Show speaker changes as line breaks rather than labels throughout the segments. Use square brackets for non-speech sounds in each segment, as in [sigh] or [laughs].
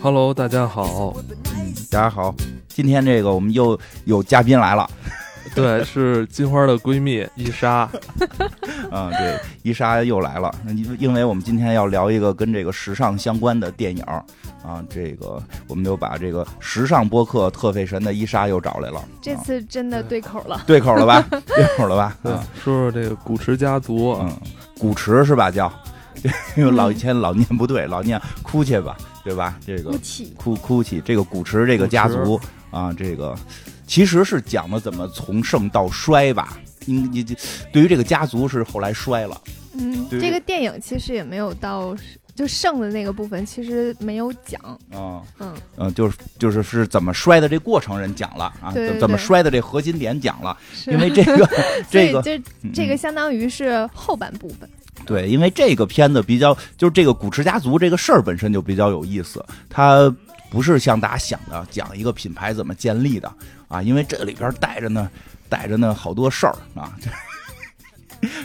Hello，大家好。
大家好，今天这个我们又有嘉宾来了
对，
[laughs]
是金花的闺蜜伊莎。
啊、对，伊莎又来了，因因为我们今天要聊一个跟这个时尚相关的电影儿啊，这个我们就把这个时尚播客特费神的伊莎又找来了，
这
啊、
次嗯真的对口了，
对口了
[laughs]
吧？对口了吧？啊，
说说这个古驰家族啊，
嗯，古驰是吧？叫， [laughs] 因为老以
嗯
前老念不对，老念哭去吧，对吧？这个
不起。
哭哭泣这个古驰这个家族啊，这个其实是讲的怎么从盛到衰吧。你你这对于这个家族是后来衰了，
嗯，
对
这个电影其实也没有到就剩的那个部分，其实没有讲。
啊，
嗯
嗯，就是就是是怎么衰的这过程人讲了啊，
对对对
怎么衰的这核心点讲了，
是
因为这个这个嗯
所以这这个相当于是后半部分。
对，因为这个片子比较，就是这个古驰家族这个事儿本身就比较有意思，它不是像大家想的讲一个品牌怎么建立的啊，因为这里边带着呢，带着呢好多事儿啊， [laughs]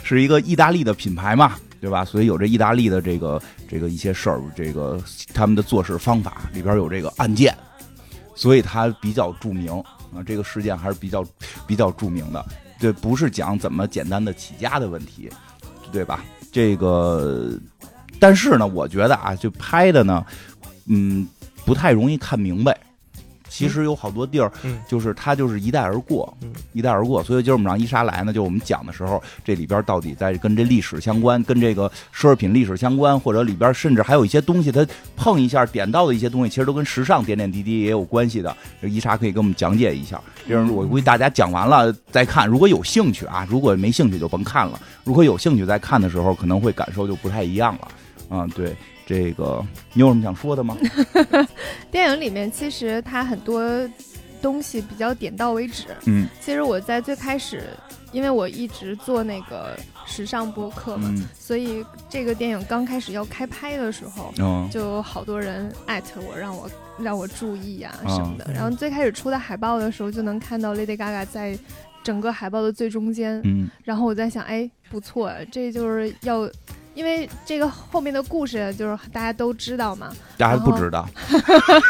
是一个意大利的品牌嘛。对吧？所以有这意大利的这个这个一些事儿，这个他们的做事方法里边有这个案件，所以它比较著名啊。这个事件还是比较比较著名的。对，不是讲怎么简单的起家的问题，对吧？这个，但是呢，我觉得啊，就拍的呢，嗯，不太容易看明白。其实有好多地儿，
嗯
就是它就是一带而过，
嗯
一带而过。所以就是我们让伊莎来呢，就是我们讲的时候，这里边到底在跟这历史相关，跟这个奢侈品历史相关，或者里边甚至还有一些东西，它碰一下点到的一些东西，其实都跟时尚点点滴滴也有关系的。这伊莎可以给我们讲解一下。这样我估计大家讲完了再看，如果有兴趣啊，如果没兴趣就甭看了。如果有兴趣再看的时候，可能会感受就不太一样了。嗯，对，这个你有什么想说的
[laughs]
吗？
电影里面其实它很多东西比较点到为止。
嗯
其实我在最开始，因为我一直做那个时尚播客嘛，
嗯
所以这个电影刚开始要开拍的时候，
嗯
就有好多人艾特我，让我让我注意呀、
啊
什么的。然后最开始出的海报的时候，就能看到 Lady Gaga 在整个海报的最中间。
嗯
然后我在想，哎，不错，这就是要，因为这个后面的故事就是大家都知道嘛。
大家不知道， [laughs]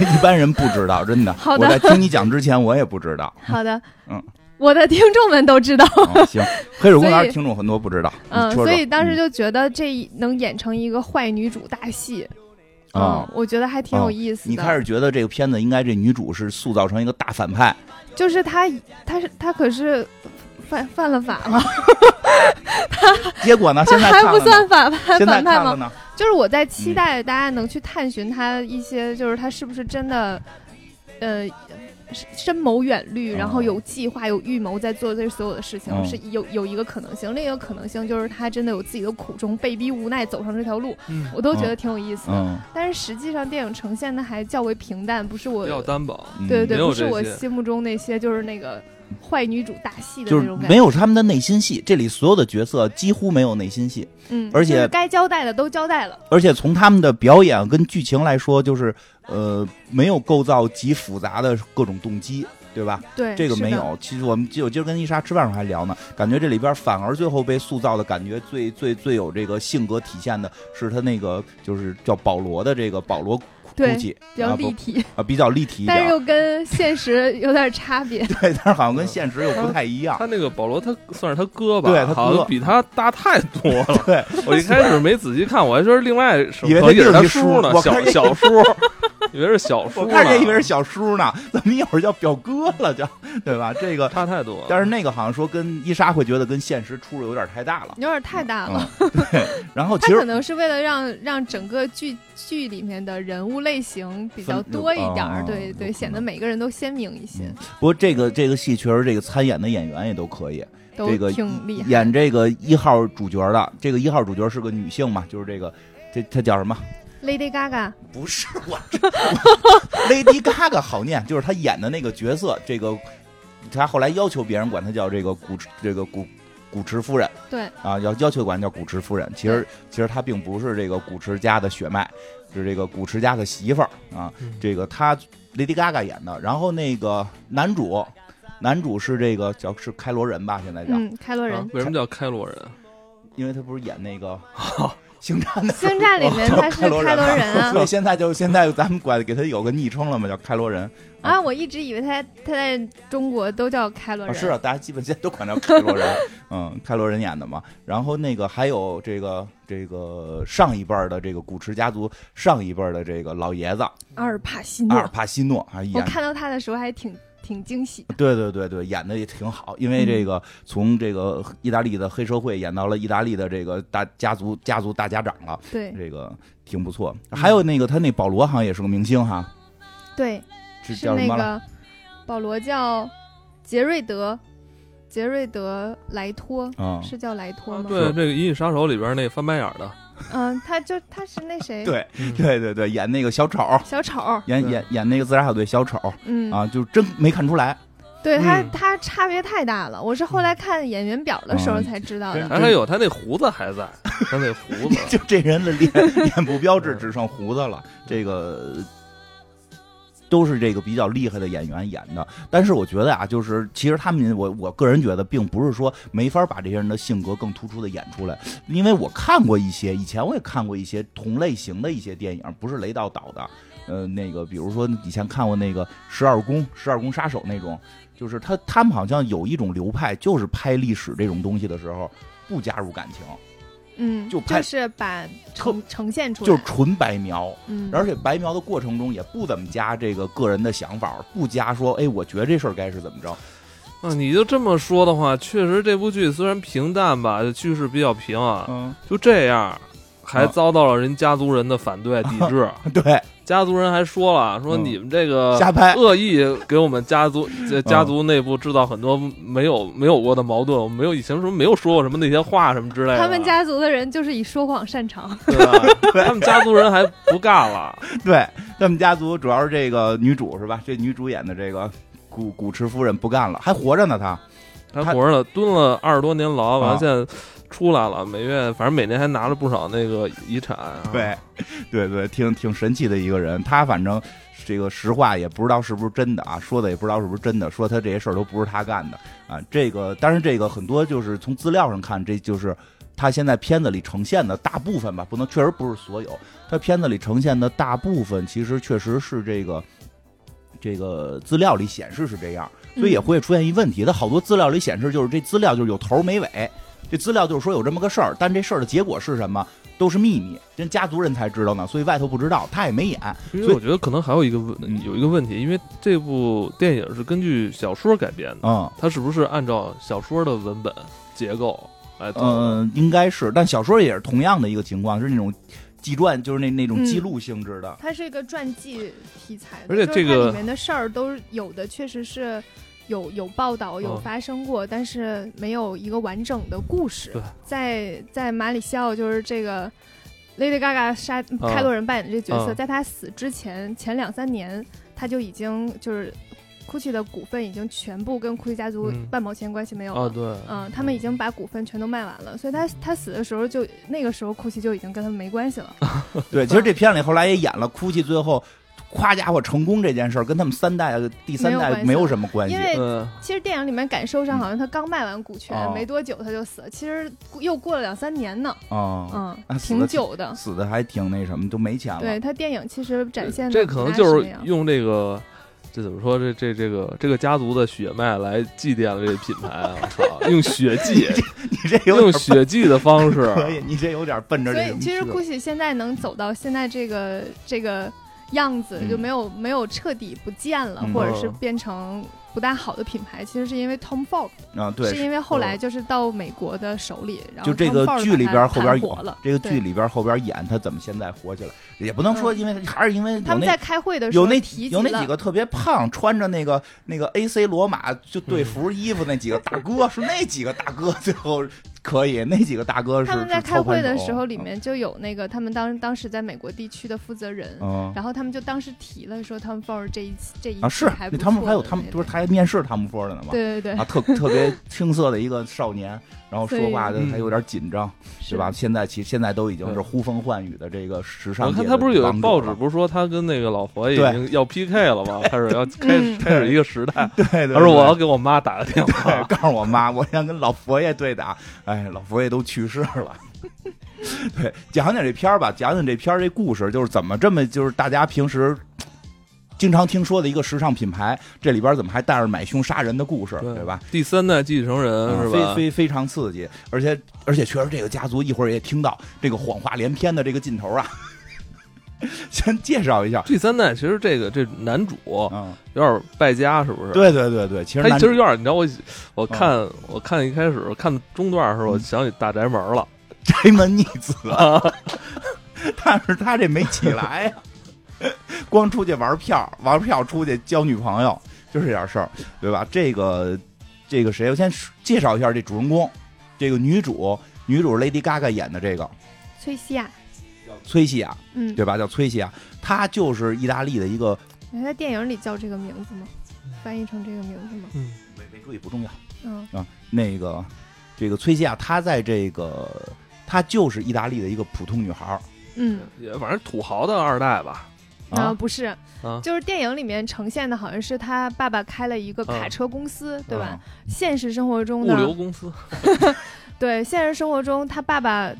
一般人不知道，真的。
好的
我在听你讲之前，我也不知
[laughs]
道。
好的，
嗯，
我的听众们都知道。
嗯、行，黑水公
所
园
以
听众很多不知道，你
嗯，
说说
所以当时
嗯
就觉得这一能演成一个坏女主大戏，嗯，
啊。
我觉得还挺有意思的。
你开始觉得这个片子应该这女主是塑造成一个大反
[laughs]
派，
就是她，她是她可是犯犯了法了，
结果呢？现在
还
看
不
了呢
算反派
现在
反派
看
吗
了？呢？
就是我在
嗯
期待大家能去探寻他一些，就是他是不是真的，呃，深谋远虑，
哦
然后有计划、有预谋在做这所有的事情，
嗯
是有有一个可能性。另一个可能性就是他真的有自己的苦衷，被逼无奈走上这条路，
嗯，
我都觉得挺有意思的。
嗯，
但是实际上，电影呈现的还较为平淡，不是我
比，较担保。
嗯
对
没
对对，
有
不是
这
我
些
心目中那些就是那个坏女主大戏的
就
那
是
种感
没
觉。
有他们的内心戏，这里所有的角色几乎没有内心戏，
嗯，
而且
就是该交代的都交代了。
而且从他们的表演跟剧情来说，就是呃没有构造极复杂的各种动机，对吧？
对，
这个
哎是
没
的。
有。其实我们就今儿跟伊莎吃饭时候还聊呢，感觉这里边反而最后被塑造的感觉最最最有这个性格体现的是他那个就是叫保罗的这个保罗估
对
计
比较
啊不
立体，
啊比较立体一
但是
点，
又跟现实有点差
[laughs]
别。
对，但是好像跟现实又不太
[laughs]
一样。
他那个保罗，他算是他哥吧？
对他哥
好像比他大太多
[laughs]
了。
对，
我一开始没仔细看，我还说是另外什么，
以为他
也是
就是
他
一
叔呢，
叔我
小
看见
小叔， [laughs] 以为是小叔
我
呢。
看见以为是小叔呢，怎么一会儿叫表哥了，就对吧？这个，
差太多了。
但是那个好像说跟伊莎会觉得跟现实出入有点太大了。
有点太大了。
嗯，对。然后其
啊他
实
可能是为了让让整个剧剧里面的人物类型比较多一点儿，
分
对
哦有可
对，
能
显得每个人都鲜明一些
嗯，不过这个这个戏确实这个参演的演员也都可以，
都
这个
挺厉害。
演这个一号主角的，这个一号主角是个女性嘛，就是这个这她叫什么？
Lady Gaga
不是我 [laughs] ，Lady Gaga 好念，就是她演的那个角色，这个她后来要求别人管她叫这个古驰这个古古驰夫人。
对，
啊，要要求管叫古驰夫人。其实其实她并不是这个古驰家的血脉，是这个古驰家的媳妇儿啊。
嗯
这个她 Lady Gaga 演的，然后那个男主，男主是这个叫是
嗯
开罗人吧？现在叫，
嗯，开罗人
啊为什么叫开罗人？
因为他不是演那个。星战的
星战里面
哦
他是
开罗人
开
啊
罗人啊
[laughs] 所以现在就现在咱们管给他有个昵称了嘛，叫开罗人。
啊！我一直以为他他在中国都叫开罗
啊，
人，
是啊，大家基本现在都管他开罗人， [laughs] 嗯，开罗人演的嘛。然后那个还有这个这个上一辈儿的这个古驰家族上一辈儿的这个老爷子
阿尔帕西
阿尔
诺。哦
帕西诺啊
我
演，
看到他的时候还挺挺惊喜
[laughs]
的，
对对对对，演的也挺好。因为这
嗯
个从这个意大利的黑社会演到了意大利的这个大家族家族大家长了，
对
这个挺不错。还有那个他那保罗好像也是个明星哈，
对，
是
是
叫什
那
么了？
个保罗叫杰瑞德，杰瑞德莱托。
嗯，
是叫莱托吗？
啊对，这个《银翼杀手》里边那翻白眼儿的，
嗯，他就他是那谁，
对
嗯
对对对，演那个小丑，
小丑，
演
对
演演那个自杀小队小丑
嗯，
啊，就真没看出来。
对他
嗯
他差别太大了，我是后来看演员表的时候才知道的。
嗯
还还有他那胡子还在，他那胡子
[laughs] 就这人的脸脸部标志
嗯
只剩胡子了，这个都是这个比较厉害的演员演的。但是我觉得啊，就是其实他们，我我个人觉得，并不是说没法把这些人的性格更突出的演出来，因为我看过一些，以前我也看过一些同类型的一些电影，不是雷导导的。呃，那个，比如说以前看过那个《十二宫》《十二宫杀手》那种，就是他他们好像有一种流派，就是拍历史这种东西的时候不加入感情，
嗯，
就
就
拍
是把呈呈现出来，
就是纯白描。
嗯，
而且白描的过程中也不怎么加这个个人的想法，不加说，哎，我觉得这事儿该是怎么着，
啊！你就这么说的话，确实这部剧虽然平淡吧，叙事比较平啊，
嗯，
就这样，还
啊
遭到了人家族人的反对抵
[laughs]
制。
对，
家族人还说了，说
嗯
你们这个
瞎嗯拍，
恶意给我们家族这家族内部制造很多没有没有过的矛盾，我们没有以前说没有说过什么那些话什么之类的。
他们家族的人就是以说谎擅长，
对啊吧？他们家族人还不干了，
对，他们家族主要是这个女主是吧？这女主演的这个古古驰夫人不干了，还活着呢，她
还活着呢，蹲了二十多年牢，完
啊
了现在出来了，每月反正每年还拿了不少那个遗产、啊。，
对， [laughs] 对对，挺挺神奇的一个人。他反正这个实话也不知道是不是真的啊，说的也不知道是不是真的，说他这些事儿都不是他干的啊。这个，当然这个很多就是从资料上看，这就是他现在片子里呈现的大部分吧，不能确实不是所有。他片子里呈现的大部分，其实确实是这个。这个资料里显示是这样，所
嗯
以也会出现一问题。他好多资料里显示就是这资料就是有头没尾，这资料就是说有这么个事儿，但这事儿的结果是什么都是秘密，人家族人才知道呢，所以外头不知道，他也没演。
因
所
为
以嗯
我觉得可能还有一个问有一个问题，因为这部电影是根据小说改编的，
嗯
它是不是按照小说的文本结构来做的？
嗯，应该是，但小说也是同样的一个情况，是那种纪传，就是那那种
嗯
记录性质的。
它是一个传记题材的，
而且
就是
这
它
个
里面的事儿都是有的，确实是有有报道有
嗯
发生过，但是没有一个完整的故事
对。
在在马里西奥就是这个 Lady Gaga 杀开罗人扮演的这角色，
嗯
在他死之前前两三年，他就已经就是。GUCCI 的股份已经全部跟 GUCCI 家族
嗯
半毛钱关系没有了
啊，，对，嗯
嗯，他们已经把股份全都卖完了，所以他他死的时候就那个时候，库奇就已经跟他们没关系了。
对，其实这片里后来也演了，哭泣最后，夸家伙成功这件事儿跟他们三代第三
没有
代
关系
没有什么关系
因。为
嗯。
其实电影里面感受上好像他刚卖完股权、
哦
没多久他就死，其实又过了两三年呢，
啊，
嗯，
啊死得
挺久的。
死的还挺那什么，都没钱了。
对他电影其实展现的
这
不
可能
大
就是
那样
用这个，这怎么说？这这这个这个家族的血脉来祭奠了这品牌啊！我操，用
[laughs]
血祭，
你这有
用
点
血祭的方式，
可以，你这有点奔着
所
这
以
种
其实
去了
库奇现在能走到现在这个这个样子，
嗯
就没有没有彻底不见了，
嗯
或者是变成不大好的品牌，其实是因为 Tom Ford，
啊，对，
是因为后来就是到美国的手里，然后
就这
Tom
个
Ford
剧里
把
边
它
后边
盘活
有
了，
这个
对
剧里边后边演他怎么现在火起来，也不能说
嗯
因为还是因为有
他们
那
在开会的时候
有那
提及
有那
了
几个特别胖，穿着那个那个 A C 罗马就
嗯
队服衣服那几个大哥，是那几个大哥最后可以，那几个大哥是
他们在
是
开
操盘
会的
手啊
时候，里面就有那个他们当当时在美国地区的负责人，
嗯
然后他们就当时提了说他们 f o r 这一期这一
啊
期
是
还不
他们
错
还有
的
他们
那
不是
种
他还面试他们说的呢嘛，
对对对，
啊特特别青涩的一个少年，然后说话的
所以
还有点紧张，
是
对吧？？现在其现在都已经是
嗯对
呼风唤雨的这个时尚
我
界
看
的
他不是有
王者
报纸，
了
不是说他跟那个老佛爷
对
已经要 PK 了吗？开始要开始
嗯
开始一个时代。
对对对，
他说我要给我妈打个电
对，
话。
告诉我妈，我想跟老佛爷对打。哎，老佛爷都去世了。 [laughs] 对，讲讲这片儿吧，讲讲这片儿这故事，就是怎么这么就是大家平时经常听说的一个时尚品牌，这里边怎么还带着买凶杀人的故事，
对
对吧？
第三代继承人
嗯
是吧？
非非非常刺激，而且而且确实这个家族一会儿也听到这个谎话连篇的这个劲头啊。 [laughs] 先介绍一下，
第三代其实这个这男主
嗯，
有点败家，是不是？
对对对对，其实
他
男
其实有点，你知道我我看我看一开始我看中段的时候，我
嗯
想起大宅门了。
宅门逆子， [laughs] 但是他这没起来呀、 [laughs] 光出去玩票，玩票出去交女朋友，就是这点事儿，对吧？这个这个谁，我先介绍一下这主人公，这个女主，女主 Lady Gaga 演的这个
崔西亚，
崔西亚，
嗯，
对吧？叫崔西亚，她就是意大利的一个
你在电影里叫这个名字吗？翻译成这个名字吗？
嗯，
没没注意不重要
嗯，
啊。那个这个崔西亚，她在这个她就是意大利的一个普通女孩儿
嗯，
也反正土豪的二代吧。
啊，
啊，
不是，
啊
就是电影里面呈现的好像是他爸爸开了一个卡车公司，
啊
对吧？现实生活中
啊物流
呢，
公司，
对，现实生活中他爸爸，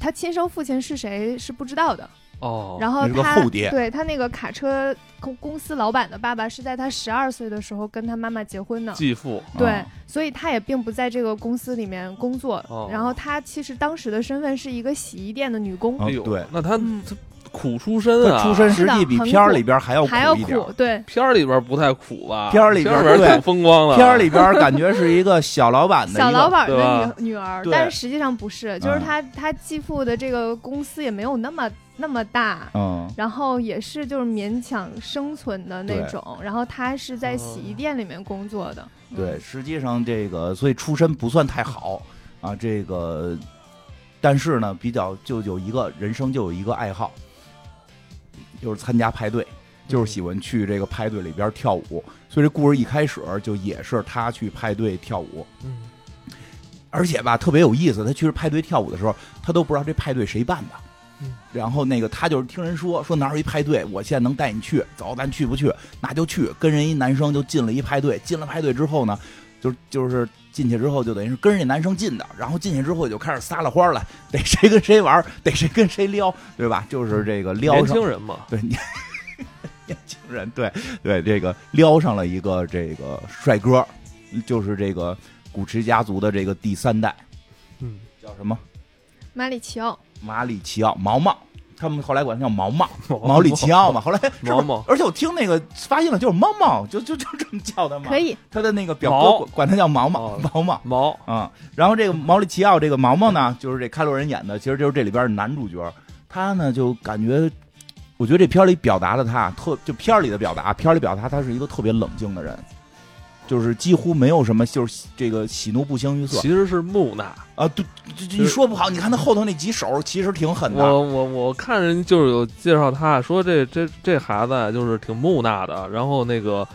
他亲生父亲是谁是不知道的。
哦，
然后
你是个
他
后爹
对他那个卡车公公司老板的爸爸是在他十二岁的时候跟他妈妈结婚的。
继父，
嗯？
对
啊，
所以他也并不在这个公司里面工作。
哦
然后他其实当时的身份是一个洗衣店的女工，
嗯
哎呦，
对
那他
嗯
他苦出身啊，
她出身实际比片儿里边还要
还要
一点儿。
苦。对，
片儿里边不太苦吧？
片儿里边
片儿
对
挺风光的，
片儿里边感觉是一个小老板的一个
小老板
对吧
的女女儿，
对
但是实际上不是，就是
嗯
他他继父的这个公司也没有那么那么大。
嗯，
然后也是就是勉强生存的那
对哦
种，然后他是在洗衣店里面工作的，
对，实际上这个所以出身不算太好啊，这个。但是呢，比较就有一个人生就有一个爱好，就是参加派对，就是喜欢去这个派对里边跳舞。所以这故事一开始就也是他去派对跳舞，
嗯，
而且吧，特别有意思。他去派对跳舞的时候，他都不知道这派对谁办的
嗯。
然后那个他就是听人说说哪儿有一派对，我现在能带你去，走，咱去不去？那就去。跟人一男生就进了一派对，进了派对之后呢，就就是进去之后就等于是跟人家男生进的，然后进去之后就开始撒了欢儿了，得谁跟谁玩儿，得谁跟谁撩，对吧？就是这个撩
年
上
轻人嘛，
对年年轻人，对对，这个撩上了一个这个帅哥，就是这个古驰家族的这个第三代
嗯，
叫什么
马里奇奥，
马里奇奥毛毛，他们后来管他叫毛毛
毛
毛里奇奥嘛，后来是不是
毛毛
而且我听那个发现了就是毛毛，就就就这么叫他嘛，
可以，
他的那个表
毛
哥管管他叫毛毛
哦
毛毛。
[laughs] 毛，
啊、然后这个毛里奇奥这个毛毛呢，就是这开罗人演的，其实就是这里边的男主角。他呢就感觉，我觉得这片儿里表达的他啊特，就片儿里的表达，片儿里表达他是一个特别冷静的人，就是几乎没有什么，就是这个喜怒不形于色
其实是木讷。
啊。对，这这你说不好，你看他后头那几手其实挺狠的，
我我我看人就是有介绍他说这这这孩子啊就是挺木讷的，然后那个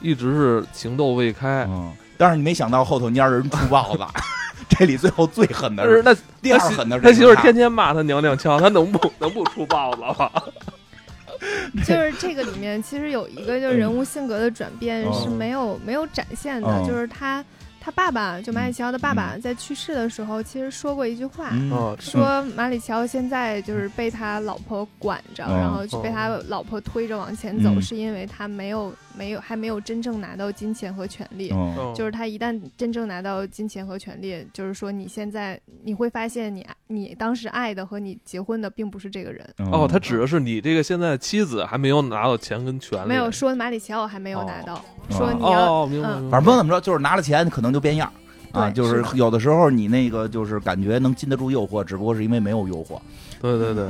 一直是情窦未开，
嗯，但是你没想到后头蔫儿人出豹子， [laughs] 这里最后最狠的
但是那
第二狠的是
他媳妇儿
他
天天骂他娘娘腔，他能不能不出豹子吗？
[laughs]
就是这个里面其实有一个就是人物性格的转变
嗯
是没有、没有展现的，
嗯
就是他他爸爸就马里奇奥的爸爸在去世的时候其实说过一句话，
嗯
啊，
说马里乔现在就是被他老婆管着，
嗯
然后就被他老婆推着往前走，
嗯
是因为他没有没有还没有真正拿到金钱和权利。
嗯
就是他一旦真正拿到金钱和权利，就是说你现在你会发现你你当时爱的和你结婚的并不是这个人，
嗯
哦，他指的是你这个现在的妻子还没有拿到钱跟权利，
没有说马里乔还没有拿到，说你要、
哦，明白，
嗯
明白
反正不管怎么着，就是拿了钱可能就变样儿啊。
对
就是
是的
有的时候你那个就是感觉能禁得住诱惑，只不过是因为没有诱惑，，
对对对，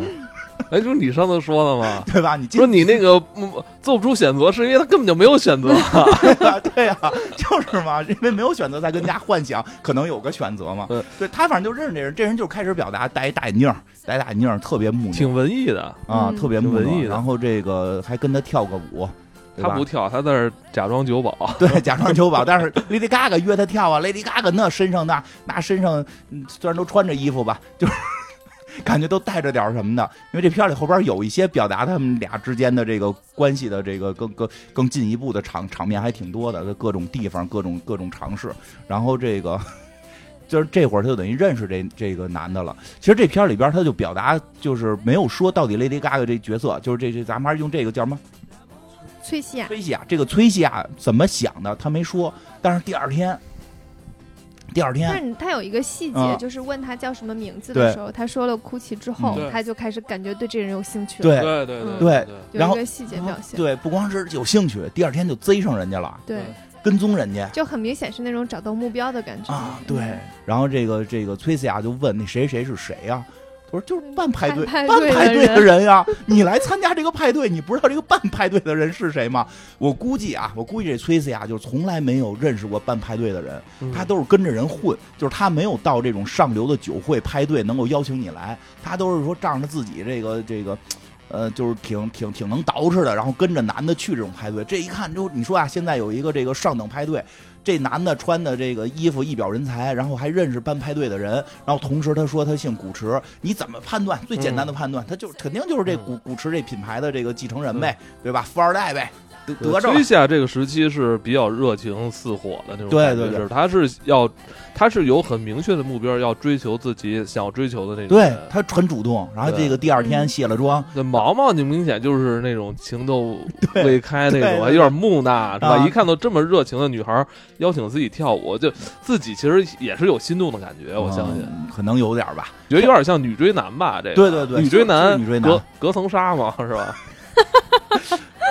哎，就是你上次说的
[laughs]
嘛
对吧？你禁
说你那个嗯做不出选择，是因为他根本就没有选择，
啊，对啊， [laughs] 就是嘛，因为没有选择才跟家幻想可能有个选择嘛
对。
对他反正就认识这人，这人就开始表达，戴一大眼镜儿，戴一大眼镜儿特别木讷
挺文艺的。
啊，
嗯
特别木
挺文艺
讷。
的
然后这个还跟他跳个舞，对
他
吧
不？跳，他在那儿假装酒保。
[laughs] 对，假装酒保，但是 Lady Gaga 约他跳啊，Lady Gaga 那身上那那身上嗯虽然都穿着衣服吧，就是 [laughs] 感觉都带着点儿什么的，因为这片儿里后边有一些表达他们俩之间的这个关系的这个更更更进一步的场场面还挺多的，各种地方各种各种尝试，然后这个。就是这会儿他就等于认识这这个男的了。其实这片儿里边他就表达就是没有说到底 Lady Gaga 这角色，就是这这咱们还是用这个叫什么
崔西亚
崔西亚，这个崔西亚怎么想的他没说，但是第二天，第二
但
天。
是他有一个细节，
嗯
就是问他叫什么名字的时候，他说了哭泣之后
嗯，对
他就开始感觉对这人有兴趣了。
对
对
对
嗯
对
对然
有一
后
个细节表现，
对，不光是有兴趣，第二天就贼上人家了，
对，
跟踪人家
就很明显是那种找到目标的感觉
啊，
嗯
对。然后这个这个崔西亚就问那谁谁是谁呀、他说就是办派对
办派
办
对的
派对的
人
人呀、你来参加这个派对，你不知道这个办派对的人是谁吗？我估计啊，我估计这崔西亚就从来没有认识过办派对的人，
嗯
他都是跟着人混，就是他没有到这种上流的酒会派对能够邀请你来，他都是说仗着自己这个这个，呃，就是挺挺挺能捯饬的，然后跟着男的去这种派对。这一看就你说啊，现在有一个这个上等派对，这男的穿的这个衣服一表人才，然后还认识办派对的人，然后同时他说他姓古驰，你怎么判断？最简单的判断，他就肯定就是这
嗯
古古驰这品牌的这个继承人呗，对吧？富二代呗，得
对
得着了
崔。夏这个时期是比较热情似火的那种
对
感觉，
对对
是他是要，他是有很明确的目标，要追求自己想要追求的那种
对
人。
他很主动，然后这个第二天
嗯
卸了妆，
那毛毛，你明显就是那种情窦
[laughs] 对
未开那
对对
种，啊
对
有点木讷，是吧？
啊
一看到这么热情的女孩邀请自己跳舞，就自己其实也是有心动的感觉，哎我相信，
嗯可能有点吧。
觉得有点像女追男吧？这个
对对对
女追
就是
男，
女追男
隔隔层纱嘛，是吧？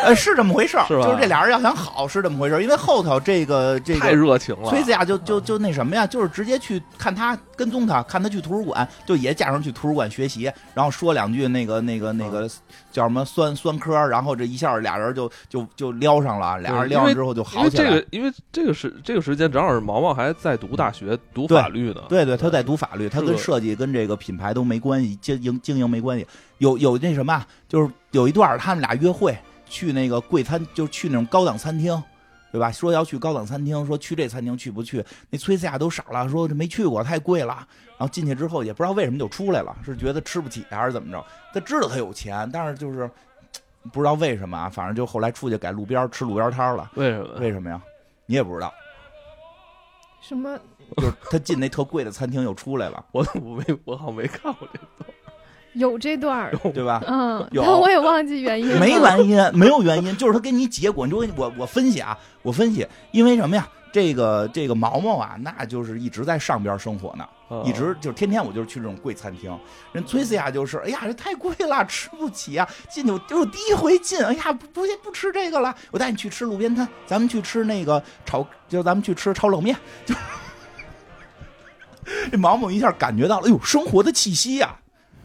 呃，是这么回事儿，
是吧
就是这俩人要想好是这么回事儿，因为后头这个这
太
个
热情了
崔，子雅就就就那什么呀，就是直接去看他跟踪他，看他去图书馆，就也假装去图书馆学习，然后说两句那个那
嗯
个那个叫什么酸酸科，然后这一下俩人就就就撩上了，俩
对
人撩
因为
上之后就
因
好
为
起
这
来。
个，因为这个时这个时间正好是毛毛还在读大学，读
对
法律呢。
对对，他在读法律，
啊
他
是
跟
的
设计跟这个品牌都没关系，经营经营没关系。有有那什么啊，就是有一段儿他们俩约会去那个贵餐，就是去那种高档餐厅，对吧？说要去高档餐厅，说去这餐厅去不去？那崔斯亚都傻了，说这没去过，太贵了。然后进去之后也不知道为什么就出来了，是觉得吃不起啊还是怎么着？他知道他有钱，但是就是嘖不知道为什么啊，反正就后来出去改路边儿吃路边儿摊儿了，
为什么？
为什么呀？你也不知道，
什么
就是他进那特贵的餐厅又出来了，
我我没我好像没看过这个。
有这段儿，
对吧？
嗯，
有
但我也忘记原因
[laughs]
了，
没原因，没有原因，就是他给你结果。你就我我分析啊，我分析，因为什么呀？这个这个毛毛啊，那就是一直在上边生活呢， [laughs]
啊
一直就是天天我就是去这种贵餐厅。人崔斯亚就是，哎呀，这太贵了，吃不起啊！进去我就是第一回进，哎呀，不不不吃这个了，我带你去吃路边摊，咱们去吃那个炒，就咱们去吃炒冷面。就 [laughs] 这毛毛一下感觉到了，哎呦，生活的气息呀、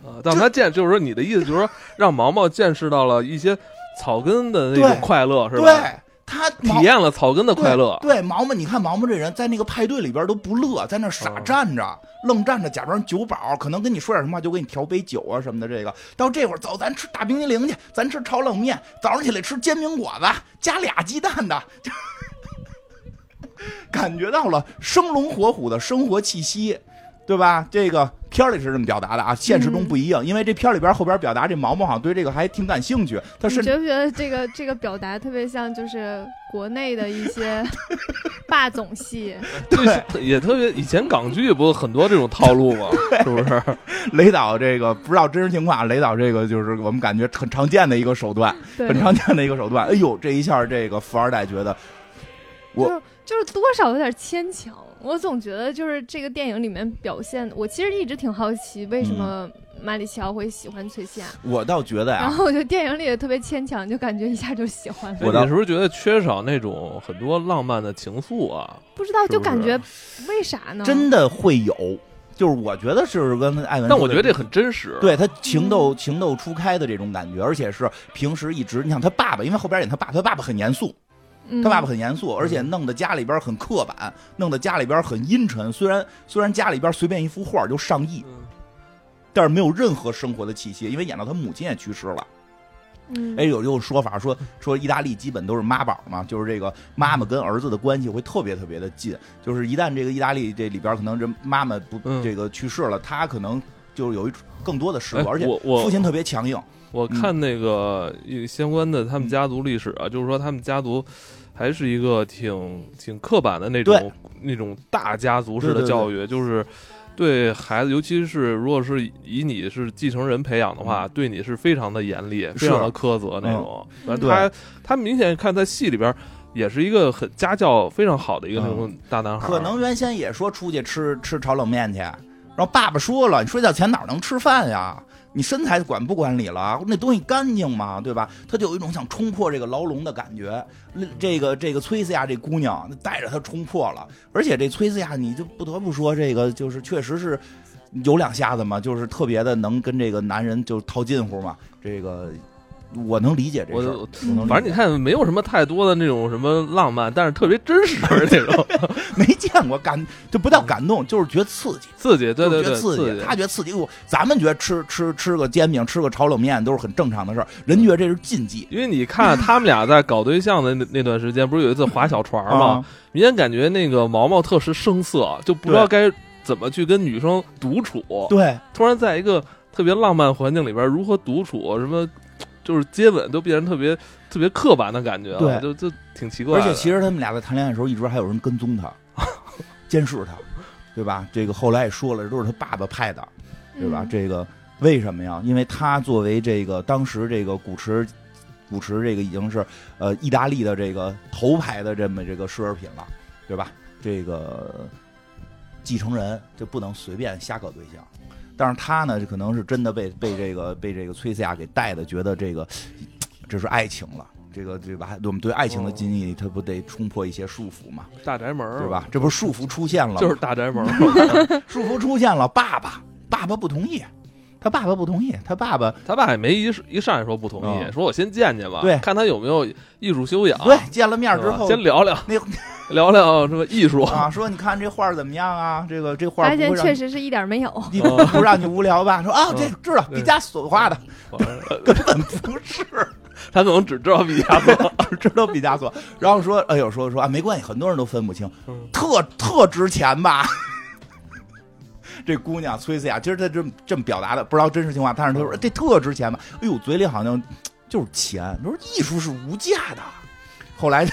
啊，让他见，就是说你的意思就是说，让毛毛见识到了一些草根的那
对
种快乐，是
对
吧？
他
体验了草根的
对
快乐，
对，毛毛，你看毛毛这人在那个派对里边都不乐，在那傻
嗯
站着，愣站着，假装酒保，可能跟你说点什么话，就给你调杯酒啊什么的。这个到这会儿，走，咱吃大冰激凌去，咱吃炒冷面，早上起来吃煎饼果子，加俩鸡蛋的。 [laughs] 就感觉到了生龙活虎的生活气息，对吧？这个片儿里是这么表达的啊，现实中不一样，因为这片儿里边后边表达这毛毛好像对这个还挺感兴趣，他
你
甚至。
觉不觉得这个这个表达特别像就是国内的一些霸总戏？
对，也特别。以前港剧不很多这种套路
[laughs]
吗？是不是？
雷导这个不知道真实情况啊，雷导这个就是我们感觉很常见的一个手段，[laughs]
对，
很常见的一个手段。哎呦，这一下这个富二代觉得我
就是就是多少有点牵强。我总觉得就是这个电影里面表现，我其实一直挺好奇为
嗯
什么马里奇奥会喜欢崔西亚，啊
我倒觉哎得呀、
然后我觉得电影里也特别牵强，就感觉一下就喜欢了，
我倒
你是不是觉得缺少那种很多浪漫的情愫啊？
不知道
是不是
就感觉为啥呢？
真的会有，就是我觉得是跟艾文说的，
但我觉得这很真实。
哎对
嗯
他情窦情窦初开的这种感觉，而且是平时一直，你想他爸爸，因为后边演他爸，他爸爸很严肃，
嗯，
他爸爸很严肃，而且弄得家里边很刻板，弄得家里边很阴沉。虽然虽然家里边随便一幅画就上亿，
嗯，
但是没有任何生活的气息，因为演到他母亲也去世了。
嗯，
哎，有这种说法说说意大利基本都是妈宝嘛，就是这个妈妈跟儿子的关系会特别特别的近，就是一旦这个意大利这里边可能这妈妈不、
嗯
这个去世了，他可能就是有一种更多的失落，
哎
而且
我我
父亲特别强硬，嗯
我看那个一个相关的他们家族历史啊，就是说他们家族。还是一个挺挺刻板的那
对
种那种大家族式
对对
的
对
教育，就是对孩子，尤其是如果是以以你是继承人培养的
嗯
话，对你是非常的严厉、非
啊
常的苛责那种。反正他他明显看在戏里边也是一个很家教非常好的一个那种大男孩儿，
嗯可能原先也说出去吃吃炒冷面去，然后爸爸说了，你睡觉前哪能吃饭呀？你身材管不管理了？那东西干净吗？对吧？他就有一种想冲破这个牢笼的感觉。这个这个崔斯亚这姑娘带着他冲破了，而且这崔斯亚，你就不得不说，这个就是确实是有两下子嘛，就是特别的能跟这个男人就套近乎嘛。这个我能理解这事儿，
我
我能理解
反正你看没有什么太多的那种什么浪漫，但是特别真实的那
[laughs]
种
没见过感，就不叫感动，就是觉得刺激。
刺激，对对
就
对，
是觉得
刺
刺激，他觉得刺激。我咱们觉得吃吃吃个煎饼，吃个炒冷面都是很正常的事儿，人觉得这是禁忌。
因为你看他们俩在搞对象的那那段时间，不是有一次划小船
啊
吗？明显感觉那个毛毛特是生涩，就不知道该怎么去跟女生独处。
对，
突然在一个特别浪漫环境里边，如何独处，什么就是接吻都变成特别特别刻板的感觉了，
对
就就挺奇怪
而
的。
且其实他们俩在谈恋爱的时候，一直还有人跟踪他， [laughs] 监视他，对吧？这个后来也说了，都是他爸爸派的，对吧？
嗯
这个为什么呀？因为他作为这个当时这个古驰，古驰这个已经是呃意大利的这个头牌的这么这个奢侈品了，对吧？这个继承人就不能随便瞎搞对象。但是他呢，可能是真的被被这个被这个崔斯亚给带的，觉得这个这是爱情了，这个对吧？我们对爱情的禁忌，他不得冲破一些束缚嘛，
大宅门
对？吧？这不是束缚出现了吗，
就是大宅门，
[laughs] 束缚出现了，爸爸，爸爸不同意，他爸爸不同意，他爸爸
他爸也没一一上来说不同意，
嗯
说我先见见吧，
对
看他有没有艺术修养，
对见了面
是
之
吧
后，
先聊聊
那
聊聊什么艺术，
啊说你看这画儿怎么样啊？这个这画儿
发
不会
现
让
确
你
实是一点儿没有。
你不让你无聊吧？说啊，这
哦嗯
知道
对
毕加索画的，不是
他可能只知道毕加索。
只 [laughs] 知道毕加索。然后说，哎呦，说说啊，没关系，很多人都分不清，
嗯
特特值钱吧。 [laughs] 这姑娘崔斯雅，其实她这么这么表达的，不知道真实情况，但是她说
嗯
这特值钱吧。哎呦，嘴里好像就是钱。她说艺术是无价的，后来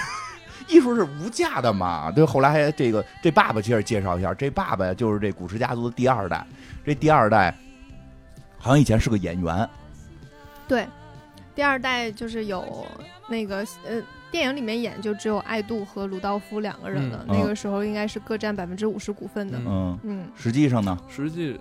艺术是无价的嘛。对，后来还这个这爸爸其实介绍一下，这爸爸就是这古驰家族的第二代，这第二代好像以前是个演员，
对，第二代就是有那个呃，电影里面演就只有爱杜和鲁道夫两个人了，
嗯
那个时候应该是各占百分之五十股份的。
嗯
嗯，
嗯，
实际上呢，
[laughs] 实际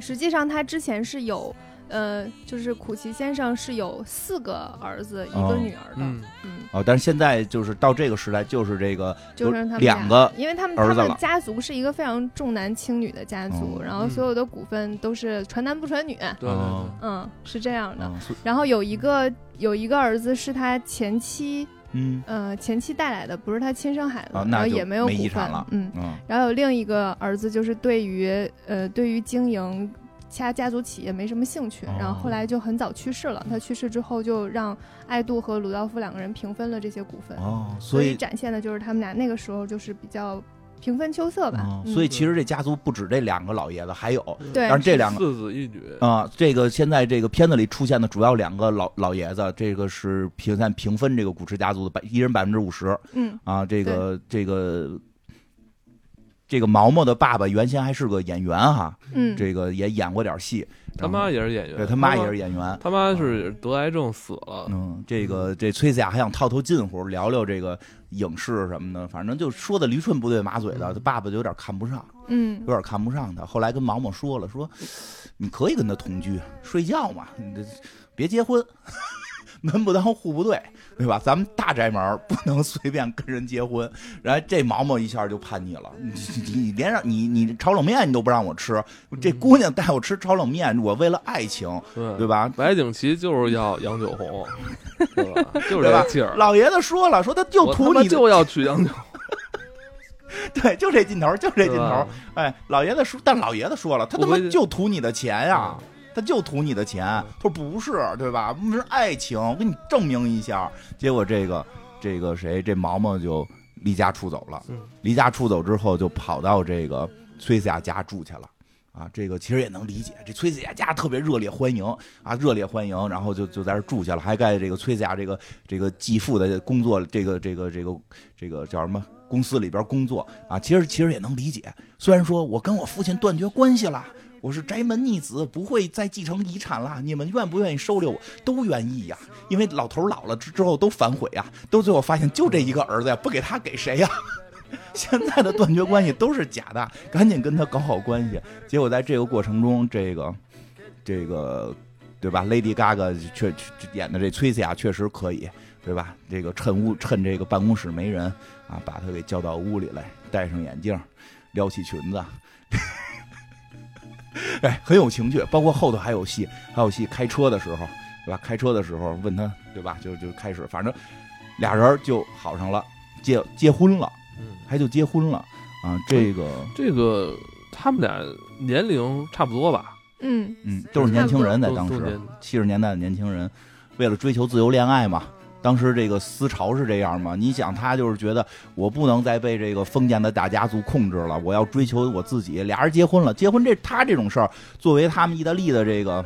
实际上他之前是有。呃，就是苦奇先生是有四个儿子、一
哦
个女儿的，
嗯，
嗯，
哦，但是现在就是到这个时代，就是这个
就
有
是他们
两
俩
个
因为他们
儿
他
子
们
了
的家族是一个非常重男轻女的家族，
哦
然后
嗯
所有的股份都是传男不传女，
对对对
哦。
嗯，是这样的。
嗯所以
然后有一个有一个儿子是他前妻，
嗯
呃，前妻带来的，不是他亲生孩子，
啊那
然后
就
也没有
没
股
遗产
份
了
嗯。
嗯
然后有另一个儿子，就是对于呃对于经营家家族企业没什么兴趣，然后
哦
后来就很早去世了。他去世之后，就让爱杜和鲁道夫两个人平分了这些股份，
哦，
所
所
以
以
展现的就是他们俩那个时候就是比较平分秋色吧。
哦
嗯
所以其实这家族不止这两个老爷子，还有
对
但是这两个
四子一女，
啊，这个现在这个片子里出现的主要两个老老爷子，这个是平在平分这个古驰家族的百一人百分之五十
嗯，
啊，这个这个。这个毛毛的爸爸原先还是个演员哈，
嗯
这个也演过点戏，
他
然
妈
后
也是演员，
对他妈也是，演员，
他妈是得癌症死了。
嗯，这个这崔斯雅还想套套近乎，聊聊这个影视什么的，反正就说的驴唇不对马嘴的，他
嗯
爸爸就有点看不上，
嗯
有点看不上他。后来跟毛毛说了，说你可以跟他同居，睡觉嘛，你这别结婚， [laughs] 门不当户不对，对吧？咱们大宅门儿不能随便跟人结婚。然后这毛毛一下就叛逆了，你你你连让你你炒冷面你都不让我吃，这姑娘带我吃炒冷面，我为了爱情，对
对，
吧？
白景琦就是要杨九
[laughs]
红，对吧？就是
对吧
这劲儿。
老爷子说了，说他就
我他
图
妈
你的
就要娶杨九，
[laughs] 对，就这劲头儿，就这劲
对
头儿
吧。
哎，老爷子说，但老爷子说了，他他妈
我估计
就图你的钱哎呀、
嗯
他就图你的钱。他说不是，对吧？我们是爱情，我给你证明一下。结果这个这个谁，这毛毛就离家出走了
嗯。
离家出走之后，就跑到这个崔斯亚家住去了。啊，这个其实也能理解。这崔子雅家特别热烈欢迎啊，热烈欢迎，然后就就在这儿住下了，还盖这个崔子雅这个这个继父的工作，这个这个这个这个叫什么公司里边工作啊，其实其实也能理解。虽然说我跟我父亲断绝关系了。我是宅门逆子，不会再继承遗产了。你们愿不愿意收留我？都愿意呀、因为老头儿老了之之后都反悔呀、都最后发现就这一个儿子呀，不给他给谁呀、 [laughs] 现在的断绝关系都是假的，赶紧跟他搞好关系。结果在这个过程中，这个这个对吧？Lady Gaga 确确演的这崔斯雅确实可以，对吧？这个趁屋趁这个办公室没人啊，把他给叫到屋里来，戴上眼镜，撩起裙子。哎，很有情趣，包括后头还有戏，还有戏开车的时候，对吧？开车的时候问他，对吧？就就开始，反正俩人就好上了，结结婚了，
嗯，
还就结婚了啊！这个
这个他们俩年龄差不多吧？
嗯，
嗯，都是年轻人，在当
都都
时
年
七十年代的年轻人，为了追求自由恋爱嘛，当时这个思潮是这样嘛。你想，他就是觉得我不能再被这个封建的大家族控制了，我要追求我自己。俩人结婚了，结婚这他这种事儿，作为他们意大利的这个。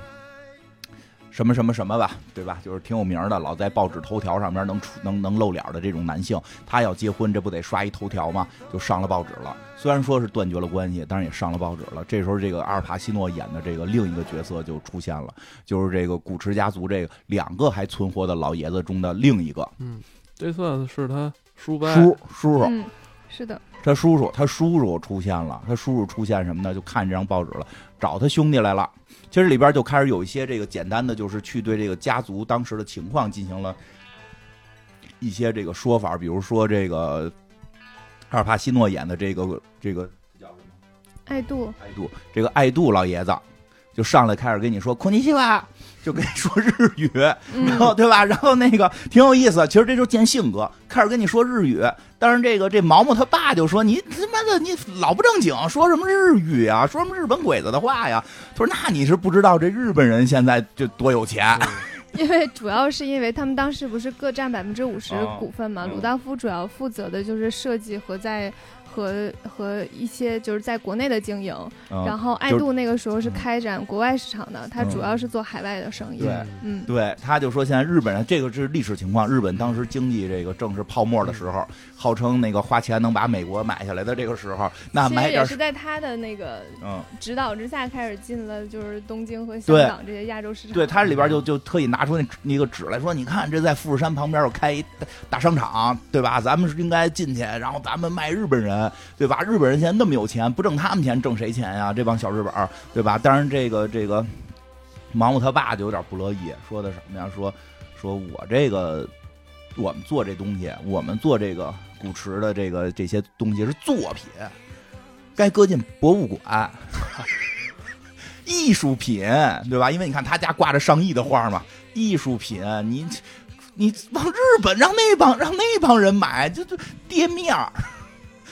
什么什么什么吧，对吧？就是挺有名儿的，老在报纸头条上面能出能能露脸儿的这种男性，他要结婚，这不得刷一头条吗？就上了报纸了。虽然说是断绝了关系，但是也上了报纸了。这时候，这个阿尔帕西诺演的这个另一个角色就出现了，就是这个古驰家族这个两个还存活的老爷子中的另一个
这算是他叔伯
叔叔叔，
嗯，是的，
他叔叔，他叔叔出现了，他叔叔出现什么呢？就看这张报纸了，找他兄弟来了。其实里边就开始有一些这个简单的，就是去对这个家族当时的情况进行了一些这个说法，比如说这个阿尔帕西诺演的这个这个
爱杜，
爱杜，这个爱杜老爷子就上来开始跟你说“孔尼西瓦”，就跟你说日语，
嗯
然后对吧？然后那个挺有意思，其实这就是见性格，开始跟你说日语。但是这个这毛毛他爸就说你他妈的你老不正经，说什么日语啊，说什么日本鬼子的话呀？他说那你是不知道这日本人现在就多有
嗯
钱，
[laughs] 因为主要是因为他们当时不是各占百分之五十
哦
股份嘛，
嗯
鲁道夫主要负责的就是设计和在和和一些就是在国内的经营，然
嗯，
后爱
就是
杜那个时候是
嗯
开展国外市场的，他
嗯
主要是做海外的生意。
对
嗯，
对，他就说现在日本人这个是历史情况，日本当时经济这个正是泡沫的时
嗯
候，号称那个花钱能把美国买下来的这个时候，那
其
买
实也
点
是在他的那个
嗯。
指导之下，开始进了就是东京和香
对
港这些亚洲市场。
对，他这里边就就特意拿出那纸那个纸来说，你看这在富士山旁边有开一大大商场，对吧？咱们是应该进去，然后咱们卖日本人，对吧？日本人现在那么有钱，不挣他们钱，挣谁钱呀？这帮小日本儿，对吧？当然这个这个，盲目他爸就有点不乐意，说的什么呀？说说我这个我们做这东西，我们做这个古驰的这个这些东西是作品，该搁进博物馆。 [laughs] 艺术品，对吧？因为你看他家挂着上亿的画嘛，艺术品，你你往日本让那帮让那帮人买，就就跌面儿。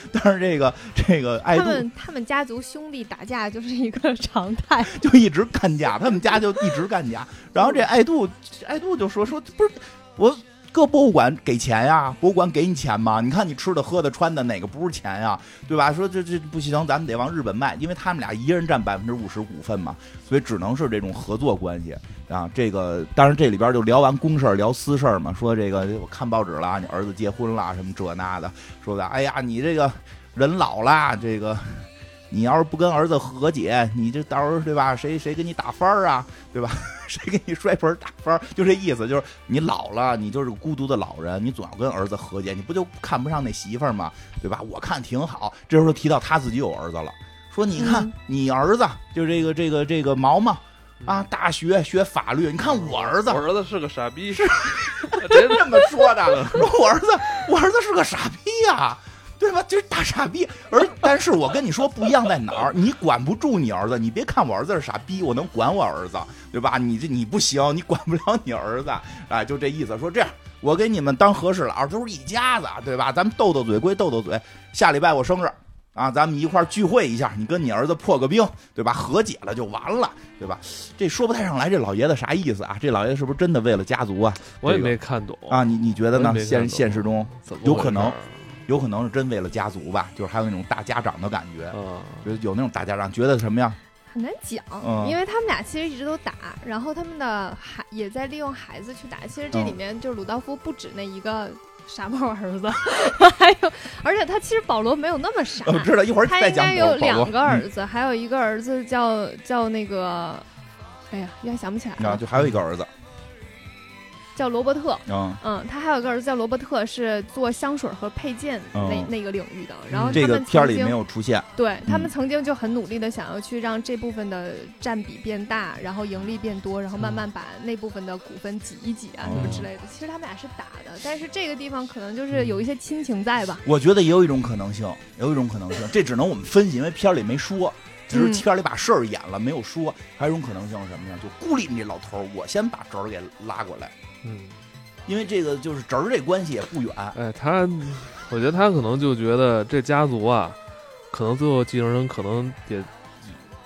[laughs] 但是这个这个爱
他
杜
们他们家族兄弟打架就是一个常态。
就一直干架，他们家就一直干架。然后这爱杜，爱杜就说说不是我各博物馆给钱呀、博物馆给你钱吗？你看你吃的、喝的、穿的哪个不是钱呀、对吧？说这这不行，咱们得往日本卖，因为他们俩一人占百分之五十股份嘛，所以只能是这种合作关系啊。这个当然这里边就聊完公事儿聊私事儿嘛，说这个我看报纸了，你儿子结婚了什么这那的，说的哎呀你这个人老啦，这个。你要是不跟儿子和解，你这到时候对吧？谁谁给你打翻儿啊，对吧？ [laughs] 谁给你摔盆儿打翻儿？就这意思，就是你老了，你就是个孤独的老人，你总要跟儿子和解，你不就看不上那媳妇儿吗？对吧？我看挺好。这时候提到他自己有儿子了，说你看、
嗯
你儿子就这个这个这个毛毛啊
嗯，
大学学法律，你看我儿子
我。儿子是个傻逼，是 [laughs] 真的
这么说的，说我儿子，我儿子是个傻逼呀、对吧？就是大傻逼。而但是我跟你说不一样在哪儿，你管不住你儿子，你别看我儿子是傻逼，我能管我儿子，对吧？你这你不行，你管不了你儿子，哎，就这意思。说这样，我给你们当和事佬，都是一家子，对吧？咱们斗斗嘴归斗斗嘴，下礼拜我生日。啊，咱们一块儿聚会一下，你跟你儿子破个冰，对吧？和解了就完了，对吧？这说不太上来，这老爷子啥意思啊？这老爷子是不是真的为了家族啊？
我也
这个
没看懂
啊，，你你觉得
我也
呢？
没
现
看懂
现实中
怎么
有
回
可
事
能
儿
有可能是真为了家族吧，就是还有那种大家长的感觉，
啊？
有有那种大家长觉得什么呀？
很难讲，
嗯
因为他们俩其实一直都打，然后他们的孩也在利用孩子去打。其实这
嗯
里面就是鲁道夫不止那一个傻帽儿子， [laughs] 还有，而且他其实保罗没有那么傻，
我知道一会儿
他
再
应
讲
该
保
有
罗嗯保罗
两个儿子，还有一个儿子叫叫那个，哎呀，一下想不起来
啊，
了，
就还有一个儿子
叫罗伯特。
啊，
嗯，他还有一个儿子叫罗伯特，是做香水和配件那、
哦
那个领域的。然后他
这个
们
片儿
曾
里
经
没有出现，
对他
嗯
们曾经就很努力的想要去让这部分的占比变大，然后盈利变多，然后慢慢把那部分的股份挤一挤啊
哦
什么之类的。其实他们俩是打的，但是这个地方可能
嗯
就是有一些亲情在吧。
我觉得也有一种可能性，有一种可能性，这只能我们分析，因为片儿里没说，只是
嗯
片儿里把事儿演了，没有说。还有一种可能性是什么呢？就孤立你这老头儿，我先把侄儿给拉过来，
嗯，
因为这个就是侄儿这关系也不远。
哎，他，我觉得他可能就觉得这家族啊，可能最后继承人可能得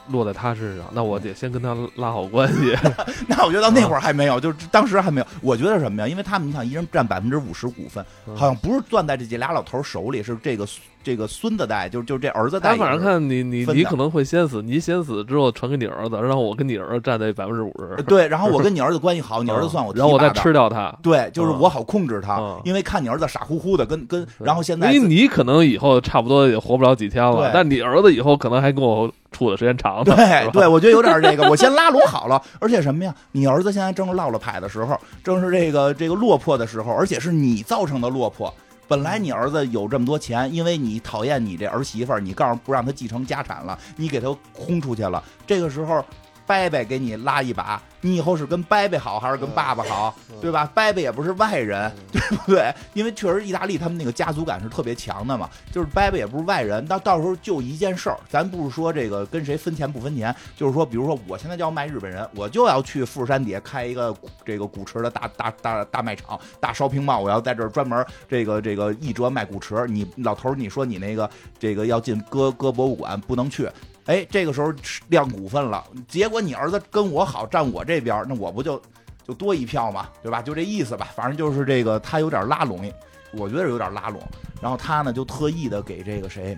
落在他身上，那我得先跟他拉好关系。
[laughs] 那我觉得到那
嗯
会儿还没有，就是当时还没有。我觉得是什么呀？因为他们你想，一人占百分之五十股份，好
[laughs]
像不是攥在这这俩老头儿手里，是这个这个孙子带，就是就是这儿子
他
带也是。
反正看你，你
分
你
的
可能会先死，你先死之后传给你儿子，然后我跟你儿子占那百分之五十，
呃对，然后我跟你儿子关
[laughs]
系好，你儿子算我提
嗯然后我再
拔的
吃掉他。
对，就是
嗯
我好控制他，
嗯
因为看你儿子傻乎乎的，跟跟，然后现在
因为你可能以后差不多也活不了几天
对
了，但你儿子以后可能还跟我处的时间
[laughs]
长呢。
对
是吧
对，我觉得有点这个，我先拉拢好了。而且什么呀？你儿子现在正是落了牌的时候，正是这个这个落魄的时候，而且是你造成的落魄。本来你儿子有这么多钱，因为你讨厌你这儿媳妇儿，你告诉不让她继承家产了，你给她轰出去了。这个时候，伯伯给你拉一把，你以后是跟伯伯好还是跟爸爸好，对吧？伯伯也不是外人， [laughs] 对不对？因为确实意大利他们那个家族感是特别强的嘛，就是伯伯也不是外人，到到时候就一件事儿，咱不是说这个跟谁分钱不分钱，就是说，比如说我现在就要卖日本人，我就要去富士山底下开一个古这个古驰的大大大大卖场、大烧瓶帽，我要在这儿专门这个这个一折卖古驰。你老头儿，你说你那个这个要进搁搁博物馆不能去。哎，这个时候亮股份了，结果你儿子跟我好，站我这边儿，那我不就 [laughs] 就多一票嘛，对吧？就这意思吧。反正就是这个，他有点拉拢，我觉得是有点拉拢。然后他呢，就特意的给这个谁，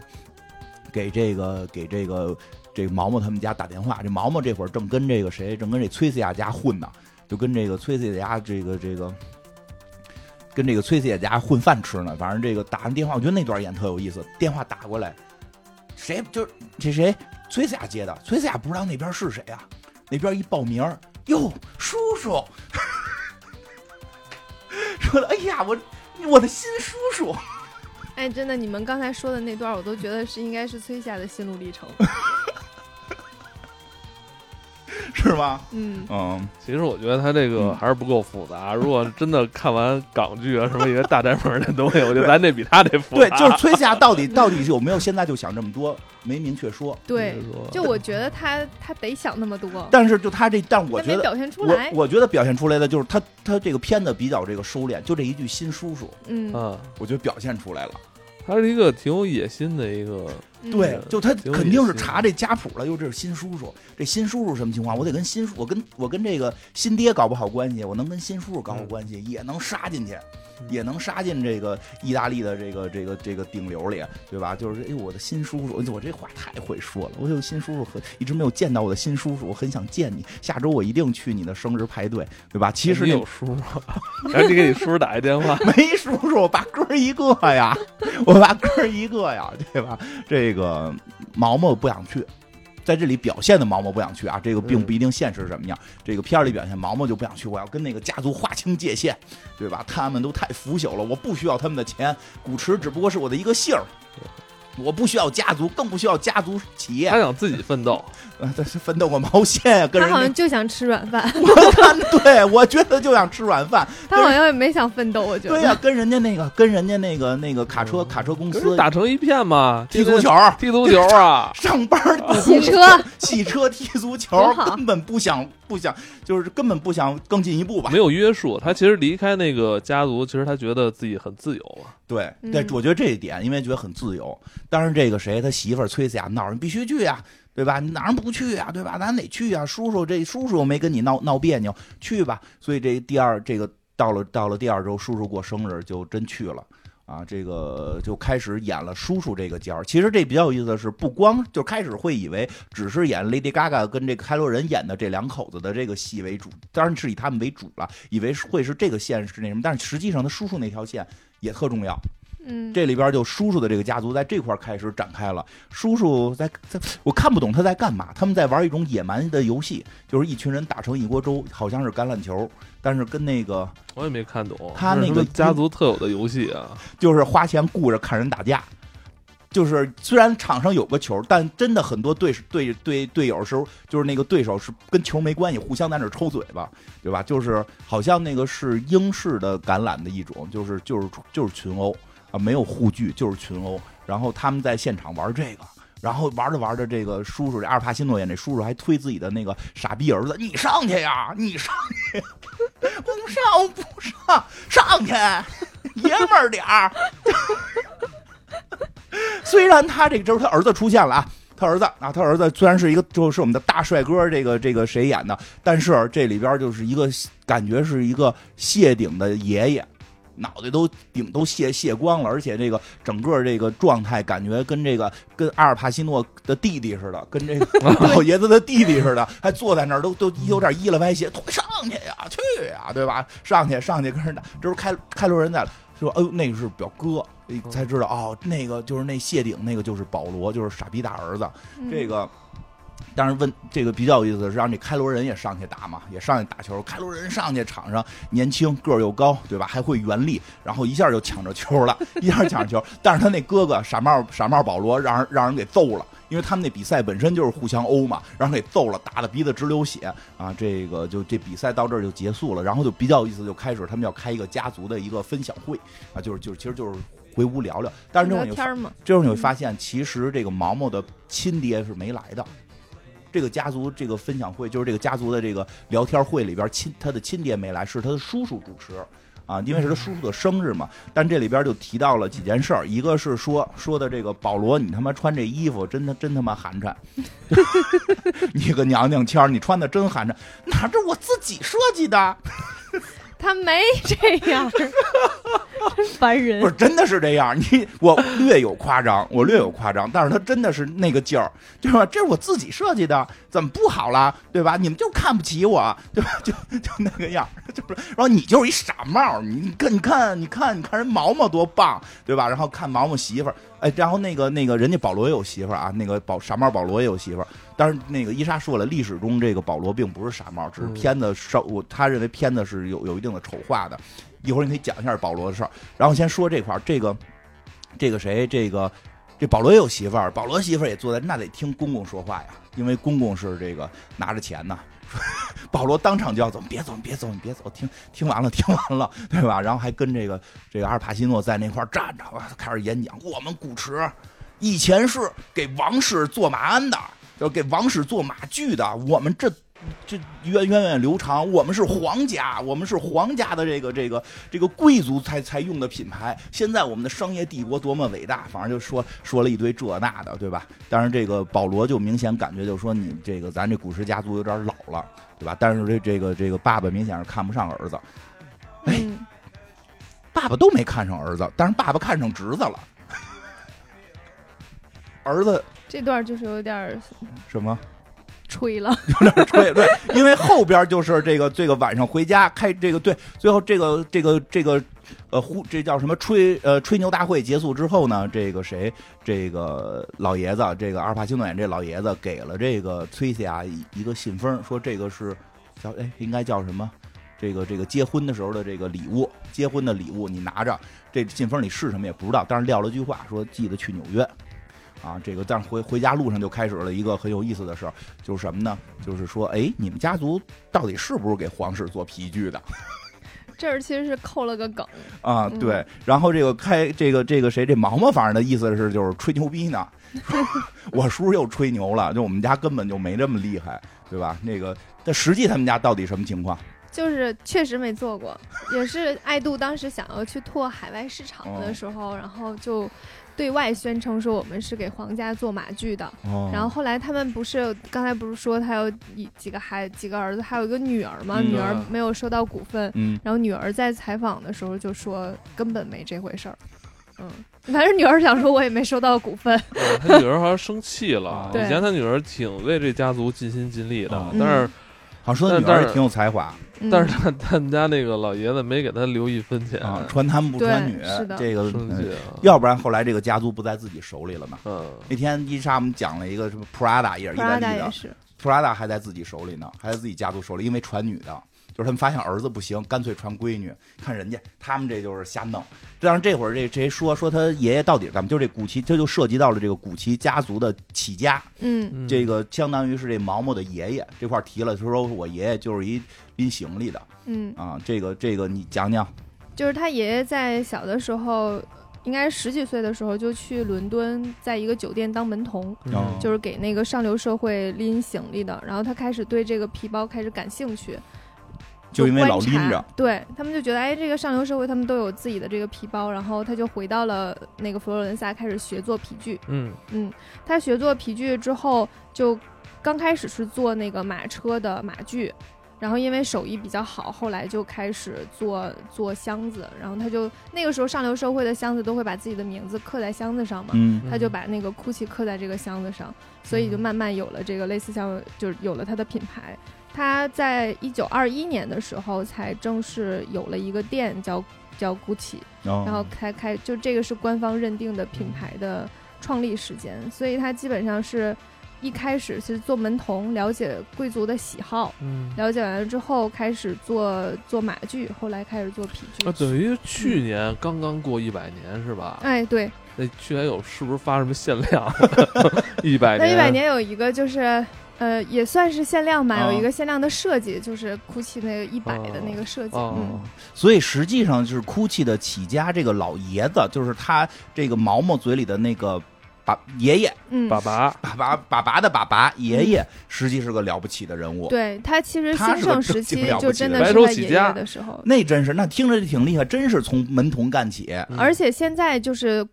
给这个给这个这个毛毛他们家打电话。这毛毛这会儿正跟这个谁，正跟这崔斯亚家混呢，就跟这个崔斯亚家这个这个。跟这个崔斯亚家混饭吃呢，反正这个打完电话，我觉得那段演特有意思。电话打过来，谁就是这谁崔斯亚接的，崔斯亚不知道那边是谁啊，那边一报名儿，哟，叔叔， [laughs] 说的，哎呀，我我的新叔叔， [laughs]
哎，真的，你们刚才说的那段，我都觉得是应该是崔夏的心路历程。
是吗？
嗯，
嗯，
其实我觉得他这个
嗯
还是不够复杂。如果真的看完港剧啊什么一些大宅门的东西，我觉得咱这比他这复
对
杂。，
就是崔夏到底到底是有没有现在就想这么多，没明确说。
对，
就
就我觉得他他得想那么多，
但是就他这，但我
他
觉
没
得
表现出
我
来。
我觉得表现出来的就是他他这个片子比较这个收敛，就这一句新叔叔，
嗯，
啊，
我觉得表现出来了。
他是一个挺有野心的一个，
嗯
对，就他
挺有
肯定
意
是
思
查这家谱了。哟，这是新叔叔，这新叔叔什么情况？我得跟新叔，我跟我跟这个新爹搞不好关系，我能跟新叔叔搞好关系，也能杀进去，
嗯
也能杀进这个意大利的这个这个这个顶流里，对吧？就是哎，我的新叔叔，我这话太会说了。我有新叔叔很，一直没有见到我的新叔叔，我很想见你。下周我一定去你的生日派对，对吧？其实
你
那
有叔吗？赶紧给你叔打一电
[laughs]
话。
没叔叔，我八哥儿一个呀，我八哥儿一个呀，对吧？这个毛毛不想去，在这里表现的毛毛不想去啊，这个并
嗯
不一定现实是什么样。这个片儿里表现毛毛就不想去，我要跟那个家族划清界限，对吧？他们都太腐朽了，我不需要他们的钱，古驰只不过是我的一个姓儿。我不需要家族，更不需要家族企业
他。想自己奋斗，
呃这是 [laughs] 奋斗个毛线啊！跟
他
人
好像
家，
就想吃软饭，
我看对，我觉得就想吃软饭。
他好像也没想奋斗，我觉得。
对呀、跟人家那个，跟人家那个那个卡车卡车公
哦可
司
是打成一片嘛，
踢足
天天
球，，
踢足球啊
上班儿堵
骑车，
汽车踢足球
多，好
根本不想不想，就是根本不想更进一步吧
没？有约束。他其实离开那个家族，其实他觉得自己很自由啊。
对
嗯
对，我觉得这一点，因为觉得很自由。当然，这个谁他媳妇儿崔斯亚闹，你必须去呀，对吧？你哪儿不去呀，啊对吧？咱得去呀，叔叔这叔叔又没跟你闹闹别扭，去吧。所以这第二这个到了到了第二周，叔叔过生日就真去了。啊，这个就开始演了叔叔这个角儿。其实这比较有意思的是，不光就开始会以为只是演 Lady Gaga 跟这个开罗人演的这两口子的这个戏为主，当然是以他们为主了，以为是会是这个线是那什么，但是实际上他叔叔那条线也特重要。
嗯，
这里边就叔叔的这个家族在这块开始展开了。叔叔在在，我看不懂他在干嘛，他们在玩一种野蛮的游戏，就是一群人打成一锅粥，好像是橄榄球，但是跟那个
我也没看懂。
他那
这是
个
什么家族特有的游戏啊，
就是花钱雇着看人打架。就是虽然场上有个球，但真的很多队队队队友是就是那个对手是跟球没关系，互相在那儿抽嘴巴，对吧？就是好像那个是英式的橄榄的一种，就是就是就是群殴啊，没有护具，就是群殴。然后他们在现场玩这个，然后玩着玩着，这个叔叔这阿尔帕西诺演这叔叔还推自己的那个傻逼儿子：“你上去呀，你上去！ [laughs] 我不上，我不上，上去，爷们儿点儿。” [laughs] 虽然他这个就是他儿子出现了啊，他儿子啊，他儿子虽然是一个就是我们的大帅哥，这个这个谁演的，但是这里边就是一个感觉是一个谢顶的爷爷，脑袋都顶都卸卸光了，而且这个整个这个状态感觉跟这个 [laughs] 跟阿尔帕西诺的弟弟似的，跟这个老爷子的弟弟似的，还坐在那儿都都有点依了 [laughs] 歪斜，上去呀，去呀，对吧？上去上去跟人打，这时候开开罗人在了。说，哎呦，那个是表哥，哎才知道哦，那个就是那谢顶，那个就是保罗，就是傻逼大儿子。
嗯
这个，当然问这个比较有意思的是，让这开罗人也上去打嘛，也上去打球。开罗人上去场上年轻，个儿又高，对吧？还会原力，然后一下就抢着球
[laughs]
了，一下抢着球。但是他那哥哥傻帽傻帽保罗让人让人给揍了，因为他们那比赛本身就是互相殴嘛，让人给揍了，打的鼻子直流血啊！这个就这比赛到这儿就结束了，然后就比较有意思，就开始他们要开一个家族的一个分享会啊，就是就是其实就是回屋聊聊。但是这
聊
种有
天儿嘛，
这时候你会发现，其实这个毛毛的亲爹是没来的。这个家族这个分享会，就是这个家族的这个聊天会里边，亲他的亲爹没来，是他的叔叔主持啊，因为是他叔叔的生日嘛。但这里边就提到了几件事儿，一个是说说的这个保罗，你他妈穿这衣服真他真他妈寒碜， [laughs] 你个娘娘腔儿，你穿的真寒碜，哪是我自己设计的？
他没这样，真烦人
不。是，真的是这样。你 [laughs] 我略有夸张，我略有夸张，但是他真的是那个劲儿，就是吧？这是我自己设计的，怎么不好了？对吧？你们就看不起我，对吧？就 [laughs] 就那个样儿，就是。然后你就是一傻帽儿，你你看你看你看你看人毛毛多棒，对吧？然后看毛毛媳妇儿，哎，然后那个那个人家保罗也有媳妇儿啊，那个保傻帽保罗也有媳妇儿。但是那个伊莎说了，历史中这个保罗并不是傻帽，只是片子稍我他认为片子是有有一定的丑化的。一会儿你可以讲一下保罗的事儿，然后先说这块儿，这个这个谁，这个这保罗也有媳妇儿，保罗媳妇儿也坐在那得听公公说话呀，因为公公是这个拿着钱呢。保罗当场就要走，你别走，你别走，你别走，听听完了， [laughs] 听完了，对吧？然后还跟这个这个阿尔帕西诺在那块儿站着，哇开始演讲。我们古驰以前是给王室做马鞍的，就是给王室做马具的，我们这。这源源远流长，我们是皇家，我们是皇家的这个这个这个贵族才才用的品牌。现在我们的商业帝国多么伟大，反正就说说了一堆这那的，对吧？当然，这个保罗就明显感觉就说你这个咱这古驰家族有点老了，对吧？但是这这个这个爸爸明显是看不上儿子，
嗯，
爸爸都没看上儿子，但是爸爸看上侄子了。儿子
这段就是有点儿
什么？
吹了。
对对，因为后边就是这个这个晚上回家开这个对，最后这个这个这个呃呼这叫什么吹呃吹牛大会结束之后呢，这个谁这个老爷子这个阿尔帕西诺演这老爷子给了这个崔西亚一一个信封，说这个是叫哎应该叫什么？这个这个结婚的时候的这个礼物，结婚的礼物你拿着，这信封里是什么也不知道，但是撂了句话说记得去纽约，啊，这个但是回回家路上就开始了一个很有意思的事儿，就是什么呢？就是说，哎，你们家族到底是不是给皇室做皮具的
这儿其实是扣了个梗，
啊？
嗯
对，然后这个开这个这个谁这毛毛，反正的意思是就是吹牛逼
[laughs]
呢，我叔叔又吹牛了，就我们家根本就没这么厉害，对吧？那个，但实际他们家到底什么情况？
就是确实没做过，也是爱杜当时想要去拓海外市场的时候，然后就对外宣称说我们是给皇家做马具的。
哦
然后后来他们不是刚才不是说他有一几个孩几个儿子，还有一个女儿吗？
嗯
女儿没有收到股份。
嗯，
然后女儿在采访的时候就说根本没这回事儿，嗯，反正女儿想说，我也没收到股份。
嗯他女儿好像生气了，
对
以前他女儿挺为这家族尽心尽力的
啊
嗯，
但是
好像说他女
但
儿
是
也挺有才华啊
嗯
但是他他们家那个老爷子没给他留一分钱，
啊，传男不传女
呃对是，的
这个
生
嗯
气啊，
要不然后来这个家族不在自己手里了呢。
嗯，
那天伊莎我们讲了一个什么 Prada 也是意大
Prada
利
也
的
是，
，Prada 还在自己手里呢，还在自己家族手里，因为传女的，就是他们发现儿子不行，干脆传闺女。看人家，他们这就是瞎弄。但是这会儿这谁说说他爷爷到底是干嘛？就是这古奇，这就涉及到了这个古奇家族的起家，
嗯
嗯
这个相当于是这毛毛的爷爷这块儿提了，他说我爷爷就是一拎行李的
嗯，
啊，这个这个你讲讲，
就是他爷爷在小的时候，应该十几岁的时候就去伦敦，在一个酒店当门童。
嗯
就是给那个上流社会拎行李的，然后他开始对这个皮包开始感兴趣，
就因为老
观察
拎着，
对他们就觉得哎，这个上流社会他们都有自己的这个皮包，然后他就回到了那个佛罗伦萨，开始学做皮具。
嗯
嗯，他学做皮具之后，就刚开始是做那个马车的马具，然后因为手艺比较好，后来就开始做做箱子，然后他就那个时候上流社会的箱子都会把自己的名字刻在箱子上嘛，
嗯
他就把那个 GUCCI 刻在这个箱子上，所以就慢慢有了这个类似像，就是有了它的品牌。他在一九二一年的时候才正式有了一个店叫叫 GUCCI，然
然嗯
后开开就这个是官方认定的品牌的创立时间，所以他基本上是一开始是做门童，了解贵族的喜好，
嗯
了解完了之后开始做做马具，后来开始做皮具。
啊，等于去年刚刚过一百年是吧？
哎，对，
那去年有是不是发什么限量？ [laughs] 一百
那
年，
一百年有一个就是，呃，也算是限量吧，
啊
有一个限量的设计，就是 GUCCI 那个一百的那个设计，
哦
嗯，
所以实际上就是 GUCCI 的起家这个老爷子，就是他这个毛毛嘴里的那个爸爷爷，
嗯，
爸爸，
[laughs] 爸爸爸爸的爸爸爷爷，实际是个了不起的人物。，
对他其实
他
兴
是个
盛时
正经
期
了不
就
起
真
的
的
白
是
手
在
起
爷
家
爷的时
[laughs]
候，
那真是那听着就挺厉害，真是从门童干起。
嗯
而且现在就是。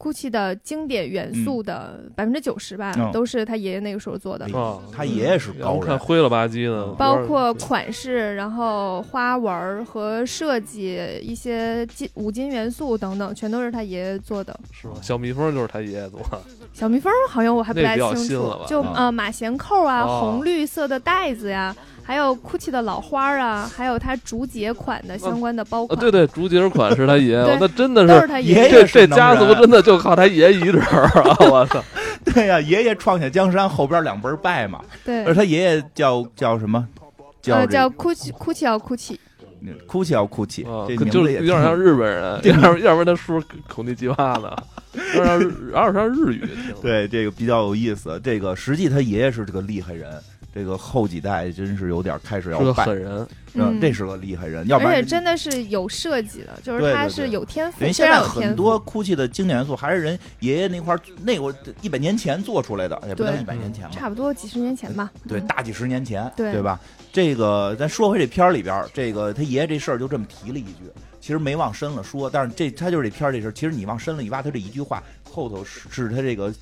GUCCI 的经典元素的百分之九十吧，
嗯
都是他爷爷那个时候做的，
哦
他爷爷是
然
高
后看
人，
灰了吧唧的，
包括款式，然后花纹儿和设计，一些金五金元素等等，全都是他爷爷做的。
是吧？小蜜蜂就是他爷爷做的，
小蜜蜂儿好像我还不
那
太
比较
清
新了
楚
吧，嗯
就
啊
呃马衔扣啊，
哦
红绿色的袋子呀，还有 GUCCI 的老花儿啊，还有它竹节款的相关的包
啊，
款，
对对，竹节款是他
[laughs]
爷爷，
对
那真的
都是
是
他
爷
爷
爷
这
是
这
哎能啊
家族
人
真的就靠他爷爷一人儿啊！
[laughs]
我操，
对呀、爷爷创下江山，后边两辈儿拜嘛。
对
而，他爷爷叫叫什么？
呃
叫这
叫 GUCCI GUCCI 要 GUCCI，
哭泣要哭泣，
啊
这
可
名
就
字也
有点像
挺
日本
[laughs]
人，要不要不然他叔口那鸡巴的，有点像日有点像日语，听着
对，这个比较有意思。这个实际他爷爷是这个厉害人，这个后几代真是有点开始
是
要
个
拜，
狠人，
嗯，
嗯
这是个厉害人，要不
而
然
且真的是有设计的，就
对
是它
对对
是有天赋，
人
非
现在
常有
很
天赋。
多哭泣的经典元素还是人爷爷那块儿那会儿一百年前做出来的，也不能
对
一百年前吧，
差不多几十年前吧，
对，
嗯
大几十年前，
对
吧？这个咱说回这片儿里边儿，这个他爷爷这事儿就这么提了一句，其实没往深了说，但是这他就是这片儿这事儿，其实你往深了一挖，他这一句话后头是是他这个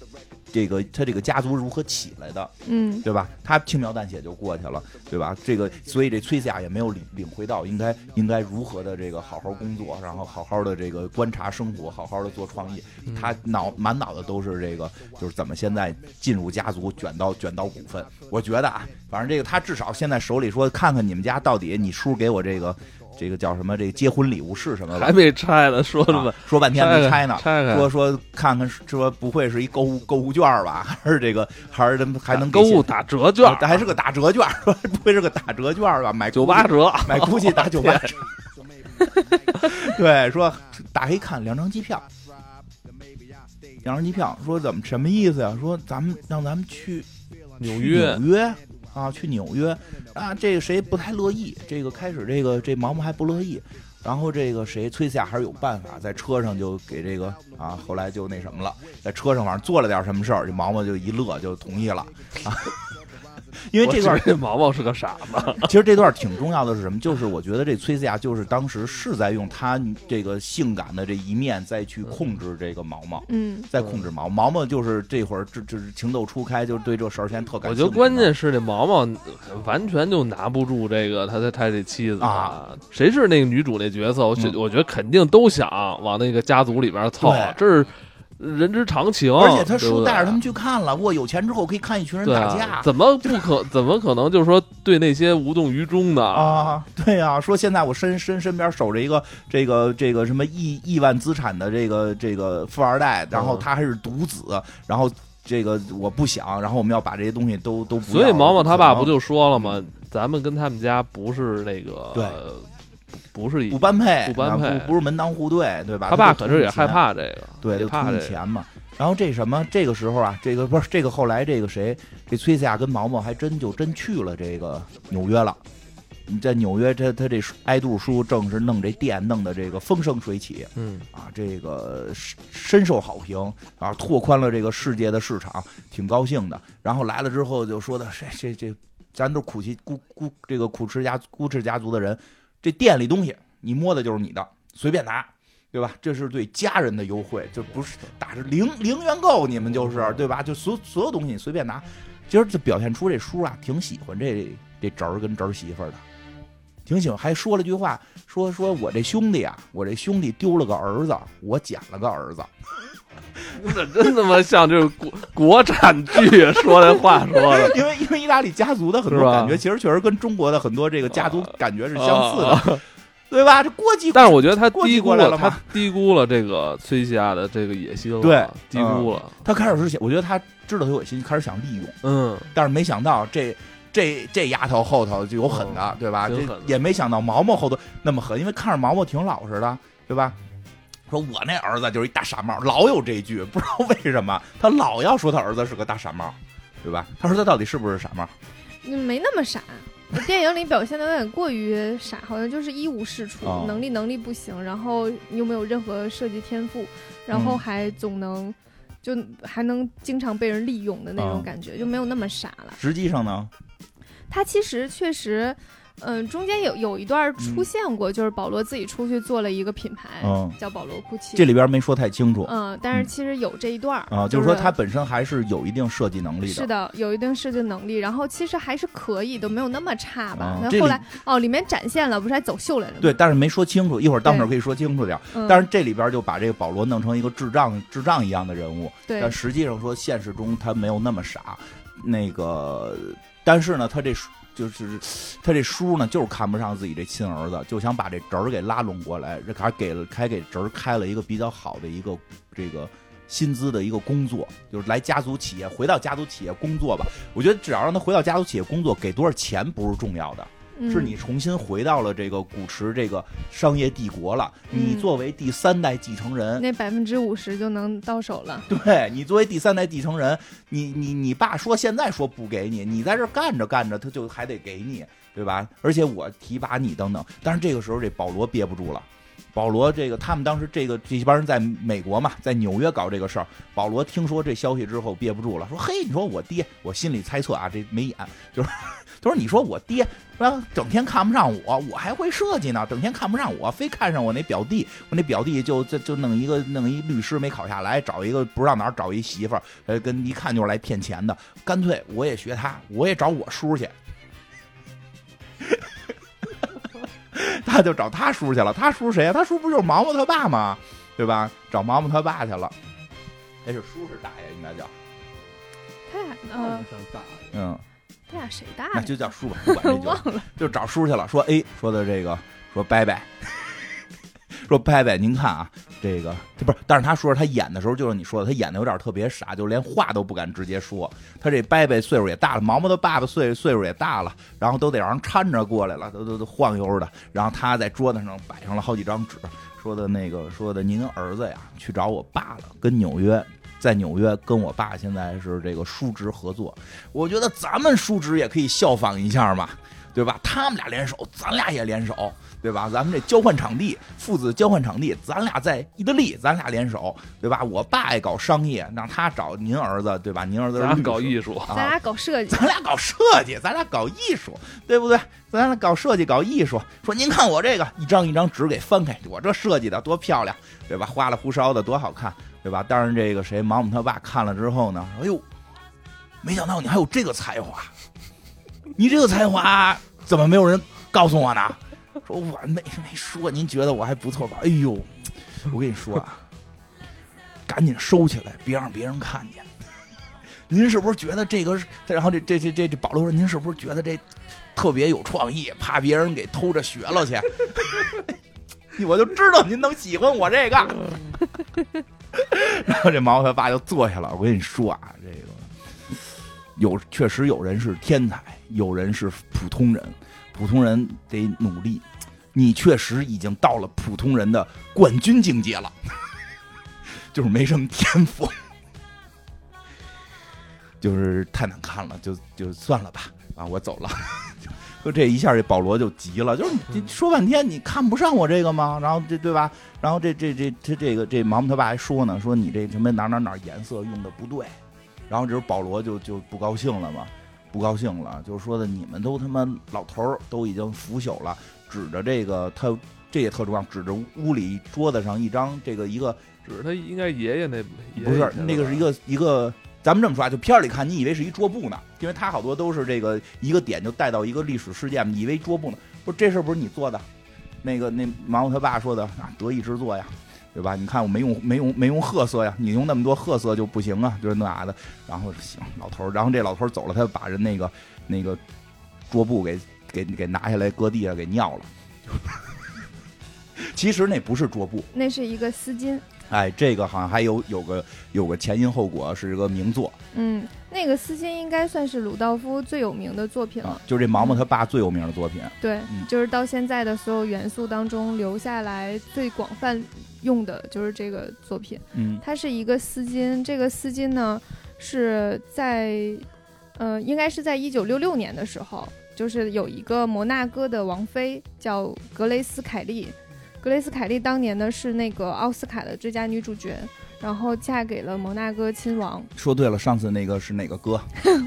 这个他这个家族如何起来的，
嗯，
对吧？他轻描淡写就过去了，对吧？这个，所以这崔斯亚也没有领领会到应该应该如何的这个好好工作，然后好好的这个观察生活，好好的做创意。他
嗯
脑满脑子都是这个，就是怎么现在进入家族，卷到卷到股份。我觉得啊，反正这个他至少现在手里说，看看你们家到底你叔给我这个这个叫什么这个结婚礼物是什么吧
还。没拆呢，说什么
啊？说半天没拆呢，
拆开
说说看看，说不会是一购物购物券吧？还是这个还是还能给
啊购
钱
物打折券
呃，还是个打折券，说 [laughs] 不会是个打折券吧？买
九八
折，
折，
买 GUCCI 打九八折。 [laughs] 对，说打开一看，两张机票，两张机票，说怎么什么意思呀、说咱们让咱们去
纽
去
约
纽约啊，去纽约啊，这个谁不太乐意？这个开始这个这毛毛还不乐意。然后这个谁崔斯亚还是有办法，在车上就给这个啊，后来就那什么了，在车上反正做了点什么事儿，这毛毛就一乐就同意了啊， [laughs] 因为这段
这毛毛是个傻子， [laughs]
其实这段挺重要的是什么？就是我觉得这崔斯亚就是当时是在用她这个性感的这一面再去控制这个毛毛，
嗯，
再控制毛毛毛就是这会儿这就是情窦初开，就是对这事儿现在特感
我
兴
觉
趣。
得关键是那毛毛完全就拿不住这个他他他这妻子
啊，
谁是那个女主那角色？我觉
嗯
我觉得肯定都想往那个家族里边凑
对，
这是人之常情。
而且他
对不
叔
对
带着他们去看了，我有钱之后可以看一群人
对
打
啊
架。
怎么不可怎么可能就是说对那些无动于衷呢？
啊，对呀、说现在我身身身边守着一个这个这个什么亿亿万资产的这个这个富二代，然后
嗯
他还是独子，然后这个我不想，然后我们要把这些东西都都不要
所以毛毛他爸不
可能
就说了吗？咱们跟他们家不是那个
嗯对
不是一
不般配，
不般配
啊不不是门当户对，对吧？
他爸
都
肯定也
图你钱
害，怕这个，
对，
也
就
怕
图
这
你
个。
钱嘛。然后这什么，这个时候啊，这个不是这个后来这个谁，这崔斯亚跟毛毛还真就真去了这个纽约了。你在纽约这，他这爱杜叔正是弄这店弄的这个风生水起，
嗯，
啊，这个深深受好评啊，拓宽了这个世界的市场，挺高兴的。然后来了之后就说的，这这这，咱都苦其孤孤这个苦吃家孤吃家族的人，这店里东西你摸的就是你的，随便拿。对吧？这是对家人的优惠，就不是打着零零元购，你们就是对吧？就所所有东西你随便拿。今儿就表现出这叔啊，挺喜欢这这侄儿跟侄儿媳妇儿的，挺喜欢，还说了句话，说说我这兄弟啊，我这兄弟丢了个儿子，我捡了个儿子。
这 [laughs] 真他妈像这国国产剧说的话说的。
[laughs] 因为因为意大利家族的
啊
很
是
多
吧
感觉，其实确实跟中国的很多这个家族
啊
感觉是相似的，对吧？这锅鸡，
但是我觉得他低估
过来了
他
吗
低估了这个崔西亚的这个野心了，啊
对啊
低估了。
他开始是想，我觉得他知道他有野心，开始想利用，
嗯，
但是没想到这。这这丫头后头就有狠的，对吧？
挺
这
嗯狠的
也没想到毛毛后头那么狠，因为看着毛毛挺老实的，对吧？说我那儿子就是一大傻帽，老有这句，不知道为什么他老要说他儿子是个大傻帽，对吧？他说他到底是不是傻帽？
嗯没那么傻。电影里表现的有点过于傻，好像就是一无是处，
哦
能力能力不行，然后又没有任何设计天赋，然
嗯
后还总能、就还能经常被人利用的那
哦
种感觉，就没有那么傻了。
实际上呢，
他其实确实，嗯、中间有有一段出现过，就是保罗自己出去做了一个品牌，
嗯
叫保罗库奇。
这里边没说太清楚，
嗯，但是其实有这一段儿、
啊，就是说他本身还是有一定设计能力的。
是的，有一定设计能力，然后其实还是可以的，没有那么差吧
啊。
那、
这
后
里
来哦，里面展现了，不是还走秀来了吗？
对，，但是没说清楚，一会儿当会儿可以说清楚点儿。
嗯、
但是这里边就把这个保罗弄成一个智障、智障一样的人物，但
对，
实际上说现实中他没有那么傻。那个，但是呢，他这叔就是他这叔呢，就是看不上自己这亲儿子，就想把这侄儿给拉拢过来，这还给了还给侄儿开了一个比较好的一个这个薪资的一个工作，就是来家族企业回到家族企业工作吧。我觉得只要让他回到家族企业工作，给多少钱不是重要的。
嗯
是你重新回到了这个古驰这个商业帝国了。
嗯
你作为第三代继承
嗯、
人，
那百分之五十就能到手了。
[laughs] 对你作为第三代继承人，你你你爸说现在说不给你，你在这儿干着干着，他就还得给你，对吧？而且我提拔你等等。但是这个时候，这保罗憋不住了。保罗，这个他们当时这个这帮人在美国嘛，在纽约搞这个事儿。保罗听说这消息之后憋不住了，说：“嘿，你说我爹，我心里猜测啊，这没演，就是他说你说我爹啊，整天看不上我，我还会设计呢，整天看不上我，非看上我那表弟，我那表弟就就就弄一个弄一律师没考下来，找一个不知道哪儿找一媳妇儿，呃，跟一看就是来骗钱的，干脆我也学他，我也找我叔去。 [laughs] 他就找他叔去了，他叔谁啊呀、他叔不就是毛毛他爸吗？对吧？找毛毛他爸去了。哎，是叔是大爷，应该叫，
他俩
那
呃，
像大爷，
嗯，
他俩谁大
那
[laughs] 呀？
就叫叔吧，不管这就
忘了。
就找叔去了，说哎，说的这个，说拜拜， [laughs] 说拜拜，您看啊，这个这不是，但是他说他演的时候，就是你说的，他演的有点特别傻，就连话都不敢直接说。他这拜拜岁数也大了，毛毛的爸爸岁岁数也大了，然后都得让人搀着过来了，都都都晃悠的。然后他在桌子上摆上了好几张纸，说的那个说的您儿子呀去找我爸了，跟纽约。在纽约跟我爸现在是这个叔侄合作，我觉得咱们叔侄也可以效仿一下嘛，对吧？他们俩联手，咱俩也联手，对吧？咱们这交换场地，父子交换场地，咱俩在意大利，咱俩联手，对吧？我爸爱搞商业，让他找您儿子，对吧？您儿子是
咱
律
搞
师
艺术，
啊
咱俩搞设计，
咱俩搞设计，咱俩搞艺术，对不对？咱俩搞设计，搞艺术。说您看我这个一张一张纸给翻开，我这设计的多漂亮，对吧？花里胡哨的多好看，对吧？当然，这个谁毛姆他爸看了之后呢，哎呦，没想到你还有这个才华，你这个才华怎么没有人告诉我呢？说我没没说，您觉得我还不错吧？哎呦，我跟你说啊，赶紧收起来，别让别人看见。您是不是觉得这个是？然后这这这这这保罗说：“您是不是觉得这特别有创意？怕别人给偷着学了去？”我就知道您能喜欢我这个。然后这毛他爸就坐下了。我跟你说啊，这个有确实有人是天才，有人是普通人，普通人得努力。你确实已经到了普通人的冠军境界了，就是没什么天赋。就是太难看了，就就算了吧，啊，我走了。 [laughs] 就这一下，这保罗就急了，就是你
嗯
这说半天你看不上我这个吗？然后这对吧？然后这这这这这个这毛姆他爸还说呢，说你这什么哪哪哪颜色用的不对，然后这时候保罗就就不高兴了嘛，不高兴了，就是说的你们都他妈老头儿都已经腐朽了，指着这个他这也特重要，指着屋里桌子上一张这个一个
只是他应该爷爷那爷爷
不是
以，前
那
的
个
吧
是一个一个，咱们这么说啊，就片儿里看，你以为是一桌布呢，因为它好多都是这个一个点就带到一个历史事件，你以为桌布呢？不是，这事儿不是你做的，那个那马虎他爸说的啊，得意之作呀，对吧？你看我没用没用没用褐色呀，你用那么多褐色就不行啊，就是那啥的。然后行，老头儿，然后这老头儿走了，他就把人那个那个桌布给给给拿下来，搁地上给尿了。 [laughs] 其实那不是桌布，
那是一个丝巾，
哎，这个好像还有有个有个前因后果，是一个名作
嗯，那个丝巾应该算是鲁道夫最有名的作品了
啊，，就是这毛毛他爸最有名的作品。
对，
嗯
就是到现在的所有元素当中留下来最广泛用的就是这个作品。
嗯
它是一个丝巾，这个丝巾呢是在，呃，应该是在一九六六年的时候，就是有一个摩纳哥的王妃叫格雷斯凯利，格雷斯凯利当年呢是那个奥斯卡的最佳女主角，然后嫁给了摩纳哥
[laughs]
亲王，
说对了，上次那个是哪个哥？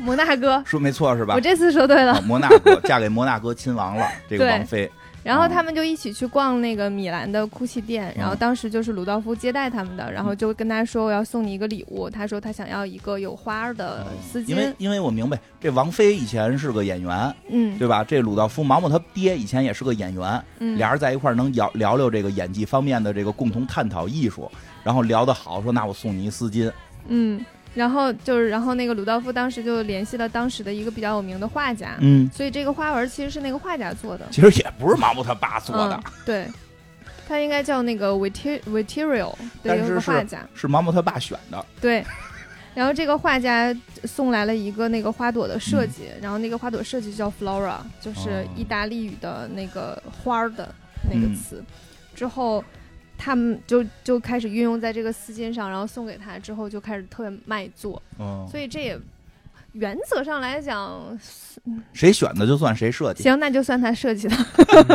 摩纳哥，
说没错是吧
我？这次说对了 [laughs]
啊，。摩纳哥嫁给摩纳哥亲王了，这个
对
王妃。
然后他们就一起去逛那个米兰的
嗯
GUCCI 店，然后当时就是鲁道夫接待他们的，然后就跟他说我要送你一个礼物，他说他想要一个有花儿的丝
哦嗯因为
巾，
因为我明白，这王菲以前是个演员，
嗯
对吧？这鲁道夫毛毛他爹以前也是个演员，
嗯，
俩人在一块儿能聊聊聊这个演技方面的这个共同探讨艺术，然后聊得好，说那我送你一丝巾，
嗯，然后就是然后那个鲁道夫当时就联系了当时的一个比较有名的画家，
嗯，
所以这个花纹其实是那个画家做的，
其实也不是毛毛他爸做的，
嗯、对，他应该叫那个 Viter Viterio
但是
对，有一个
是
画家，
是毛毛他爸选的，
对。然后这个画家送来了一个那个花朵的设计，然后那个花朵设计叫 flora，就是意大利语的那个花儿的那个词。之后他们就就开始运用在这个丝巾上，然后送给他之后就开始特别卖座，
嗯，
所以这也原则上来讲，
谁选的就算谁设计，
行，那就算他设计的。
嗯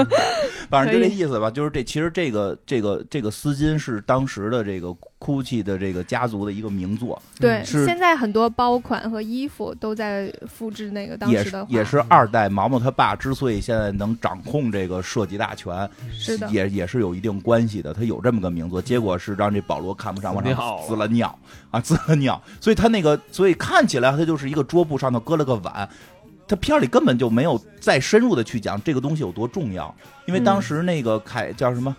反正就这
可以
意思吧。就是这，其实这个这个这个丝巾是当时的这个 GUCCI 的这个家族的一个名作，
对，
是
现在很多包款和衣服都在复制那个当
也
时
是
的
也
画
是二代毛毛他爸之所以现在能掌控这个设计大权，
是的
也也是有一定关系的。他有这么个名作，结果是让这保罗看不上，往
尿
上
了
滋了尿啊，滋了尿。所以他那个，所以看起来他就是一个桌布上头搁了个碗。他片儿里根本就没有再深入的去讲这个东西有多重要，因为
嗯
当时那个凯叫什么，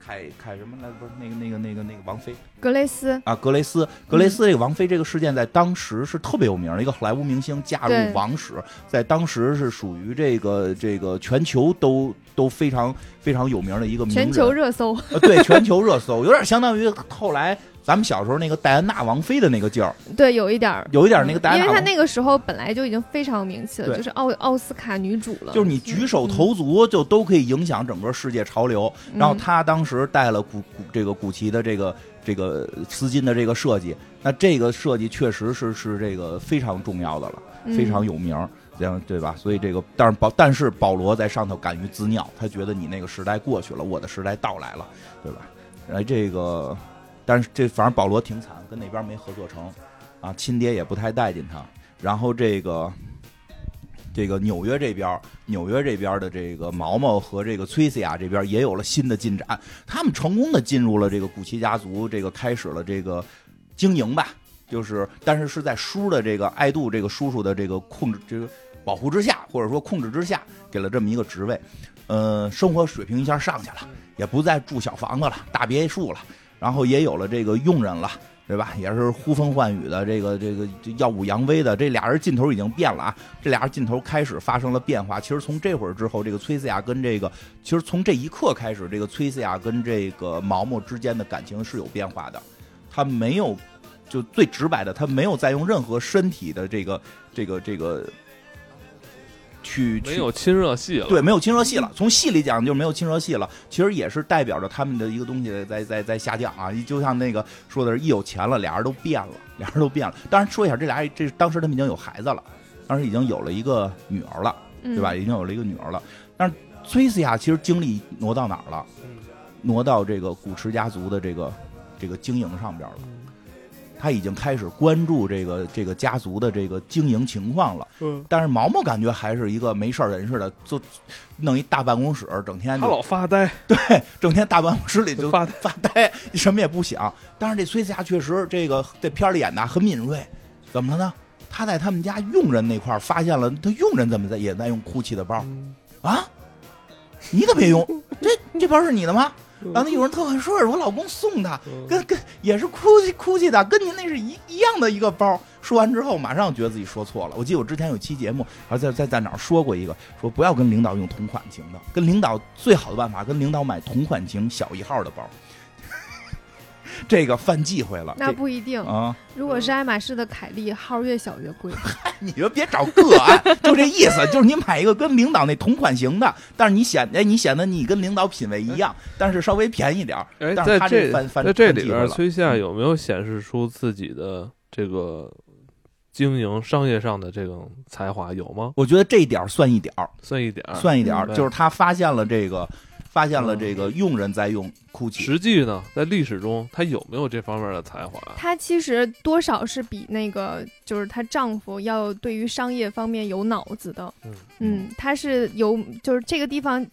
凯凯什么来着？不是那个那个那个那个王菲
格蕾斯，
啊，格雷斯，格雷斯这个王妃这个事件在当时是特别有名儿的一个好莱坞明星嫁入
对
王室，在当时是属于这个这个全球都都非常非常有名儿的一个名人
全球热搜。 [laughs]
呃对全球热搜，有点相当于后来咱们小时候那个戴安娜王妃的那个劲儿，
对，有一点儿，
有一点那个戴安
因
娜
为
王
她那个时候本来就已经非常有名气了，
对
就是奥奥斯卡女主了，
就是你举手投足就都可以影响整个世界潮流。
嗯
然后他当时带了古古这个古奇的这个这个丝巾的这个设计，那这个设计确实是是这个非常重要的了，
嗯
非常有名儿。这样对吧？所以这个，但是保但是保罗在上头敢于自尿，他觉得你那个时代过去了，我的时代到来了，对吧？哎，这个，但是这反正保罗挺惨，跟那边没合作成，啊，亲爹也不太待见他。然后这个，这个纽约这边，纽约这边的这个毛毛和这个崔西亚这边也有了新的进展，他们成功的进入了这个古奇家族，这个开始了这个经营吧，就是但是是在叔的这个爱杜这个叔叔的这个控制这个保护之下，或者说控制之下，给了这么一个职位，呃，生活水平一下上去了，也不再住小房子了，大别墅了，然后也有了这个佣人了。对吧？也是呼风唤雨的，这个这个这耀武扬威的，这俩人劲头已经变了啊！这俩人劲头开始发生了变化。其实从这会儿之后，这个崔斯亚跟这个，其实从这一刻开始，这个崔斯亚跟这个毛毛之间的感情是有变化的。他没有，就最直白的，他没有再用任何身体的这个这个这个去
没
去
有亲热戏了。
对，没有亲热戏了。从戏里讲就没有亲热戏了，其实也是代表着他们的一个东西在在在下降啊。就像那个说的是，一有钱了，俩人都变了，俩人都变了。当然说一下，这俩这当时他们已经有孩子了，当时已经有了一个女儿了，对吧？
嗯
已经有了一个女儿了。但是崔斯亚其实精力挪到哪儿了？
嗯
挪到这个古驰家族的这个这个经营上边了。他已经开始关注这个这个家族的这个经营情况了。
嗯，
但是毛毛感觉还是一个没事儿人似的，就弄一大办公室，整天
他
就
老发呆，
整天大办公室里就
发
发呆，什么也不想。但是这崔斯亚确实这个这片儿里演的很敏锐，怎么了呢？他在他们家佣人那块儿发现了，他佣人怎么在也在用哭泣的包啊？你怎么也用？这这包是你的吗？然后那佣人特很顺，我老公送他，
嗯
跟跟也是哭泣哭泣的，跟您那是一一样的一个包。说完之后，马上觉得自己说错了。我记得我之前有期节目，然后在在在哪儿说过一个，说不要跟领导用同款型的，跟领导最好的办法，跟领导买同款型小一号的包。 [laughs] 这个犯忌讳了。
那不一定
这。啊、
如果是爱马仕的凯莉，号越小越
[laughs]
贵。
你就别找个案，就这意思，就是你买一个跟领导那同款型的，但是你显哎，你显得你跟领导品味一样，但是稍微便宜点儿。
哎，
但是
在
他
这
犯犯
在这
犯
里
忌讳
边，
了嗯
崔夏有没有显示出自己的这个经营商业上的这种才华？有吗？
我觉得这一点儿算一点儿。
算一点儿。
算一点儿，
嗯
就是他发现了这个，发现了这个佣人在用哭泣，
实际呢，在历史中，他有没有这方面的才华？啊
她其实多少是比那个就是她丈夫要对于商业方面有脑子的。
嗯
嗯，她是有就是这个地方。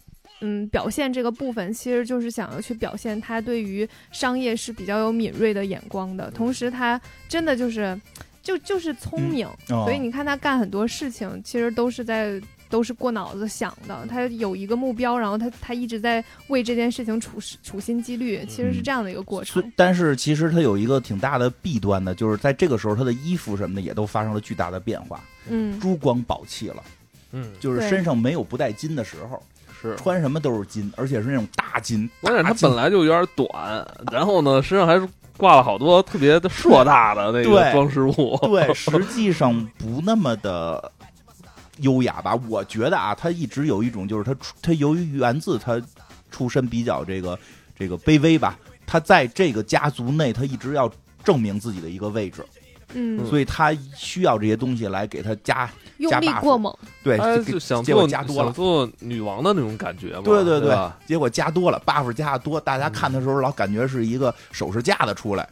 嗯，表现这个部分其实就是想要去表现她对于商业是比较有敏锐的眼光的，同时她真的就是，就就是聪明，
哦
所以你看他干很多事情，其实都是在都是过脑子想的。他有一个目标，然后他他一直在为这件事情处事处心积虑，其实是这样的一个过
嗯
程
所。以但是其实他有一个挺大的弊端的，就是在这个时候他的衣服什么的也都发生了巨大的变化，
嗯，
珠光宝气了，
嗯，
就是
对
身上没有不带金的时候，
是。
穿什么都是金，而且是那种大金。
关键是
大
他
金
本来就有点短，然后呢，身上还挂了好多特别的硕大的那
对
个装饰物。 [laughs]
对，实际上不那么的优雅吧？我觉得啊，他一直有一种就是他出他由于源自他出身比较这个这个卑微吧，他在这个家族内他一直要证明自己的一个位置，
嗯，
所以他需要这些东西来给他加
用力过猛，
[laughs]
对，哎
他
给
就想
结果
做
加多了
想。做女王的那种感觉嘛。
对对
对
对
吧，
结果加多了，buff 加的多，大家看的时候老感觉是一个首饰架的出来，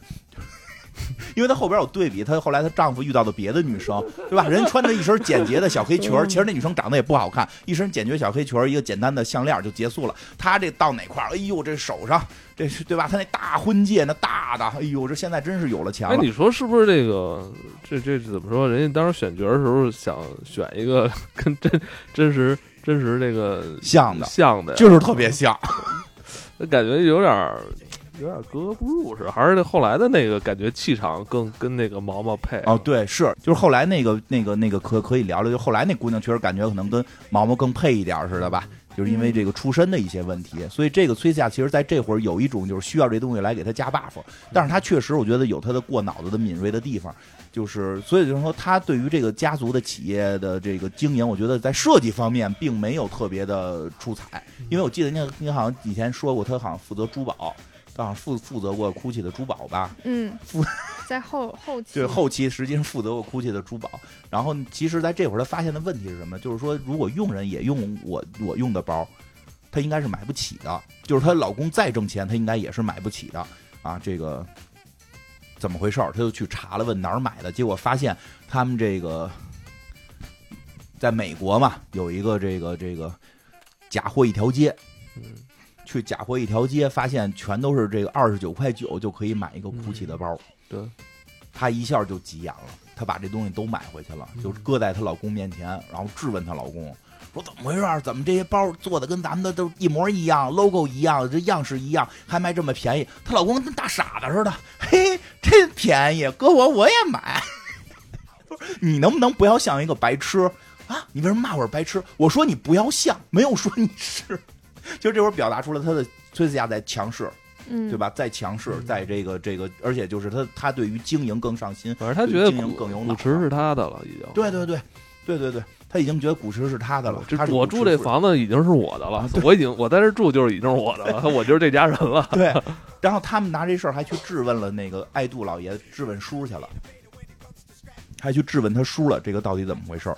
因为她后边有对比，她后来她丈夫遇到的别的女生，对吧？人穿着一身简洁的小黑裙儿，其实那女生长得也不好看，一身简洁小黑裙儿，一个简单的项链就结束了。她这到哪块儿？哎呦，这手上这是对吧？她那大婚戒那大的，哎呦，这现在真是有了钱
哎，
了。
你说是不是这个？这这怎么说？人家当时选角的时候想选一个 [laughs] 跟真真实真实这个
像的，
像的呀，
就是特别像，
那感觉有点儿有点儿格格不入似的，还是那后来的那个感觉气场更跟那个毛毛配
哦，对，是，就是后来那个那个那个可可以聊聊，就后来那姑娘确实感觉可能跟毛毛更配一点儿似的吧，就是因为这个出身的一些问题，所以这个崔夏其实在这会儿有一种就是需要这东西来给她加 buff，但是她确实我觉得有她的过脑子的敏锐的地方，就是所以就是说她对于这个家族的企业的这个经营，我觉得在设计方面并没有特别的出彩，因为我记得那个你好像以前说过，她好像负责珠宝。当然负负责过 GUCCI 的珠宝吧， [laughs]
嗯
负，
在后后期
就是后期时间负责过 GUCCI 的珠宝。然后其实在这会儿他发现的问题是什么？就是说，如果佣人也用我我用的包，她应该是买不起的。就是她老公再挣钱，她应该也是买不起的啊。这个怎么回事儿？她就去查了，问哪儿买的，结果发现他们这个在美国嘛，有一个这个这个假货一条街，
嗯
去假货一条街，发现全都是这个二十九块九就可以买一个
嗯
GUCCI 的包，
对，
她一下就急眼了，她把这东西都买回去了，
嗯
就搁在她老公面前，然后质问她老公说怎么回事儿？怎么这些包做的跟咱们的都一模一样，logo 一样，这样式一样，还卖这么便宜？她老公跟大傻子似的，嘿，真便宜，搁我我也买。不是你能不能不要像一个白痴啊？你为什么骂我是白痴？我说你不要像，没有说你是。就这会儿表达出了她的崔斯亚在强势，
嗯
对吧？再强势，
嗯
在这个这个，而且就是他他对于经营更上心，
反正他觉得
经营
古
更有
古
脑
驰是他的了，已经。
对对对对对对，他已经觉得古驰是他的了。
哦这
他是
我
古驰
住这
主
房子已经是我的了
啊对，
我已经我在这住就是已经是我的了， [laughs] 我就是这家人了。
对，然后他们拿这事儿还去质问了那个爱杜老爷，质问叔去了，还去质问他叔了，这个到底怎么回事儿？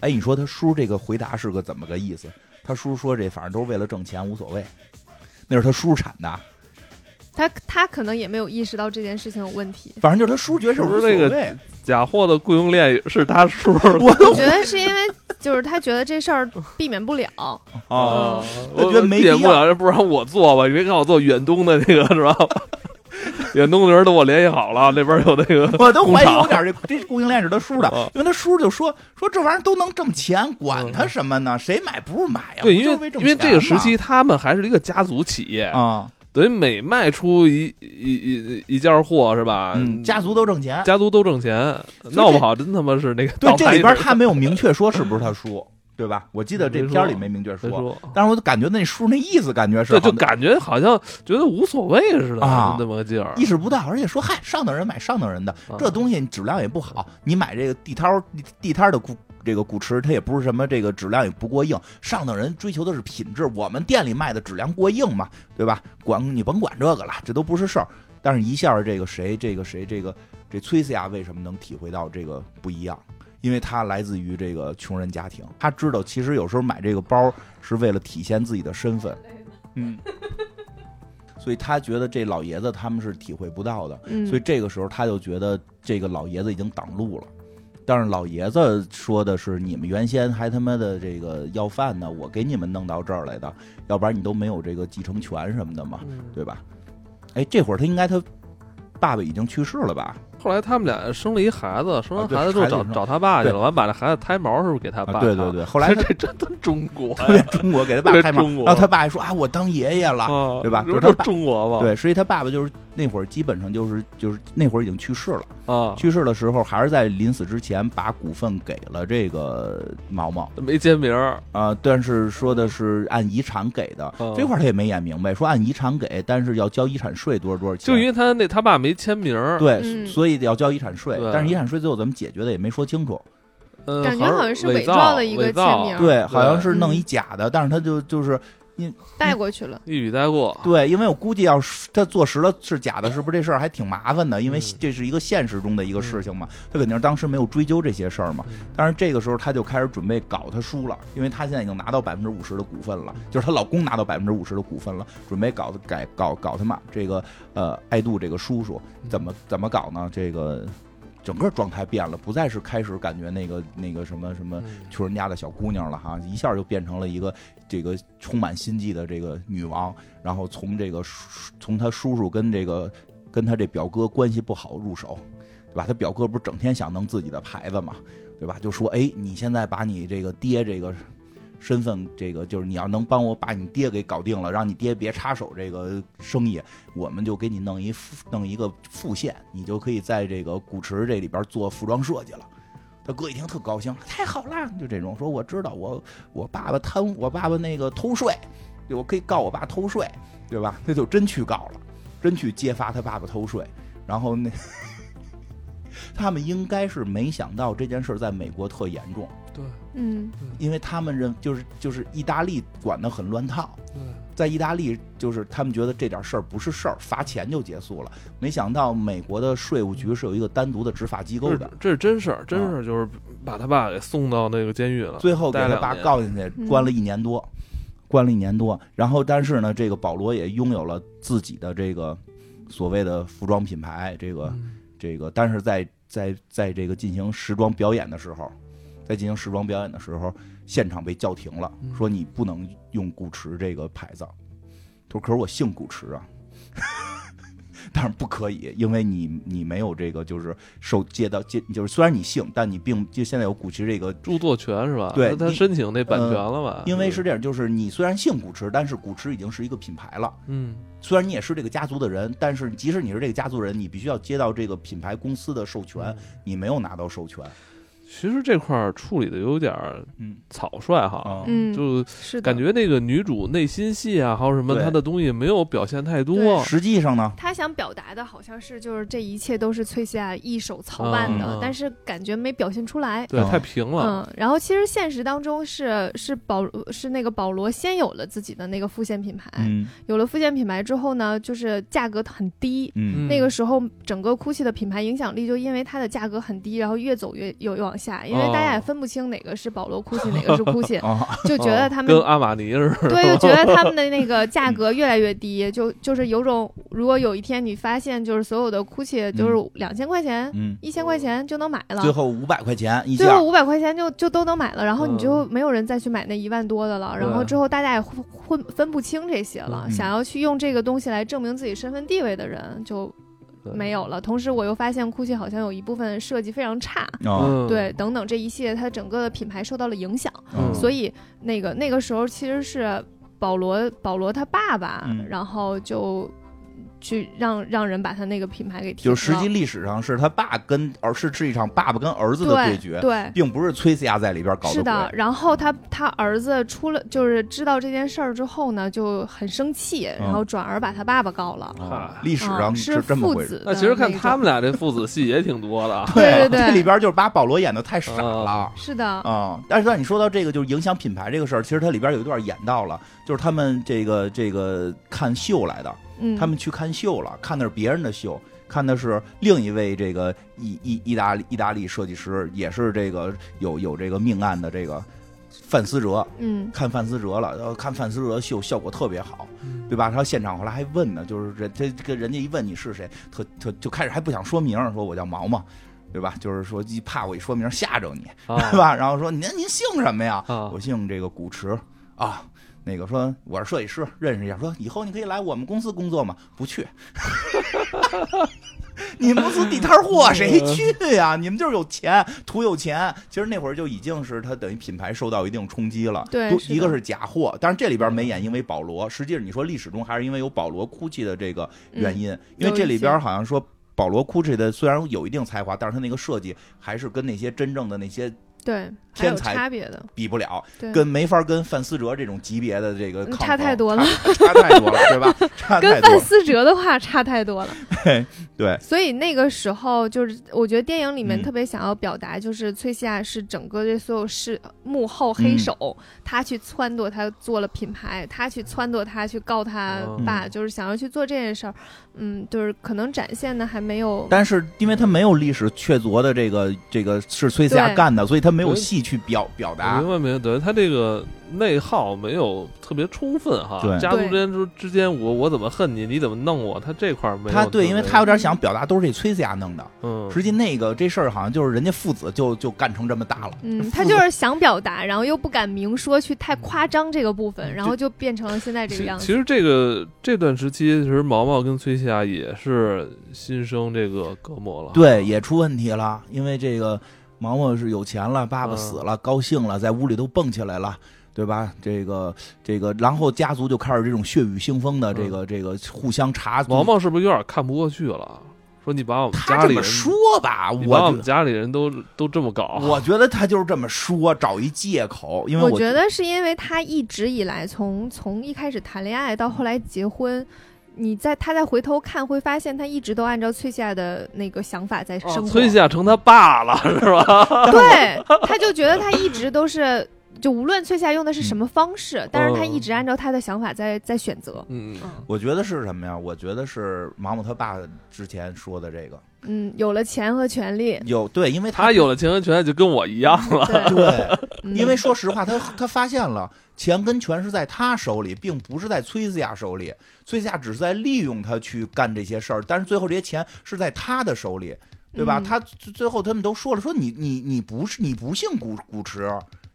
哎，你说他叔这个回答是个怎么个意思？他叔说这反正都是为了挣钱，无所谓。那是他叔产的，
他他可能也没有意识到这件事情有问题。
反正就是他叔觉得是无
不
所
是那个
谓。
假货的雇佣链是他叔儿的
我
我觉得是因为就是他觉得这事儿避免不了，
啊，
我觉得没必
也
要
不了，不让我做吧？你别看我做远东的那个是
[laughs]
吧？远东的人都给我联系好了，那边有那 [laughs] 个
我都怀疑
工厂
有点这这供应链是
[laughs]
他叔
啊
的，因为他叔就说说这玩意儿都能挣钱，管他什么呢？谁买不是买呀？
嗯对，
不
因
就是
为
挣
因为这个时
钱吗
期他们还是一个家族企业，
啊，
等于每卖出一一一一一件货是吧？
嗯，家族都挣钱。
家族都挣钱，
以
闹不
这
好真他妈是那个
对
倒，
这
霉
里边
的
他没有明确说是不是他叔，对吧？我记得这
没说
片儿里没明确
人
说，
说。
但是我就感觉那叔那意思，感觉是
对，就
好像
感觉好像觉得无所谓似的
啊
那么个劲儿
意。识不到，而且说嗨，上等人买上等人的，
啊
这东西质量也不好，你买这个地摊儿地地摊儿的古这个古驰，它也不是什么这个质量也不过硬，上等人追求的是品质，我们店里卖的质量过硬嘛，对吧？管你甭管这个了，这都不是事儿。但是，一下这个谁，这个谁，这个这崔斯亚为什么能体会到这个不一样？因为他来自于这个穷人家庭，他知道其实有时候买这个包是为了体现自己的身份，嗯， [laughs] 所以他觉得这老爷子他们是体会不到的。
嗯，
所以这个时候他就觉得这个老爷子已经挡路了。但是老爷子说的是，你们原先还他妈的这个要饭呢，我给你们弄到这儿来的，要不然你都没有这个继承权什么的嘛，
嗯
啊对吧？哎，这会儿他应该他爸爸已经去世了吧？
后来他们俩生了一孩子，生
啊
完
对
孩子之后
孩子
找
生
找他爸去了，
对
完把这孩子胎毛是不是给他爸？
啊，对对。对，后
[laughs]
来他
这真的中国
特别
呀
中国给他爸开门
中，国
然后他爸还说啊，我当爷爷了。
啊，
对吧
这
就
不
是他
是
爸
中国吧？
对，所以他爸爸就是那会儿基本上就是就是那会儿已经去世了。
啊，
去世的时候还是在临死之前把股份给了这个毛毛。
没签名儿
啊，但是说的是按遗产给的，
嗯
这块儿他也没演明白，说按遗产给，但是要交遗产税多少多少钱，
就因为他那他爸没签名儿，
对，
嗯
所以要交遗产税，
对
但是遗产税最后怎么解决的也没说清楚，
嗯，
感觉好像是伪
伪
造了一个
伪造
签名儿
对，好像是弄
嗯
一假的，但是他就就是
带过去了。
一语带过。
对，因为我估计要是他坐实了是假的，是不是这事儿还挺麻烦的？因为
嗯
这是一个现实中的一个事情嘛，他肯定是当时没有追究这些事儿嘛
嗯。
但是这个时候他就开始准备搞他叔了，因为他现在已经拿到百分之五十的股份了，就是她老公拿到百分之五十的股份了，准备搞改搞搞他妈这个呃爱杜这个叔叔怎么怎么搞呢？这个整个状态变了，不再是开始感觉那个那个什么什么
嗯
穷人家的小姑娘了哈，一下就变成了一个这个充满心计的这个女王。然后从这个叔从她叔叔跟这个跟她这表哥关系不好入手，对吧？她表哥不是整天想弄自己的牌子嘛，对吧？就说哎，你现在把你这个爹这个身份，这个就是你要能帮我把你爹给搞定了，让你爹别插手这个生意，我们就给你弄一副弄一个副线，你就可以在这个古驰这里边做服装设计了。他哥一听特高兴，太好了，就这种说我知道我我爸爸贪污，我爸爸那个偷税，对我可以告我爸偷税，对吧？他就真去告了，真去揭发他爸爸偷税，然后 [laughs] 那他们应该是没想到这件事在美国特严重，
对
嗯
因为他们认就是就是意大利管得很乱套，
对，
在意大利就是他们觉得这点事儿不是事儿，罚钱就结束了。没想到美国的税务局是有一个单独的执法机构
这
的啊
是，这是真事儿，真事儿就是把他爸给送到那个监狱了。
最后给
待
他
两
爸
年
告进去，
嗯
关了一年多，关了一年多。然后，但是呢，这个保罗也拥有了自己的这个所谓的服装品牌，这个
嗯
这个，但是在在在这个进行时装表演的时候，在进行时装表演的时候，现场被叫停了，
嗯
说你不能用古驰这个牌子。他说：“可是我姓古驰啊。” [laughs] 但是不可以，因为你你没有这个，就是受借到借，就是虽然你姓，但你并就现在有古驰这个
著作权是吧？
对
那他
你嗯
申请那版权了
啊
吧？
因
嗯
为是这样，就是你虽然姓古驰，但是古驰已经是一个品牌了。
嗯，
虽然你也是这个家族的人，但是即使你是这个家族人，你必须要接到这个品牌公司的授权
嗯，
你没有拿到授权。
其实这块儿处理的有点儿
嗯
草率哈，
啊，
嗯，
就是
的
感觉那个女主内心戏啊，还有什么
对
她的东西没有表现太多
对。
实际上呢，
他想表达的好像是就是这一切都是翠西亚一手
啊
操办的，
嗯嗯
但是感觉没表现出来。
对，
嗯
太平了。
嗯，然后其实现实当中是是保是那个保罗先有了自己的那个副线品牌，
嗯
有了副线品牌之后呢，就是价格很低。
嗯
嗯
那个时候，整个 GUCCI 的品牌影响力就因为它的价格很低，然后越走越有越往下，因为大
哦
家也分不清哪个是保罗 GUCCI，哪个是
[laughs]
GUCCI，
啊，
[laughs] 就觉得他
嗯
们
跟阿玛尼似的，
对，就觉得他们的那个价格越来越低，就就是有种，如果有一天你发现就是所有的 GUCCI 就是两千块钱、
嗯，
一千块钱就能买了，
最后五百块钱一件
嗯最
儿，
后五百块钱就就都能买了，然后
嗯
你就没有人再去买那一万多的了，然后
对
之后大家也混混分不清这些了，
嗯
想要去用这个东西来证明自己身份地位的人就
对
没有了。同时，我又发现 GUCCI 好像有一部分设计非常差，
啊
嗯，
对，等等这一系列，它整个的品牌受到了影响。
嗯
所以那个那个时候其实是保罗保罗他爸爸，
嗯
然后就去让让人把他那个品牌给停
就
了，
是实际历史上是他爸跟儿是是一场爸爸跟儿子的对
对
决，
对。
并不是崔斯亚在里边搞嗯
是的
鬼，
然后他他儿子出了，就是知道这件事儿之后呢，就很生气，然后转而把他爸爸告了。
啊嗯历史
啊
上
是
这么
父
回事。
子的
那其实看
那种
他们俩这父子戏也挺多的啊。
对对对
这里边就是把保罗演的太傻了
啊。
是的，
啊、但是当你说到这个就是影响品牌这个事儿，其实它里边有一段演到了，就是他们这个这个看秀来的，
嗯，
他们去看秀了，看的是别人的秀，看的是另一位这个意意意大利意大利设计师，也是这个有有这个命案的这个范思哲，
嗯
看范思哲了，然后看范思哲的秀效果特别好，
嗯
对吧？然后现场后来还问呢，就是人这这个人家一问你是谁，特特就开始还不想说名儿，说我叫毛毛，对吧？就是说一怕我一说名儿吓着你。
啊
[laughs] 是 [laughs] 吧？然后说您您姓什么呀？
啊
我姓这个古驰啊。那个说我是设计师，认识一下。说以后你可以来我们公司工作吗？不去， [laughs] 你们公司地摊儿货谁去呀、你们就是有钱，图有钱。其实那会儿就已经是他等于品牌受到一定冲击了。
对
都
是的
一个是假货，但是这里边没演，因为保罗。实际上你说历史中还是因为有保罗哭泣的这个
嗯
原因，因为这里边好像说保罗库奇的虽然有一定才华，但是他那个设计还是跟那些真正的那些
对，还
天
有
才
差别的，
比不了，
对，
跟没法跟范思哲这种级别的这个
嗯
抗
差
衡
太多了，
差太多了，对吧？
[laughs]
差太
跟
多
范
了，
思哲的话差太多了。
对，
所以那个时候，就是我觉得电影里面
嗯
特别想要表达，就是崔西亚是整个这所有事幕后黑
嗯
手，他去撺掇他做了品牌，他去撺掇他去告他爸，
嗯
就是想要去做这件事儿。嗯，就是可能展现的还没有，
但是因为他没有历史确凿的这个这个是崔斯亚
对
干的，所以他没有
对
戏去表表达
明。白明白，等于他这个内耗没有特别充分哈
对。
家族之间之之间，我我怎么恨你，你怎么弄我，他这块儿没有特别。
他对，因为他有点想表达都是这崔斯亚弄的，
嗯，
实际那个这事儿好像就是人家父子就就干成这么大了。
嗯，
父
他
子
就是想表达，然后又不敢明说，去太夸张这个部
嗯
分，然后就变成了现在这个
其
样子。
其实这个这段时期，其实毛毛跟崔西亚也是新生这个隔膜了。
对，也出问题了，因为这个毛毛是有钱了，爸爸
嗯
死了，高兴了，在屋里都蹦起来了。对吧？这个这个，然后家族就开始这种血雨腥风的这个、这个互相查。
毛毛是不是有点看不过去了？说你把我们
他
家
这
里
么
人，
说吧，
你把我
我
们家里人都都这么搞，
觉我觉得他就是这么说，找一借口。因为
我
觉
觉得是因为他一直以来从从一开始谈恋爱到后来结婚，你在他再回头看，会发现他一直都按照翠夏的那个想法在生活。
哦崔夏成他爸了是吧？
对，他就觉得他一直都是，就无论翠夏用的是什
嗯
么方式，但是他一
哦
直按照他的想法在在选择。
嗯，
我觉得是什么呀？我觉得是毛毛他爸之前说的这个
嗯，有了钱和权
[laughs]
利，
有对，因为
他有了情人权就跟我一样了。
对，
对，
嗯
因为说实话，他他发现了钱跟权是在他手里，并不是在崔斯亚手里。崔斯亚只是在利用他去干这些事儿，但是最后这些钱是在他的手里，对吧？
嗯
他最最后他们都说了，说你你你不是你不姓古古驰。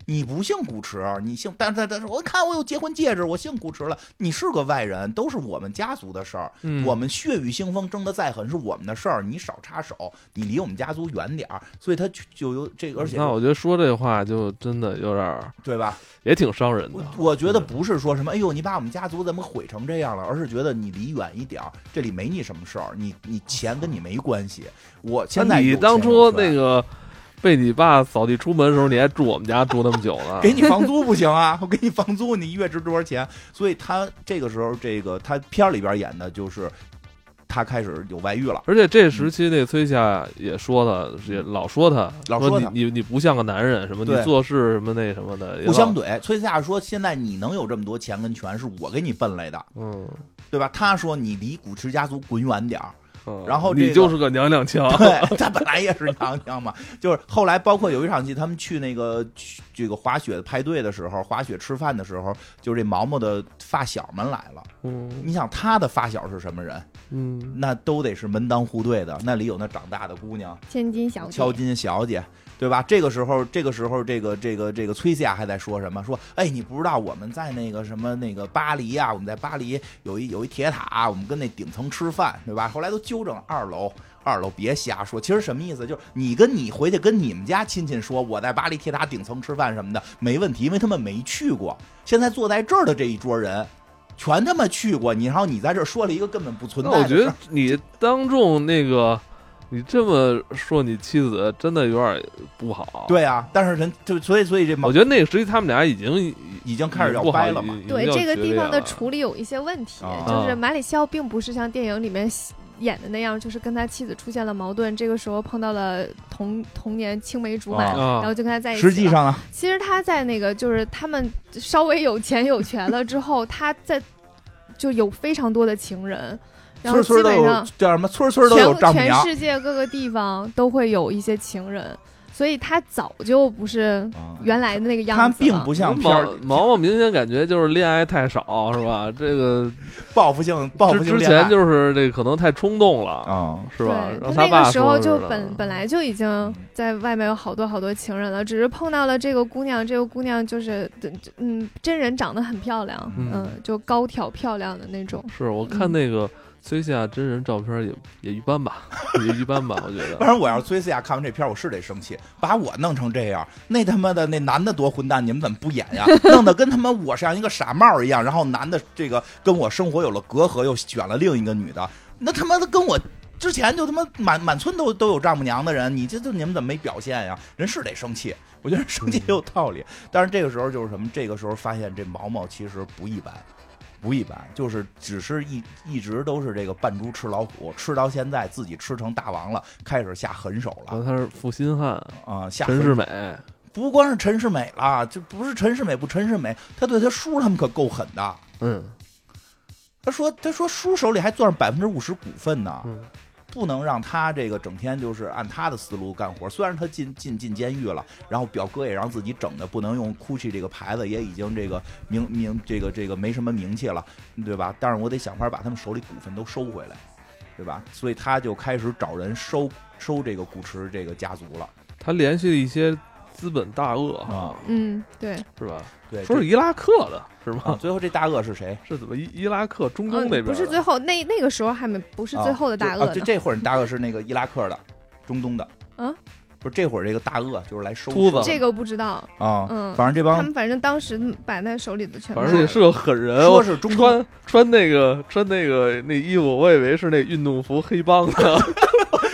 你不姓古驰，你姓，但是但是我看我有结婚戒指，我姓古驰了。你是个外人，都是我们家族的事儿，
嗯
我们血雨腥风争得再狠是我们的事儿，你少插手，你离我们家族远点儿。所以他就就有这个，而且
嗯那我觉得说这话就真的有点儿，
对吧？
也挺伤人的
我。我觉得不是说什么，哎呦，你把我们家族怎么毁成这样了，而是觉得你离远一点儿，这里没你什么事儿，你你钱跟你没关系。我现在
那你
有
当
钱
初
有权
那个被你爸扫地出门的时候，你还住我们家住那么久呢？
给你房租不行啊， [laughs] 我给你房租，你一月值多少钱？所以他这个时候，这个他片儿里边演的就是他开始有外遇了。
而且这时期那崔夏也说了，也老说他，
老
说
说
你
他
你你不像个男人，什么你
对
做事什么那什么的，也
互相
老
怼，崔斯亚说：“现在你能有这么多钱跟权，是我给你奔来的，
嗯
对吧？”他说：“你离古驰家族滚远点儿。”
嗯
然后这
你
个
就是个娘娘
[laughs]
腔，
对，他本来也是娘娘嘛。 [laughs] 就是后来，包括有一场戏，他们去那个去这个滑雪派对的时候，滑雪吃饭的时候，就是这毛毛的发小们来了。
嗯
[laughs] 你想他的发小是什么人？
嗯，
那都得是门当户对的，那里有那长大的姑娘，
千金小姐
敲，金小姐，对吧？这个时候，这个时候，这个这个这个崔西亚还在说什么？说，哎，你不知道我们在那个什么那个巴黎啊，我们在巴黎有一有一铁塔，我们跟那顶层吃饭，对吧？后来都纠正二楼，二楼别瞎说。其实什么意思？就是你跟你回去跟你们家亲戚说，我在巴黎铁塔顶层吃饭什么的，没问题，因为他们没去过。现在坐在这儿的这一桌人。全他妈去过，你然后你在这儿说了一个根本不存
那
在的事
我
儿。
觉得你当众那个，你这么说你妻子真的有点不好。，
对啊，但是人就所以所以这毛
我觉得那个时期他们俩已经
已经开始要掰了嘛。，
对这个地方的
处，
处理有一些问题，
啊
就是马里孝并不是像电影里面演的那样，就是跟他妻子出现了矛盾，这个时候碰到了同同年青梅竹马，
啊
然后就跟他在一起了。
实际上啊，
其实他在那个就是他们稍微有钱有权了之后，他在就有非常多的情人，然后
村村
基
都
本
有
上
叫什么？村村都有
全
丈母
全
娘。
世界各个地方都会有一些情人，所以他早就不是
啊
原来的那个样子
他
了。
并不像片
毛
儿
毛毛明显感觉就是恋爱太少，是吧？这个
报复性报复
之
性
之
恋爱
前就是这可能太冲动了，
啊，
是吧？
对
让
他那
爸
个时候
说
就是
的
本本来就已经在外面有好多好多情人了，只是碰到了这个姑娘，这个姑娘就是嗯，真人长得很漂亮，
嗯
嗯，就高挑漂亮的那种。
是我看那个崔夏真人照片也也一般吧， [laughs] 也一般吧，我觉
反 [laughs]
得。
正我要是崔斯亚看完这片儿，我是得生气，把我弄成这样，那他妈的那男的多混蛋，你们怎么不演呀？ [laughs] 弄得跟他妈我像一个傻帽一样，然后男的这个跟我生活有了隔阂，又选了另一个女的，那他妈的跟我之前就他妈满满村都都有丈母娘的人，你这这你们怎么没表现呀？人是得生气，我觉得生气也有道理。但是这个时候就是什么？这个时候发现这毛毛其实不一般。不一般，就是只是一一直都是这个扮猪吃老虎，吃到现在自己吃成大王了，开始下狠手
然后
了
他是负心汉，
啊、下狠
嗯陈世美，
不光是陈世美了，就不是陈世美不陈世美，他对他叔他们可够狠的。
嗯
他说他说叔手里还攥着百分之五十股份呢，
嗯
不能让他这个整天就是按他的思路干活。虽然他进进进监狱了，然后表哥也让自己整的不能用 GUCCI 这个牌子，也已经这个名名这个这个没什么名气了，对吧？但是我得想法把他们手里股份都收回来，对吧？所以他就开始找人收收这个古驰这个家族了
他联系了一些资本大鳄哈，
啊。
嗯，对，
是吧？
对，
说是
这
伊拉克的是
啊
吗，？
最后这大鳄是谁？
是怎么伊伊拉克中东
嗯
那边的？
不是最后那那个时候还没不是最后的大鳄
啊这
呢，
这会儿大鳄是那个伊拉克的，中东的。
嗯，
不是这会儿这个大鳄就是来收
秃子
这个不知道。
啊，
嗯，
反正这
他
帮
们反正当时把那手里的全
反正也
卖
是个狠人，
说是中 [laughs] 东，
哎穿穿那个穿那个那衣服，我以为是那运动服黑帮的，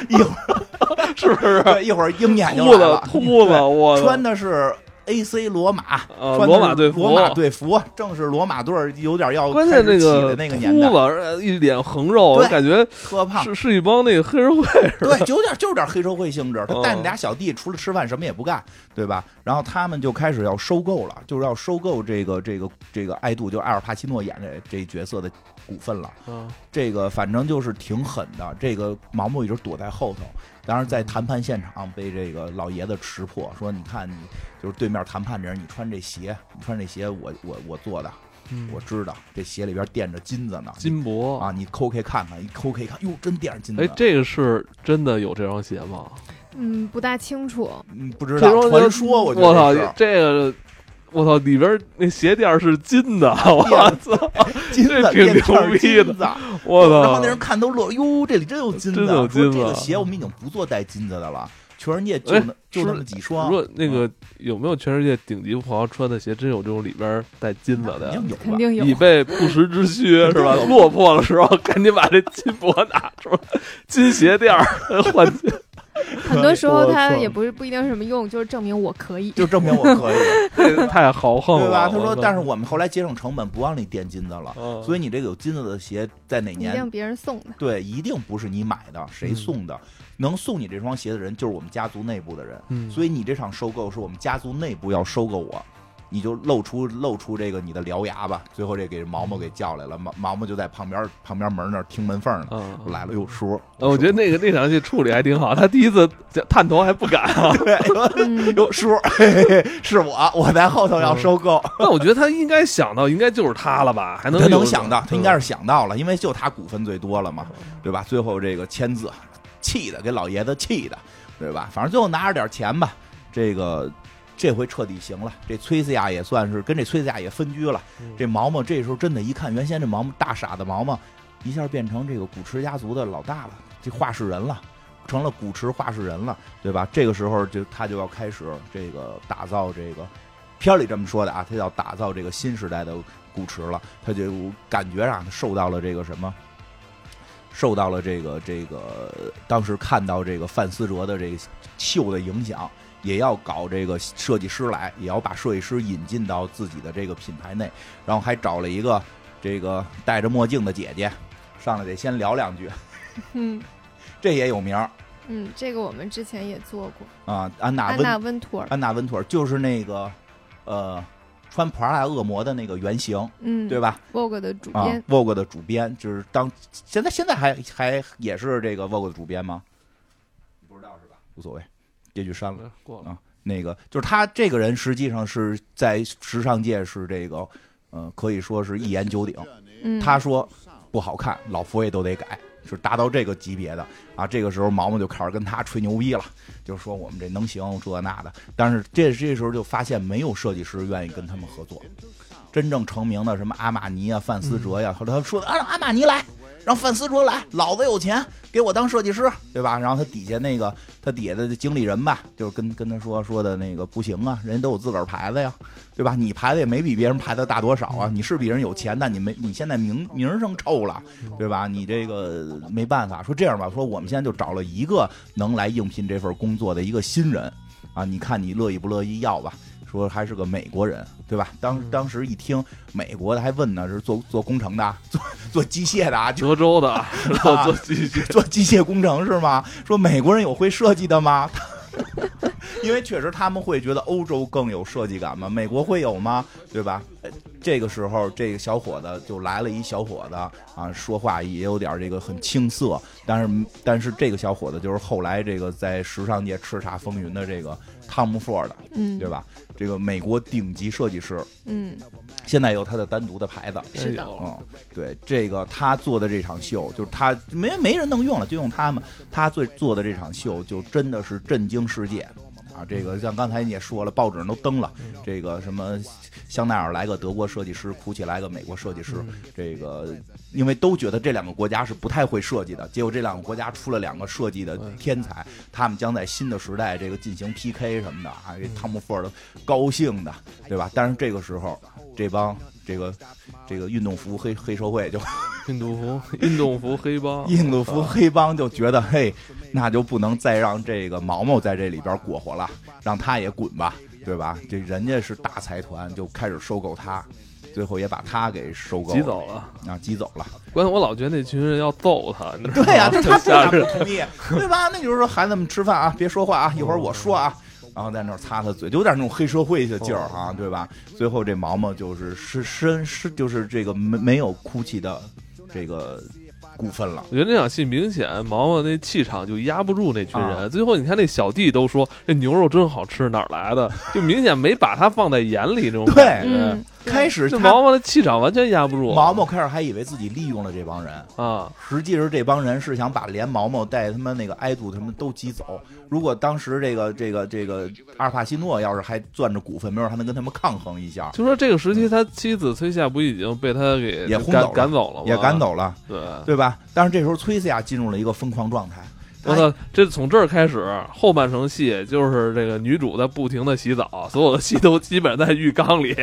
一会儿
[laughs] 是不是？
[laughs] 对一会儿鹰眼就
秃
来
子
了，
秃子，
对
我
穿的是 AC 罗马，
呃，
穿的
罗马
是
队服
罗马队服，正是罗马队儿有点
[laughs]
要
关
开
键
始起
个
的那个年代
秃，子一脸横肉，我
对
感觉
特胖，
是是一帮那个黑社
[laughs]
会似
对，就有点就有点黑社会性质。他
嗯
带着俩小弟，除了吃饭什么也不干，对吧？然后他们就开始要收购了，就是要收购这个这个这个爱杜，就艾尔帕西诺演的这角色的股份了。
的。啊
这个反正就是挺狠的，这个毛毛一直躲在后头。当然，在谈判现场被这个老爷子识破，说：“你看你就是对面谈判这人，你穿这鞋，你穿这鞋我，我我做的，我知道这鞋里边垫着金子呢。
金箔
嗯啊，，你抠开看看，一抠开看，哟，真垫着金子。
哎，这个是真的有这双鞋吗？
嗯，不大清楚。
嗯，不知
这
道
双
传说，我觉
我操
得是，
这个，我操，里边那鞋垫儿是金
[laughs]
的，我操， [laughs]
金子
这挺
垫
牛
片儿
逼的
金子，
我
然后
操
[laughs] 那，人看都乐了，哟，这里真有金子，
真有金子
说这个鞋我们已经不做带金子的了，全世界就
哎
那就是那么几双，
说那个有没有全世界顶级富豪穿的鞋真有这种里边带金子的呀
肯定？有吧
肯？定有
以备不时之
[laughs]
需是吧？
嗯有
落魄的时候， [laughs] 赶紧把这金箔拿出来，金鞋垫儿换金。
很多时候
我
他
操
也不是不一定是什么用，就是证明我可以。
就证明我可以，
这太豪横了，
对吧？他
哦我
说，
操
但是我们后来节省成本，不让你垫金子了，
嗯
所以你这个有金子的鞋在哪
一
年
定？别人送的，
对，一定不是你买的，谁
嗯
送的？能送你这双鞋的人就是我们家族内部的人，
嗯
所以你这场收购是我们家族内部要收购我，你就露出露出这个你的獠牙吧。最后这给毛毛给叫来了，毛毛毛就在旁边旁边门那儿听门缝呢，
嗯，嗯
来了又叔， [laughs]
呃我觉得那个那场戏处理还挺好，他第一次探头还不敢
[laughs]
啊。
对，
嗯，
哟哎叔，嘿嘿嘿是我，我在后头
嗯
要收购。
那我觉得他应该想到，应该就是他了吧？还能
他
有嗯
能想到，他应该是想到了，因为就他股份最多了嘛，对吧？最后这个签字，气的给老爷子气的，对吧？反正最后拿着点钱吧，这个这回彻底行了。这崔斯亚也算是跟这崔斯亚也分居了
嗯。
这毛毛这时候真的，一看原先这毛毛大傻子毛毛，一下变成这个古驰家族的老大了，这画事人了。成了古驰画事人了，对吧？这个时候就他就要开始这个打造这个片儿里这么说的啊，他要打造这个新时代的古驰了，他就感觉啊，他受到了这个什么。受到了这个这个，当时看到这个范思哲的这个秀的影响，也要搞这个设计师来，也要把设计师引进到自己的这个品牌内，然后还找了一个这个戴着墨镜的姐姐，上来得先聊两句，
嗯
这也有名儿
嗯，这个我们之前也做过。
啊，安娜
安
温
娜温图尔，
安娜温图尔就是那个呃穿普拉达恶魔的那个原型，
嗯，
对吧？
？Vogue 的主
啊
编，
，Vogue 的主编，就是当现在现在还还也是这个 Vogue 的主编吗？你不知道是吧？无所谓，这句删了。
过
了那个就是他这个人，实际上是在时尚界是这个，呃，可以说是一言九鼎。
嗯，
他说不好看，老佛爷都得改，是达到这个级别的啊。这个时候毛毛就开始跟他吹牛逼了，就说我们这能行这那的。但是这这时候就发现没有设计师愿意跟他们合作，真正成名的什么阿玛尼啊、范思哲呀、后来他说啊，让阿玛尼来。让范思哲来，老子有钱，给我当设计师，对吧？然后他底下那个，他底下的经理人吧，就是跟跟他说说的那个不行啊，人家都有自个儿牌子呀，对吧？你牌子也没比别人牌子大多少啊，你是比人有钱，但你没你现在名名声臭了，对吧？你这个没办法。说这样吧，说我们现在就找了一个能来应聘这份工作的一个新人啊，你看你乐意不乐意要吧？说还是个美国人，对吧？当当时一听美国的，还问呢，是做做工程的啊，做做机械的啊，就
德州
[laughs]
的做做机械，
做机械工程是吗？说美国人有会设计的吗？ [laughs] 因为确实他们会觉得欧洲更有设计感嘛，美国会有吗？对吧？呃这个时候，这个小伙子就来了一小伙子啊，说话也有点这个很青涩，但是但是这个小伙子就是后来这个在时尚界叱咤风云的这个汤姆·福尔的，
嗯，
对吧？这个美国顶级设计师，
嗯，
现在有他的单独的牌子，
是的
哎呦
嗯，对，这个他做的这场秀，就是他没没人能用了，就用他们。他最做的这场秀，就真的是震惊世界啊！这个像刚才你也说了，报纸上都登了，这个什么香奈儿来个德国设计师，库奇来个美国设计
嗯
师，这个因为都觉得这两个国家是不太会设计的，结果这两个国家出了两个设计的天才，他们将在新的时代这个进行 PK 什么的啊！
嗯
这汤姆·福尔德高兴的，对吧？但是这个时候，这帮这个这个运动服黑黑
[laughs]
社会就、
印度服、 [laughs] 运动服黑帮
[laughs] 印度服黑帮就觉得，嘿，那就不能再让这个毛毛在这里边过活了，让他也滚吧。对吧？这人家是大财团，就开始收购他，最后也把他给收购
挤
了
走了。
啊，挤走了。
关键我老觉得那群人要揍他，你知道吗？
[laughs]
[laughs]
对呀、这他非
啊吓
常
人
不。同意，对吧？那就是说，孩子们吃饭啊，别说话啊，一会儿我说啊，然后在那儿擦擦嘴，就有点那种黑社会的劲儿
哦
啊，对吧？最后这毛毛就是是身是就是这个没没有哭泣的这个股份了。
我觉得那场戏明显毛毛那气场就压不住那群人，
啊
最后你看那小弟都说这牛肉真好吃，哪儿来的？ [laughs] 就明显没把他放在眼里那种
对
感觉。
嗯，
开始
这
他
毛毛的气场完全压不住。
毛毛开始还以为自己利用了这帮人， [laughs]
啊，
实际是这帮人是想把连毛毛带他们那个埃杜他们都挤走。如果当时这个这个这个阿尔帕西诺要是还攥着股份，没准还能跟他们抗衡一下，
就说这个时期他妻子崔夏不已经被他给
也轰走
赶
了
赶走了吗？
也赶。走了，
对，
对吧？但是这时候崔斯亚进入了一个疯狂状态，
我操，这从这儿开始后半程戏就是这个女主在不停的洗澡，所有的戏都基本在浴缸
[laughs]
里。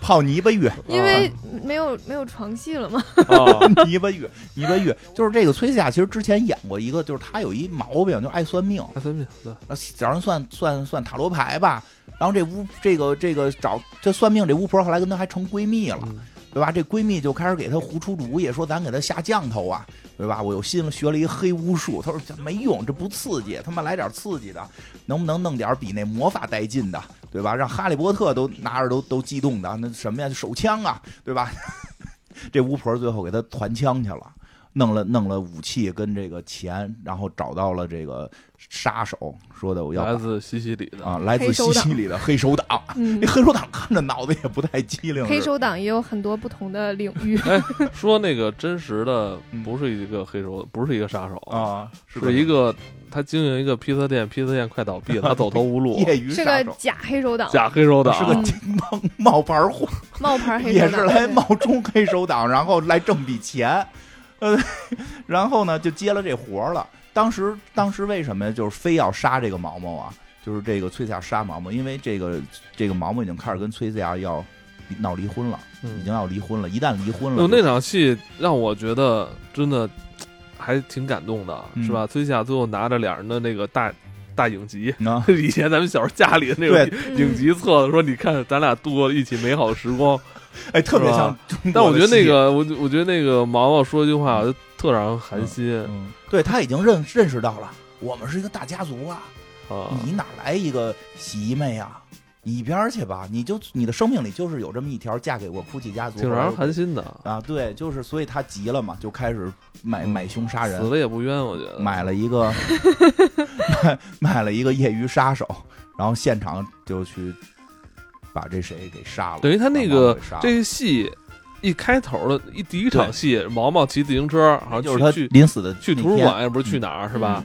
泡泥巴浴， [laughs]
因为没有没有床戏了嘛，
啊，
泥巴浴，泥巴浴，就是这个崔斯亚其实之前演过一个，就是他有一毛病，就爱算命，
他分辨对，
啊找人算算算塔罗牌吧。然后这巫这个这个找这算命这巫婆后来跟她还成闺蜜了，
嗯
对吧？这闺蜜就开始给她胡出主意，说咱给她下降头啊，对吧？我又新学了一黑巫术，她说这没用，这不刺激，他妈来点刺激的，能不能弄点比那魔法带劲的，对吧？让哈利波特都拿着都都激动的，那什么呀，手枪啊，对吧？ [laughs] 这巫婆最后给她团枪去了。弄了弄了武器跟这个钱，然后找到了这个杀手，说的我要把
来自西西里的
啊，来自
黑
西
手党
西里的黑手党。
嗯
那，黑手党看着脑子也不太机灵，
黑
是
手党也有很多不同的领
[laughs]
域，
说那个真实的
嗯
不是一个黑手，不是一个杀手，
啊，
是一个他经营一个披萨店，披萨店快倒闭了，他走投无
[laughs]
路，
业余
是
杀
个
手，
假黑手党，
假黑手党，
哎
啊
是个金冒冒牌货，[laughs]
冒牌黑手
也
党，
是来
对
冒充黑手党，然后来挣笔钱，呃，然后呢就接了这活儿了。当时当时为什么就是非要杀这个毛毛啊？就是这个崔斯亚杀毛毛，因为这个这个毛毛已经开始跟崔斯亚要闹离婚了，已
嗯
经要离婚了。一旦离婚了
哦就，那
就
场戏让我觉得真的还挺感动的，
嗯
是吧？崔夏最后拿着俩人的那个大大影集。 [laughs]
啊，
以前咱们小时候家里的那种 [laughs]
对
影集册，说你看咱俩度过了一起美好的时光。
哎，特别像中国的戏。
但我觉得那个，我我觉得那个毛毛说一句话，我就特让人寒心
嗯，对他已经认认识到了，我们是一个大家族啊，
啊！
你哪来一个洗衣妹啊？你一边儿去吧，你就你的生命里就是有这么一条嫁给我哭泣家族，
挺让人
后来
寒心的，
啊，对，就是所以他急了嘛，就开始买
嗯
买凶杀
死
人，
了也不冤，我觉得。
啊买了一
[laughs]
个买买了一个业余杀手，然后现场就去把这谁给杀了，
等于他那
把猫
个
给杀了
这个戏一开头的一第一场戏，毛毛骑自行车，好像
就是他
去
临死的
去
那
图书
天嗯
馆，也不是去哪儿，是吧？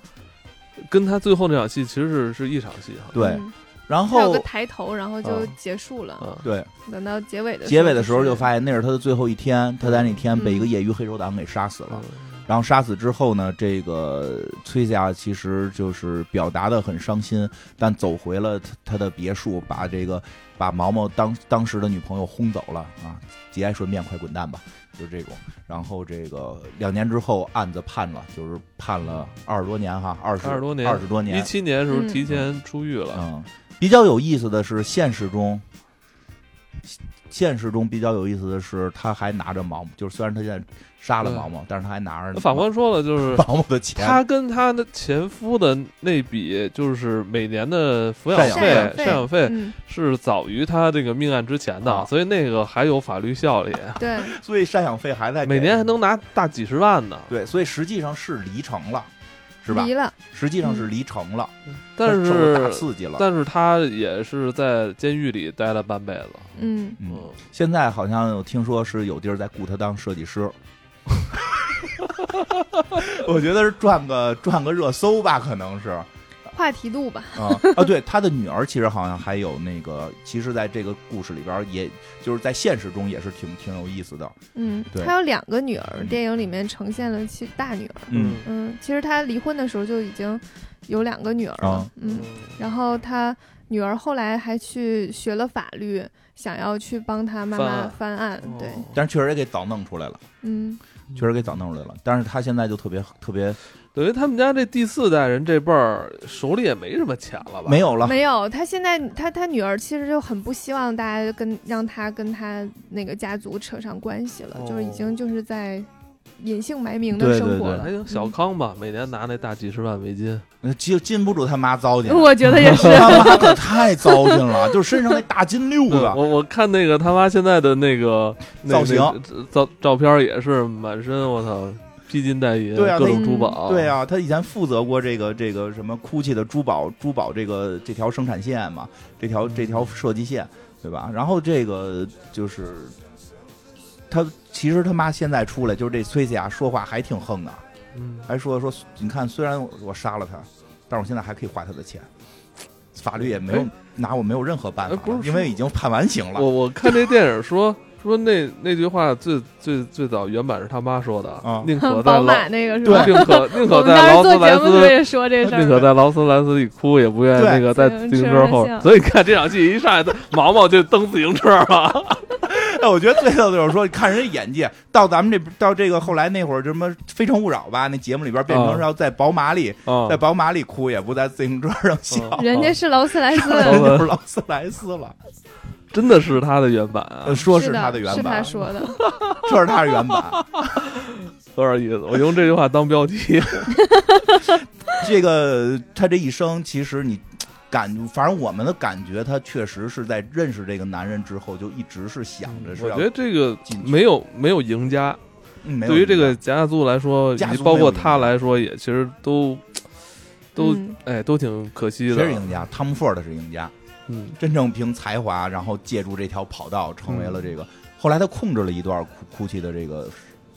跟他最后那场戏其实是是一场戏啊哈。
对，
嗯
然
它有个
后
抬头，然后就
啊
结束了。
啊，
对。
等到结尾的
结尾的时候就是嗯发现那是他的最后一天，他在那天被一个业余黑手党给杀死了。然后杀死之后呢，这个崔家其实就是表达的很伤心，但走回了他他的别墅，把这个把毛毛当当时的女朋友轰走了啊！节哀顺变，快滚蛋吧，就是这种。然后这个两年之后案子判了，就是判了二十多年哈，二十
二十多年
二十多
一
年。
七年时候提前出狱了，
嗯，比较有意思的是，现实中，现实中比较有意思的是，他还拿着毛毛，就是虽然他现在杀了毛毛，但是他还拿着
法官说了，就是
[laughs] 毛毛的钱。
他跟他的前夫的那笔，就是每年的抚养
赡养
费、
费
赡养费
嗯，
是早于他这个命案之前的，
啊
所以那个还有法律效力，
哎
对，
所以赡养费还在给
每年还能拿大几十万呢。
对，所以实际上是离成了，是吧
离？了，
实际上是离成了，
嗯但
他受了
是
大刺激了。
但是他也是在监狱里待了半辈子。
嗯，
嗯，
嗯，
现在好像我听说是有地儿在雇他当设计师。 [laughs] 我觉得是赚个赚个热搜吧，可能是。
话题度吧，
啊啊！对，他的女儿其实好像还有那个，其实在这个故事里边儿也，就是在现实中也是挺挺有意思的。
嗯
对，
他有两个女儿，
嗯
电影里面呈现了其大女儿，
嗯
嗯，其实他离婚的时候就已经有两个女儿了
啊，
嗯，然后他女儿后来还去学了法嗯律，想要去帮他妈妈翻案，对，
哦
哦但是确实也给早弄出来了。
嗯，
确实给找那儿来了。但是他现在就特别特别
等于他们家这第四代人这辈儿手里也没什么钱了吧？
没有了，
没有，他现在他他女儿其实就很不希望大家跟让他跟他那个家族扯上关系了，就是已
哦
经就是在隐姓埋名
对
的
对
生活
对
了。
还行，小康吧，每年拿那大几十万围巾，
呃禁禁不住他妈糟践，
[laughs] 我觉得
[laughs]
也是，
他妈可太糟践了，就是身上那大金溜子，
嗯我我看那个他妈现在的那个那
造型
那照照片也是满身我操披金戴银，
对啊
各种
那
珠宝，
对，啊，他以前负责过这个这个什么 GUCCI 的珠宝珠宝这个这条生产线嘛，这条
嗯
这条设计线，对吧？然后这个就是他其实他妈现在出来就是这崔西亚说话还挺横的，
嗯，
还说说你看虽然我我杀了他，但是我现在还可以花他的钱，法律也没有
哎
拿我没有任何办
哎
法
不
了，
是
因为已经判完刑了
我我看这电影说说那那句话最最最早原版是他妈说的，
啊
宁可在
宝
劳
马那个是
对
吧？
宁可宁
我
可
们
在劳斯
当时做
莱
节目
斯
不。是
[laughs]
说这事
宁可
儿，
在劳斯莱斯里哭，也不愿意
对
那个在自行车后
自行车。上
所以看这场戏一上来，毛毛就蹬自行车了。
哎，我觉得最逗的就是说，看人家演技，到咱们这到这个后来那会儿什么《非诚勿扰》吧，那节目里边变成是要在宝马里，
啊
[laughs] 在宝马里哭，也不在自行车上笑，
[laughs] 嗯
人家是劳斯莱斯，
嗯
就是劳斯莱
[laughs]
斯了。
真的是他的原版啊
呃，说
是
他
的
原
是他
版，
说的。
说是他的原版。
有
呃
点意思。我用这句话当标题。
这个他这一生，其实你感，反正我们的感觉，他确实是在认识这个男人之后，就一直是想着
嗯
是
我
要
觉得这个
进去。
没有没有赢家，
嗯没有
对于
赢
这个
家，
贾族来说，以
家
及
族
包
没有
括
赢
他
家
来说，也其实都都
嗯
哎都挺可惜
谁
的
是。赢家？汤姆·福尔的是赢家，
嗯，
真正凭才华，然后借助这条跑道成为
嗯
了这个。后来他控制了一段哭哭泣的这个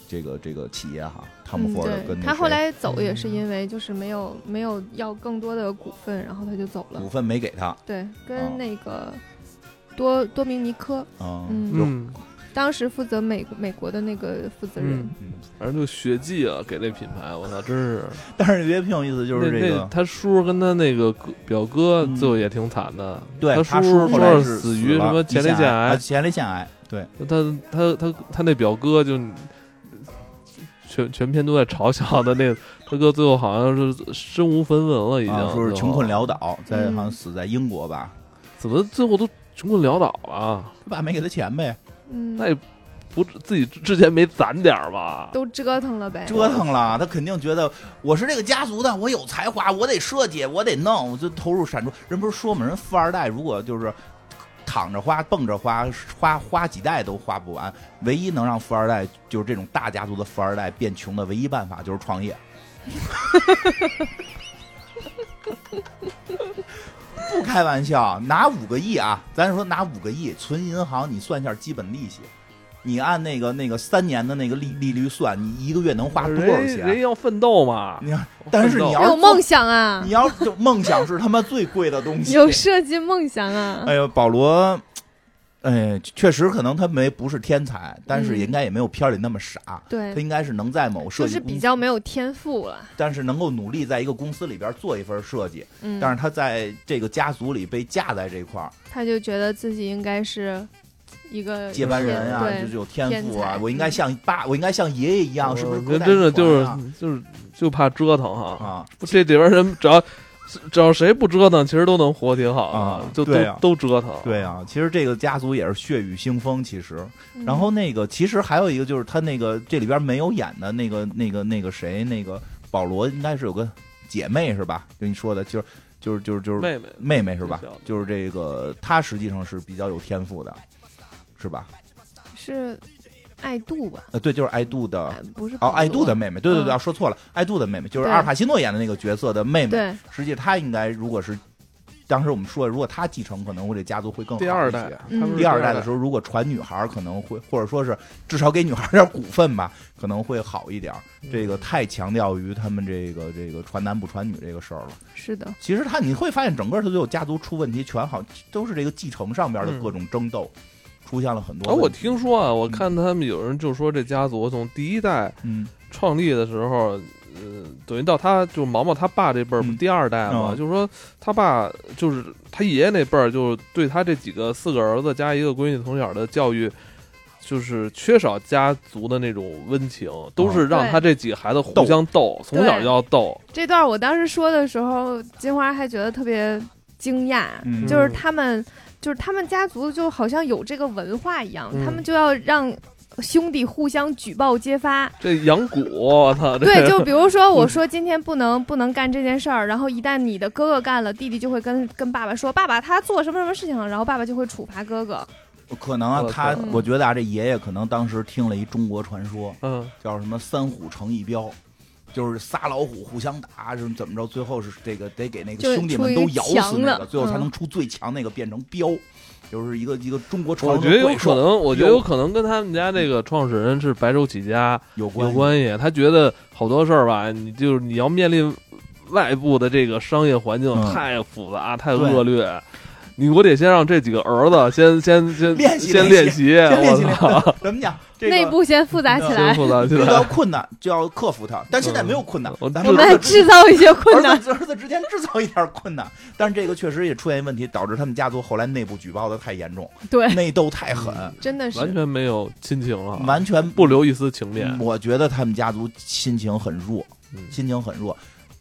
这个这个企业哈，汤姆·
嗯，
福尔
对
跟那
他后
谁嗯
来走也是因为就是没有没有要更多的股份，然后他就走了
股。份没给他，
对，
哦
跟那个多多明尼科
嗯，
嗯
就
嗯，
当时负责美美国的那个负责人
嗯，
嗯
反正就血迹啊，给这品牌，我操，真是。
[laughs] 但是也挺有意思，就是
那
这
那
个
他叔跟他那个哥表哥
嗯
最后也挺惨的，
对
他
他
叔
后
说
来
是
是
死于什
了
么
胰
前列
腺
腺
啊
癌，
前列腺癌，对，
他他他他那表哥就全全篇都在嘲笑他那他哥，最后好像是身无分文了，已经
啊说
最后
是穷困潦倒，在
嗯
好像死在英国吧，
怎么最后都穷困潦倒了？啊
他爸没给他钱呗，
嗯，
那也不自己之前没攒点儿吧？
都折腾了呗。
折腾了，他肯定觉得我是这个家族的，我有才华，我得设计，我得弄，我就投入产出。人不是说嘛，人富二代如果就是躺着花、蹦着花，花花几代都花不完。唯一能让富二代就是这种大家族的富二代变穷的唯一办法就是创业。不开玩笑，拿五个亿啊，咱说拿五个亿存银行，你算一下基本利息。你按那个那个三年的那个利利率算，你一个月能花多少
人
钱？啊
人要奋斗嘛，
你看，但是你要是
要有
做
梦，想啊
你，要是就梦想是他妈最贵的东西。
[laughs] 有设计梦想啊。
哎呦，保罗，哎，确实可能他没不是天才，但是
嗯
应该也没有片儿里那么傻。他
对，
应该是能在某设
就
计
是
公
比
司，
较没有天赋了。
但是能够努力在一个公司里边做一份设计。
嗯，
但是他在这个家族里被架在这块儿，
他就觉得自己应该是一个
接班人啊，
对
就是有天赋
天
啊
才，
我应该像爸，我应该像爷爷一样，是不是
我
隔
觉
代
得
遗
真的
传
就是
啊？
就是就怕折腾哈。
啊，
这里边人只要只要谁不折腾，其实都能活挺好的，
啊
就都、
对啊
都折腾。
对啊，其实这个家族也是血雨腥风，其实。
嗯
然后那个，其实还有一个就是他那个这里边没有演的那个那个那个谁，那个保罗应该是有个姐妹是吧？就你说的，就是就是就是就是
妹妹
妹妹是吧
最小的？
就是这个她实际上是比较有天赋的，是吧？
是爱杜吧，
呃，对，就是爱杜的
哎不是
哦，
保罗
爱杜的妹妹，对对对，
嗯
啊说错了，爱杜的妹妹就是
对
阿尔帕西诺演的那个角色的妹妹。
对，
实际她应该如果是当时我们说，如果她继承，可能会这家族会更好
第二
一
代
些，
他们是
嗯
第二代的时候，如果传女孩儿，可能会或者说是至少给女孩儿点儿股份吧，可能会好一点儿。
嗯
这个太强调于他们这个这个传男不传女这个事儿了。
是的，
其实他你会发现，整个他最后家族出问题，全好都是这个继承上边的
嗯
各种争斗，出现了很
啊，
多问题。
我听说啊，我看他们有人就说这家族从第一代
嗯，
创立的时候，呃，等于到他就是毛毛他爸这辈儿不
嗯
第二代嘛，
哦
嗯
就是说他爸就是他爷爷那辈儿，就是对他这几个四个儿子加一个闺女从小的教育，就是缺少家族的那种温情，都是让
对
他这几个孩子互相斗，从小就要斗。
这段我当时说的时候，金花还觉得特别惊讶，
嗯
就是他们，就是他们家族就好像有这个文化一样，
嗯
他们就要让兄弟互相举报揭发。
这养蛊，我操！这
对，就比如说我说今天不能不能干这件事儿，然后一旦你的哥哥干了，弟弟就会跟跟爸爸说，爸爸他做什么什么事情了，然后爸爸就会处罚哥哥。
可能啊
我，
他
操
我觉得啊，这爷爷可能当时听了一中国传说，
嗯，
叫什么“三虎成一彪”，就是仨老虎互相打，是怎么着？最后是这个得给那
就
个
是
兄弟们都咬死
出于
那个，
强的嗯
最后才能出最强那个变成彪，就是一个一个中国传
我
说
觉得有
怪
可
兽
能，我觉得有可能跟他们家那个创始人是白手起家
有
有
系。
关系。他觉得好多事儿吧，你就是你要面临外部的这个商业环境
嗯
太复杂、太
对
恶劣，你我得先让这几个儿子先先先
练习
先
练
习，
先练
我
习练习
操，， [laughs]
怎么讲？这个
内部先复杂起
嗯
辛
来，
苦了，现
遇到
在
困难就要克服它，但现在没有困难
嗯我，
咱
我
我
们
们制造一些困难
儿。子儿子之间制造一点困难，但是这个确实也出现问题，导致他们家族后来内部举报的太严
[laughs]
重，
对，
内斗太狠，
真的
完
是。
全没有亲情了，
完全
嗯
嗯
不留一丝情面。
我觉得他们家族亲情很弱，
嗯
亲情很弱，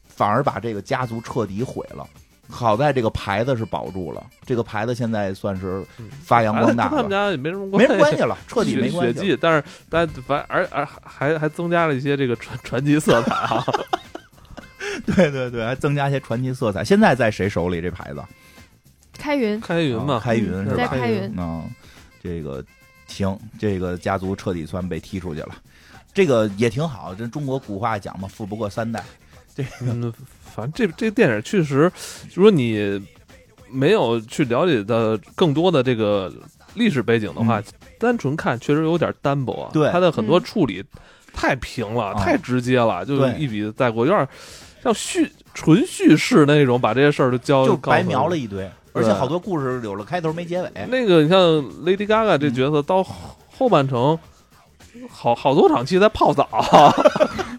反而把这个家族彻底毁了。好在这个牌子是保住了，这个牌子现在算是
嗯
发扬
反正跟
光大
他们
了，
家也没什么
没
关
什么关系了，彻底
血
没关
血
系了。
迹，但是但反而而还还增加了一些这个传传奇色
[laughs]
彩啊。
对对对，还增加一些传奇色彩。现在在谁手里？这牌子
开云
开云嘛，
啊开云是
在
吧？
开云，
嗯，这个停，这个家族彻底算被踢出去了，这个也挺好。这中国古话讲嘛，富不过三代。
嗯，反正这这电影确实，就说你没有去了解的更多的这个历史背景的话，单纯看确实有点单薄啊。
嗯对
它的很多
嗯
处理太平了，
啊
太直接了，就
对
一笔带过，有点像叙纯叙事那种，把这些事儿都交
就白
告诉
描
你
了一堆，而且好多故事有了开头没结尾。
那个，你像 Lady Gaga
嗯
这角色到后后半程，好好多场戏在泡澡， [laughs]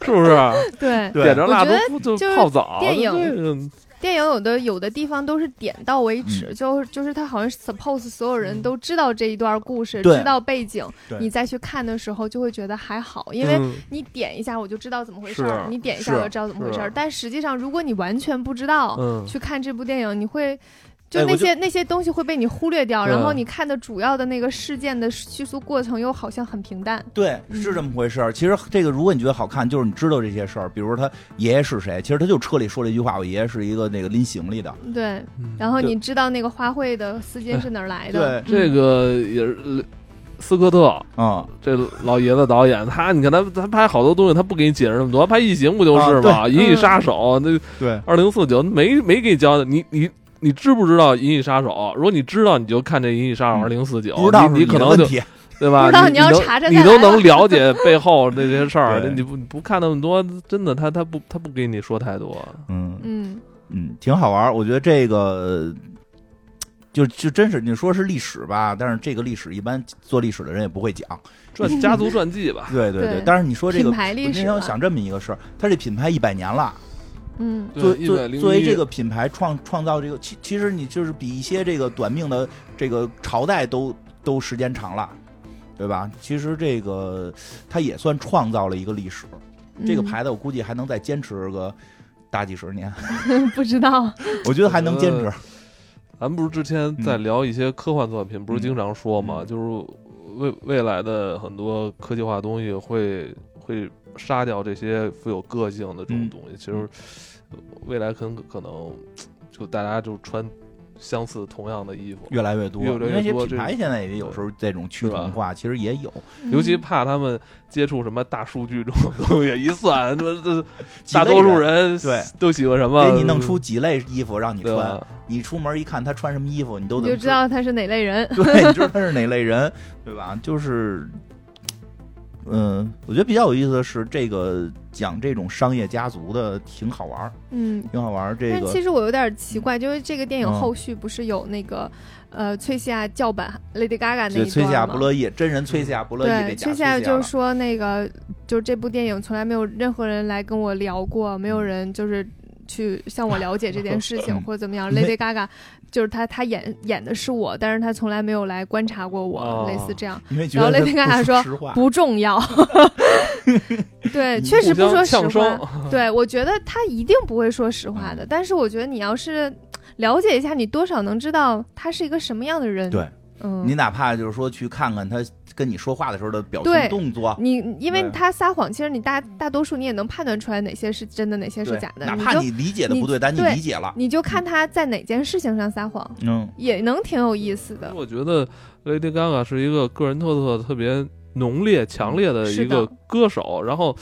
是不是？
对
对
点着蜡
我觉得
烛就
就是
泡澡。
电影
这个
电影有的有的地方都是点到为止，
嗯
就是就是他好像 suppose 所有人都知道这一段故事，
对
知道背景
对，
你再去看的时候就会觉得还好，因为
嗯
你点一下我就知道怎么回事
是
儿，你点一下
是
我就知道怎么回事儿
是。
但实际上，如果你完全不知道、
嗯
去看这部电影，你会。
哎
就
我
那
就嗯
些那些东西会被你忽略掉，
对
然后你看的主要的那个事件的叙述过程又好像很平淡。
对，是这么回事儿。其实这个，如果你觉得好看，就是你知道这些事儿，比如他爷爷是谁，其实他就车里说了一句话：“我爷爷是一个那个拎行李的。
对，
嗯
然后你知道那个花卉的丝巾是哪儿来的？
哎对
这个
嗯
也是呃斯科特
嗯
这老爷子导演，他你看他他拍好多东西，他不给你解释那么多，拍《异形》不就是吗？
啊
银
嗯
翼杀手》那
对，
二零四九没没给你教的，你你。你知不知道《银翼杀手》？如果你知道，你就看这《银翼杀手
嗯
二零四九
不知道》，
哦你
是
可
的
能
问
就
题。
对吧？
不知道
你
你要
能
查查
你
再
都
来
能了
[laughs]
解背后这些事儿。
对
你不你不看那么多，真的他他不他不给你说太多。
嗯
嗯，
嗯，挺好玩儿。我觉得这个就就真是你说是历史吧，但是这个历史一般做历史的人也不会讲。
传家族传记吧，
对对
对
但是你说这个
品，牌
我
历
那
史
天我
了，
想这么一个事儿，他这品牌一百年了。
嗯，
作
对
作
101
作为这个品牌创创造这个，其其实你就是比一些这个短命的这个朝代都都时间长了，对吧？其实这个它也算创造了一个历史。这个
嗯
牌子我估计还能再坚持个大几十年，
[laughs] 不知道，
我觉得还能坚持。
咱们不是之前在聊一些科幻作品，不是经常说嘛，
嗯
就是未未来的很多科技化的东西会会杀掉这些富有个性的这种东西。其实呃未来很可能就大家就穿相似同样的衣服，
越来越多，
越来越
因为
多
这品牌现在也有时候这种趋同化，其实也有
尤其
嗯
怕他们接触什么大数据这种东西， [laughs] 一算，这这
几
大
类
多数人
对
都喜欢什么？嗯
给你弄出几类衣服让你
对啊
穿，
吧？
你出门一看他穿什么衣服，你都
你
能
就知道他是哪类人。
对，你知道他是哪类人， [laughs] 对吧？就是，嗯，我觉得比较有意思的是，这个讲这种商业家族的挺好玩儿，
嗯，
挺好玩儿。这
但其
个
实我有点奇怪，就是这个电影
嗯
后续不是有那个呃崔西亚叫板 Lady Gaga 那
这
一
崔西亚
段
不
吗？
乐意，真人崔西亚不乐意这
对，
假
崔
崔
西
亚
亚就是
了
说
嗯
那个，就是这部电影从来没有任何人来跟我聊过，没有人就是去向我了解这件事
[laughs]
情或者怎么样。Lady Gaga 就是她，她演演的是我，但是她从来没有来观察过我，
哦
类似这样
因为觉
然后
得
雷霆卡
不
说
实话，
不重要。 [laughs] 对，确实不
互
说
相
实
呛
话
声。，
嗯
对，我觉得他一定不会说实话的。但是我觉得你要是了解一下，你多少能知道他是一个什么样的人。
对，
嗯，
你哪怕就是说去看看他跟你说话的时候的表
对
情动作，
你因为
对
他撒谎，其实你大大多数你也能判断出来哪些是真的，哪些是
对
假，的。
哪
你
怕
就
你理解的
你
不对，但你
对
理解了，
你就看他在哪件事情上撒谎，
嗯，
也能挺有意思的。
我觉得 Lady Gaga 是一个个人特色特别浓烈、强烈的
嗯是
一
的
个歌手，然后。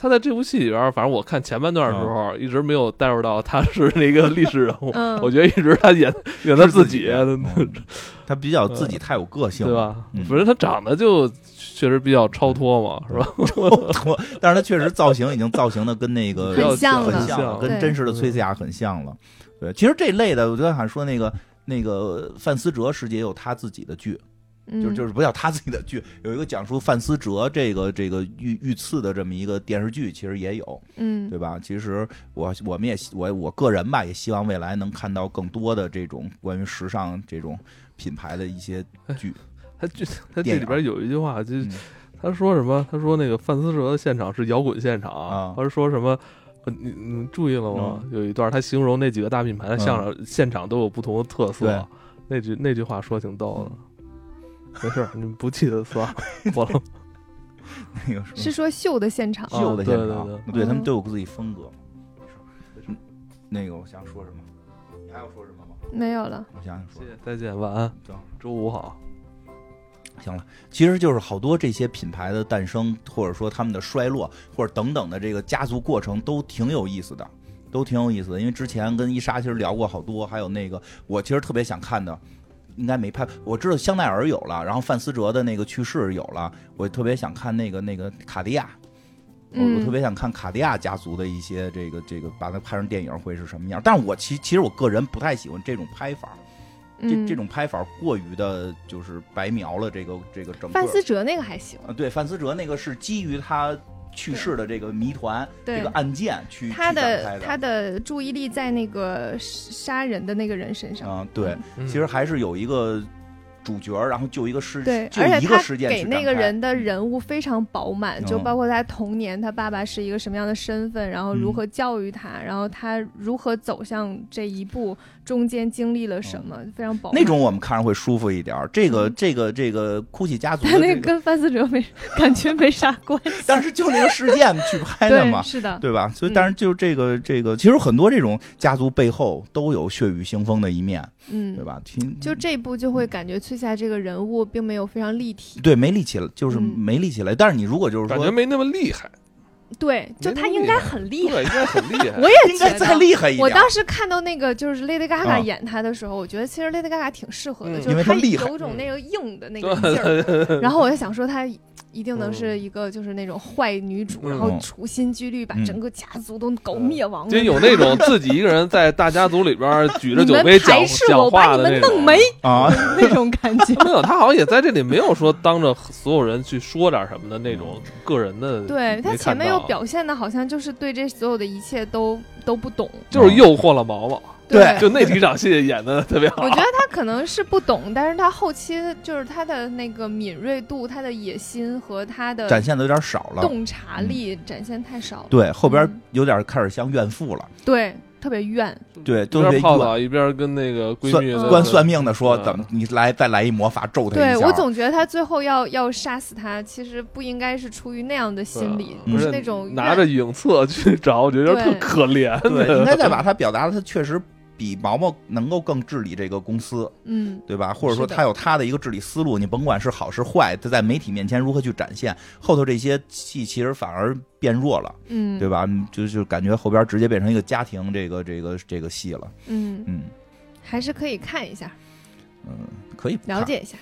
她在这部戏里边儿，反正我看前半段的时
啊
候，一直没有带入到她是那个历史人物。
嗯
我觉得一直她演演她
是
自
己
己，啊
的嗯 [laughs] 他比较自己太有个
嗯
性，
对？吧
嗯？
反正她长得就确实比较超脱嘛，是吧？
但是他确实造型已经造型的跟那个
比
很
较
像
很
了
像了，
对
跟真实的崔斯亚很像了。对，其实这类的，我觉得好像说那个那个范思哲师姐也有他自己的剧，
嗯，
就是就是不叫他自己的剧，有一个讲述范思哲这个这个遇遇刺的这么一个电视剧，其实也有，
嗯，
对吧？其实我我们也希我我个人吧，也希望未来能看到更多的这种关于时尚这种品牌的一些剧。
她剧她这
电影
里边有一句话，就是
嗯
他说什么？他说那个范思哲的现场是摇滚现场，
啊
他说什么？呃你你注意了吗？有一段他形容那几个大品牌的
嗯
现场、现场都有不同的特
对嗯
色，那句那句话说挺逗的。没事儿，你们不记得算
[laughs]
了，我了。
那个什么哦
是说秀的现场。
啊
旧的现场，
对对
对
他们
嗯
都有自己风格。嗯那个我想说什么？你还要说什么吗？
没有了，
我想想说
谢，谢，再见，晚安，
行
周五好。
行了，其实就是好多这些品牌的诞生，或者说他们的衰落，或者等等的这个家族过程，都挺有意思的，都挺有意思的。因为之前跟伊莎其实聊过好多，还有那个我其实特别想看的。应该没拍，我知道香奈儿有了，然后范思哲的那个去世有了，我特别想看那个那个卡地亚，我我
嗯，
特别想看卡地亚家族的一些这个这个，把它拍成电影会是什么样？但是我其其实我个人不太喜欢这种拍法，这
嗯
这种拍法过于的就是白描了这个这个整个。
范思哲那个还行，
啊，对，范思哲那个是基于他去世的这个谜团、这
对
个，案件去
他
去展开
的他的注意力在那个杀人的那个人身上。
啊，对，
嗯
其实还是有一个主角，然后就一个事，
对，
就
而
一
且
个
他
事件去
给那
展
个
开
人的人物非常饱满，就
嗯
包括他童年，他爸爸是一个什么样的身份，然后
嗯
如何教育他，然后他如何走向这一步，中间经历了什么，非常
哦
饱满。
那种我们看着会舒服一点儿。这个
嗯
这个这个哭泣家族的
他那
这
个
个，
跟范思哲没 [laughs] 感觉没啥关系。
但是就那个事件去拍的嘛
对，，是的，
对吧？所以，
嗯
但是就这个这个，其实很多这种家族背后都有血雨腥风的一面，对
嗯，
吧？听
就这一步就会感觉崔夏这个人物并没有非常立体。
对没力气了，就是
嗯
没力气了。但是你如果就是
感觉
说，
没那么厉害，
对，就
没那
他
么
应
厉
该
害
很厉害。
对，应该很
[laughs]
厉害。
我也
应
觉
该
得
再厉害一点。
我当时看到那个就是 Lady
啊
Gaga 演她的时候，我觉得其实 Lady Gaga 挺适合的，
嗯
就
因为
是
她
她
厉害
有种那个硬的那个劲儿。
对对 [laughs] 对
然后我就想说，她一定能是一个就是那种坏女主，
嗯
然后处心积虑把
嗯
整个家族都搞灭亡
就
了。
有那种自己一个人在大家族里边举着
你
酒
们
杯讲
排斥
讲
我，把
话
你
的那
们
种
弄没
[laughs]
啊，
那种感觉。
啊没有，他好像也在这里没有说当着所有人去说点什么的那种个人的。
对她
没
前
看
面又
到
表现的好像就是对这所有的一切都都不懂，
就是诱惑了毛毛，
对
就那几场戏演的特别好。
我觉得他可能是不懂，但是他后期就是他的那个敏锐度、他的野心和他的
展现的有点少了。嗯
洞察力展现太少了，
对，后边
嗯
有点开始像怨妇了。
对，特别怨，
对，
一
都
边
被
泡
怨
澡一边跟那个闺蜜在
算
那
关算命的说，
嗯
怎么你来再来一魔法咒他一
对
下。
我总觉得他最后要要杀死他，其实不应该是出于那样的心理，
对
不
是
而且
那种
拿着影册去找，我觉得特
对
可怜。 [laughs]
对，应该再把他表达的，他确实比毛毛能够更治理这个公司。
嗯，
对吧？或者说
是的
他有他的一个治理思路，你甭管是好是坏，他在媒体面前如何去展现，后头这些戏其实反而变弱了，
嗯，
对吧？就就感觉后边直接变成一个家庭这个这个这个戏了，
嗯，
嗯
还是可以看一下，
嗯，可以不看
了，解一下，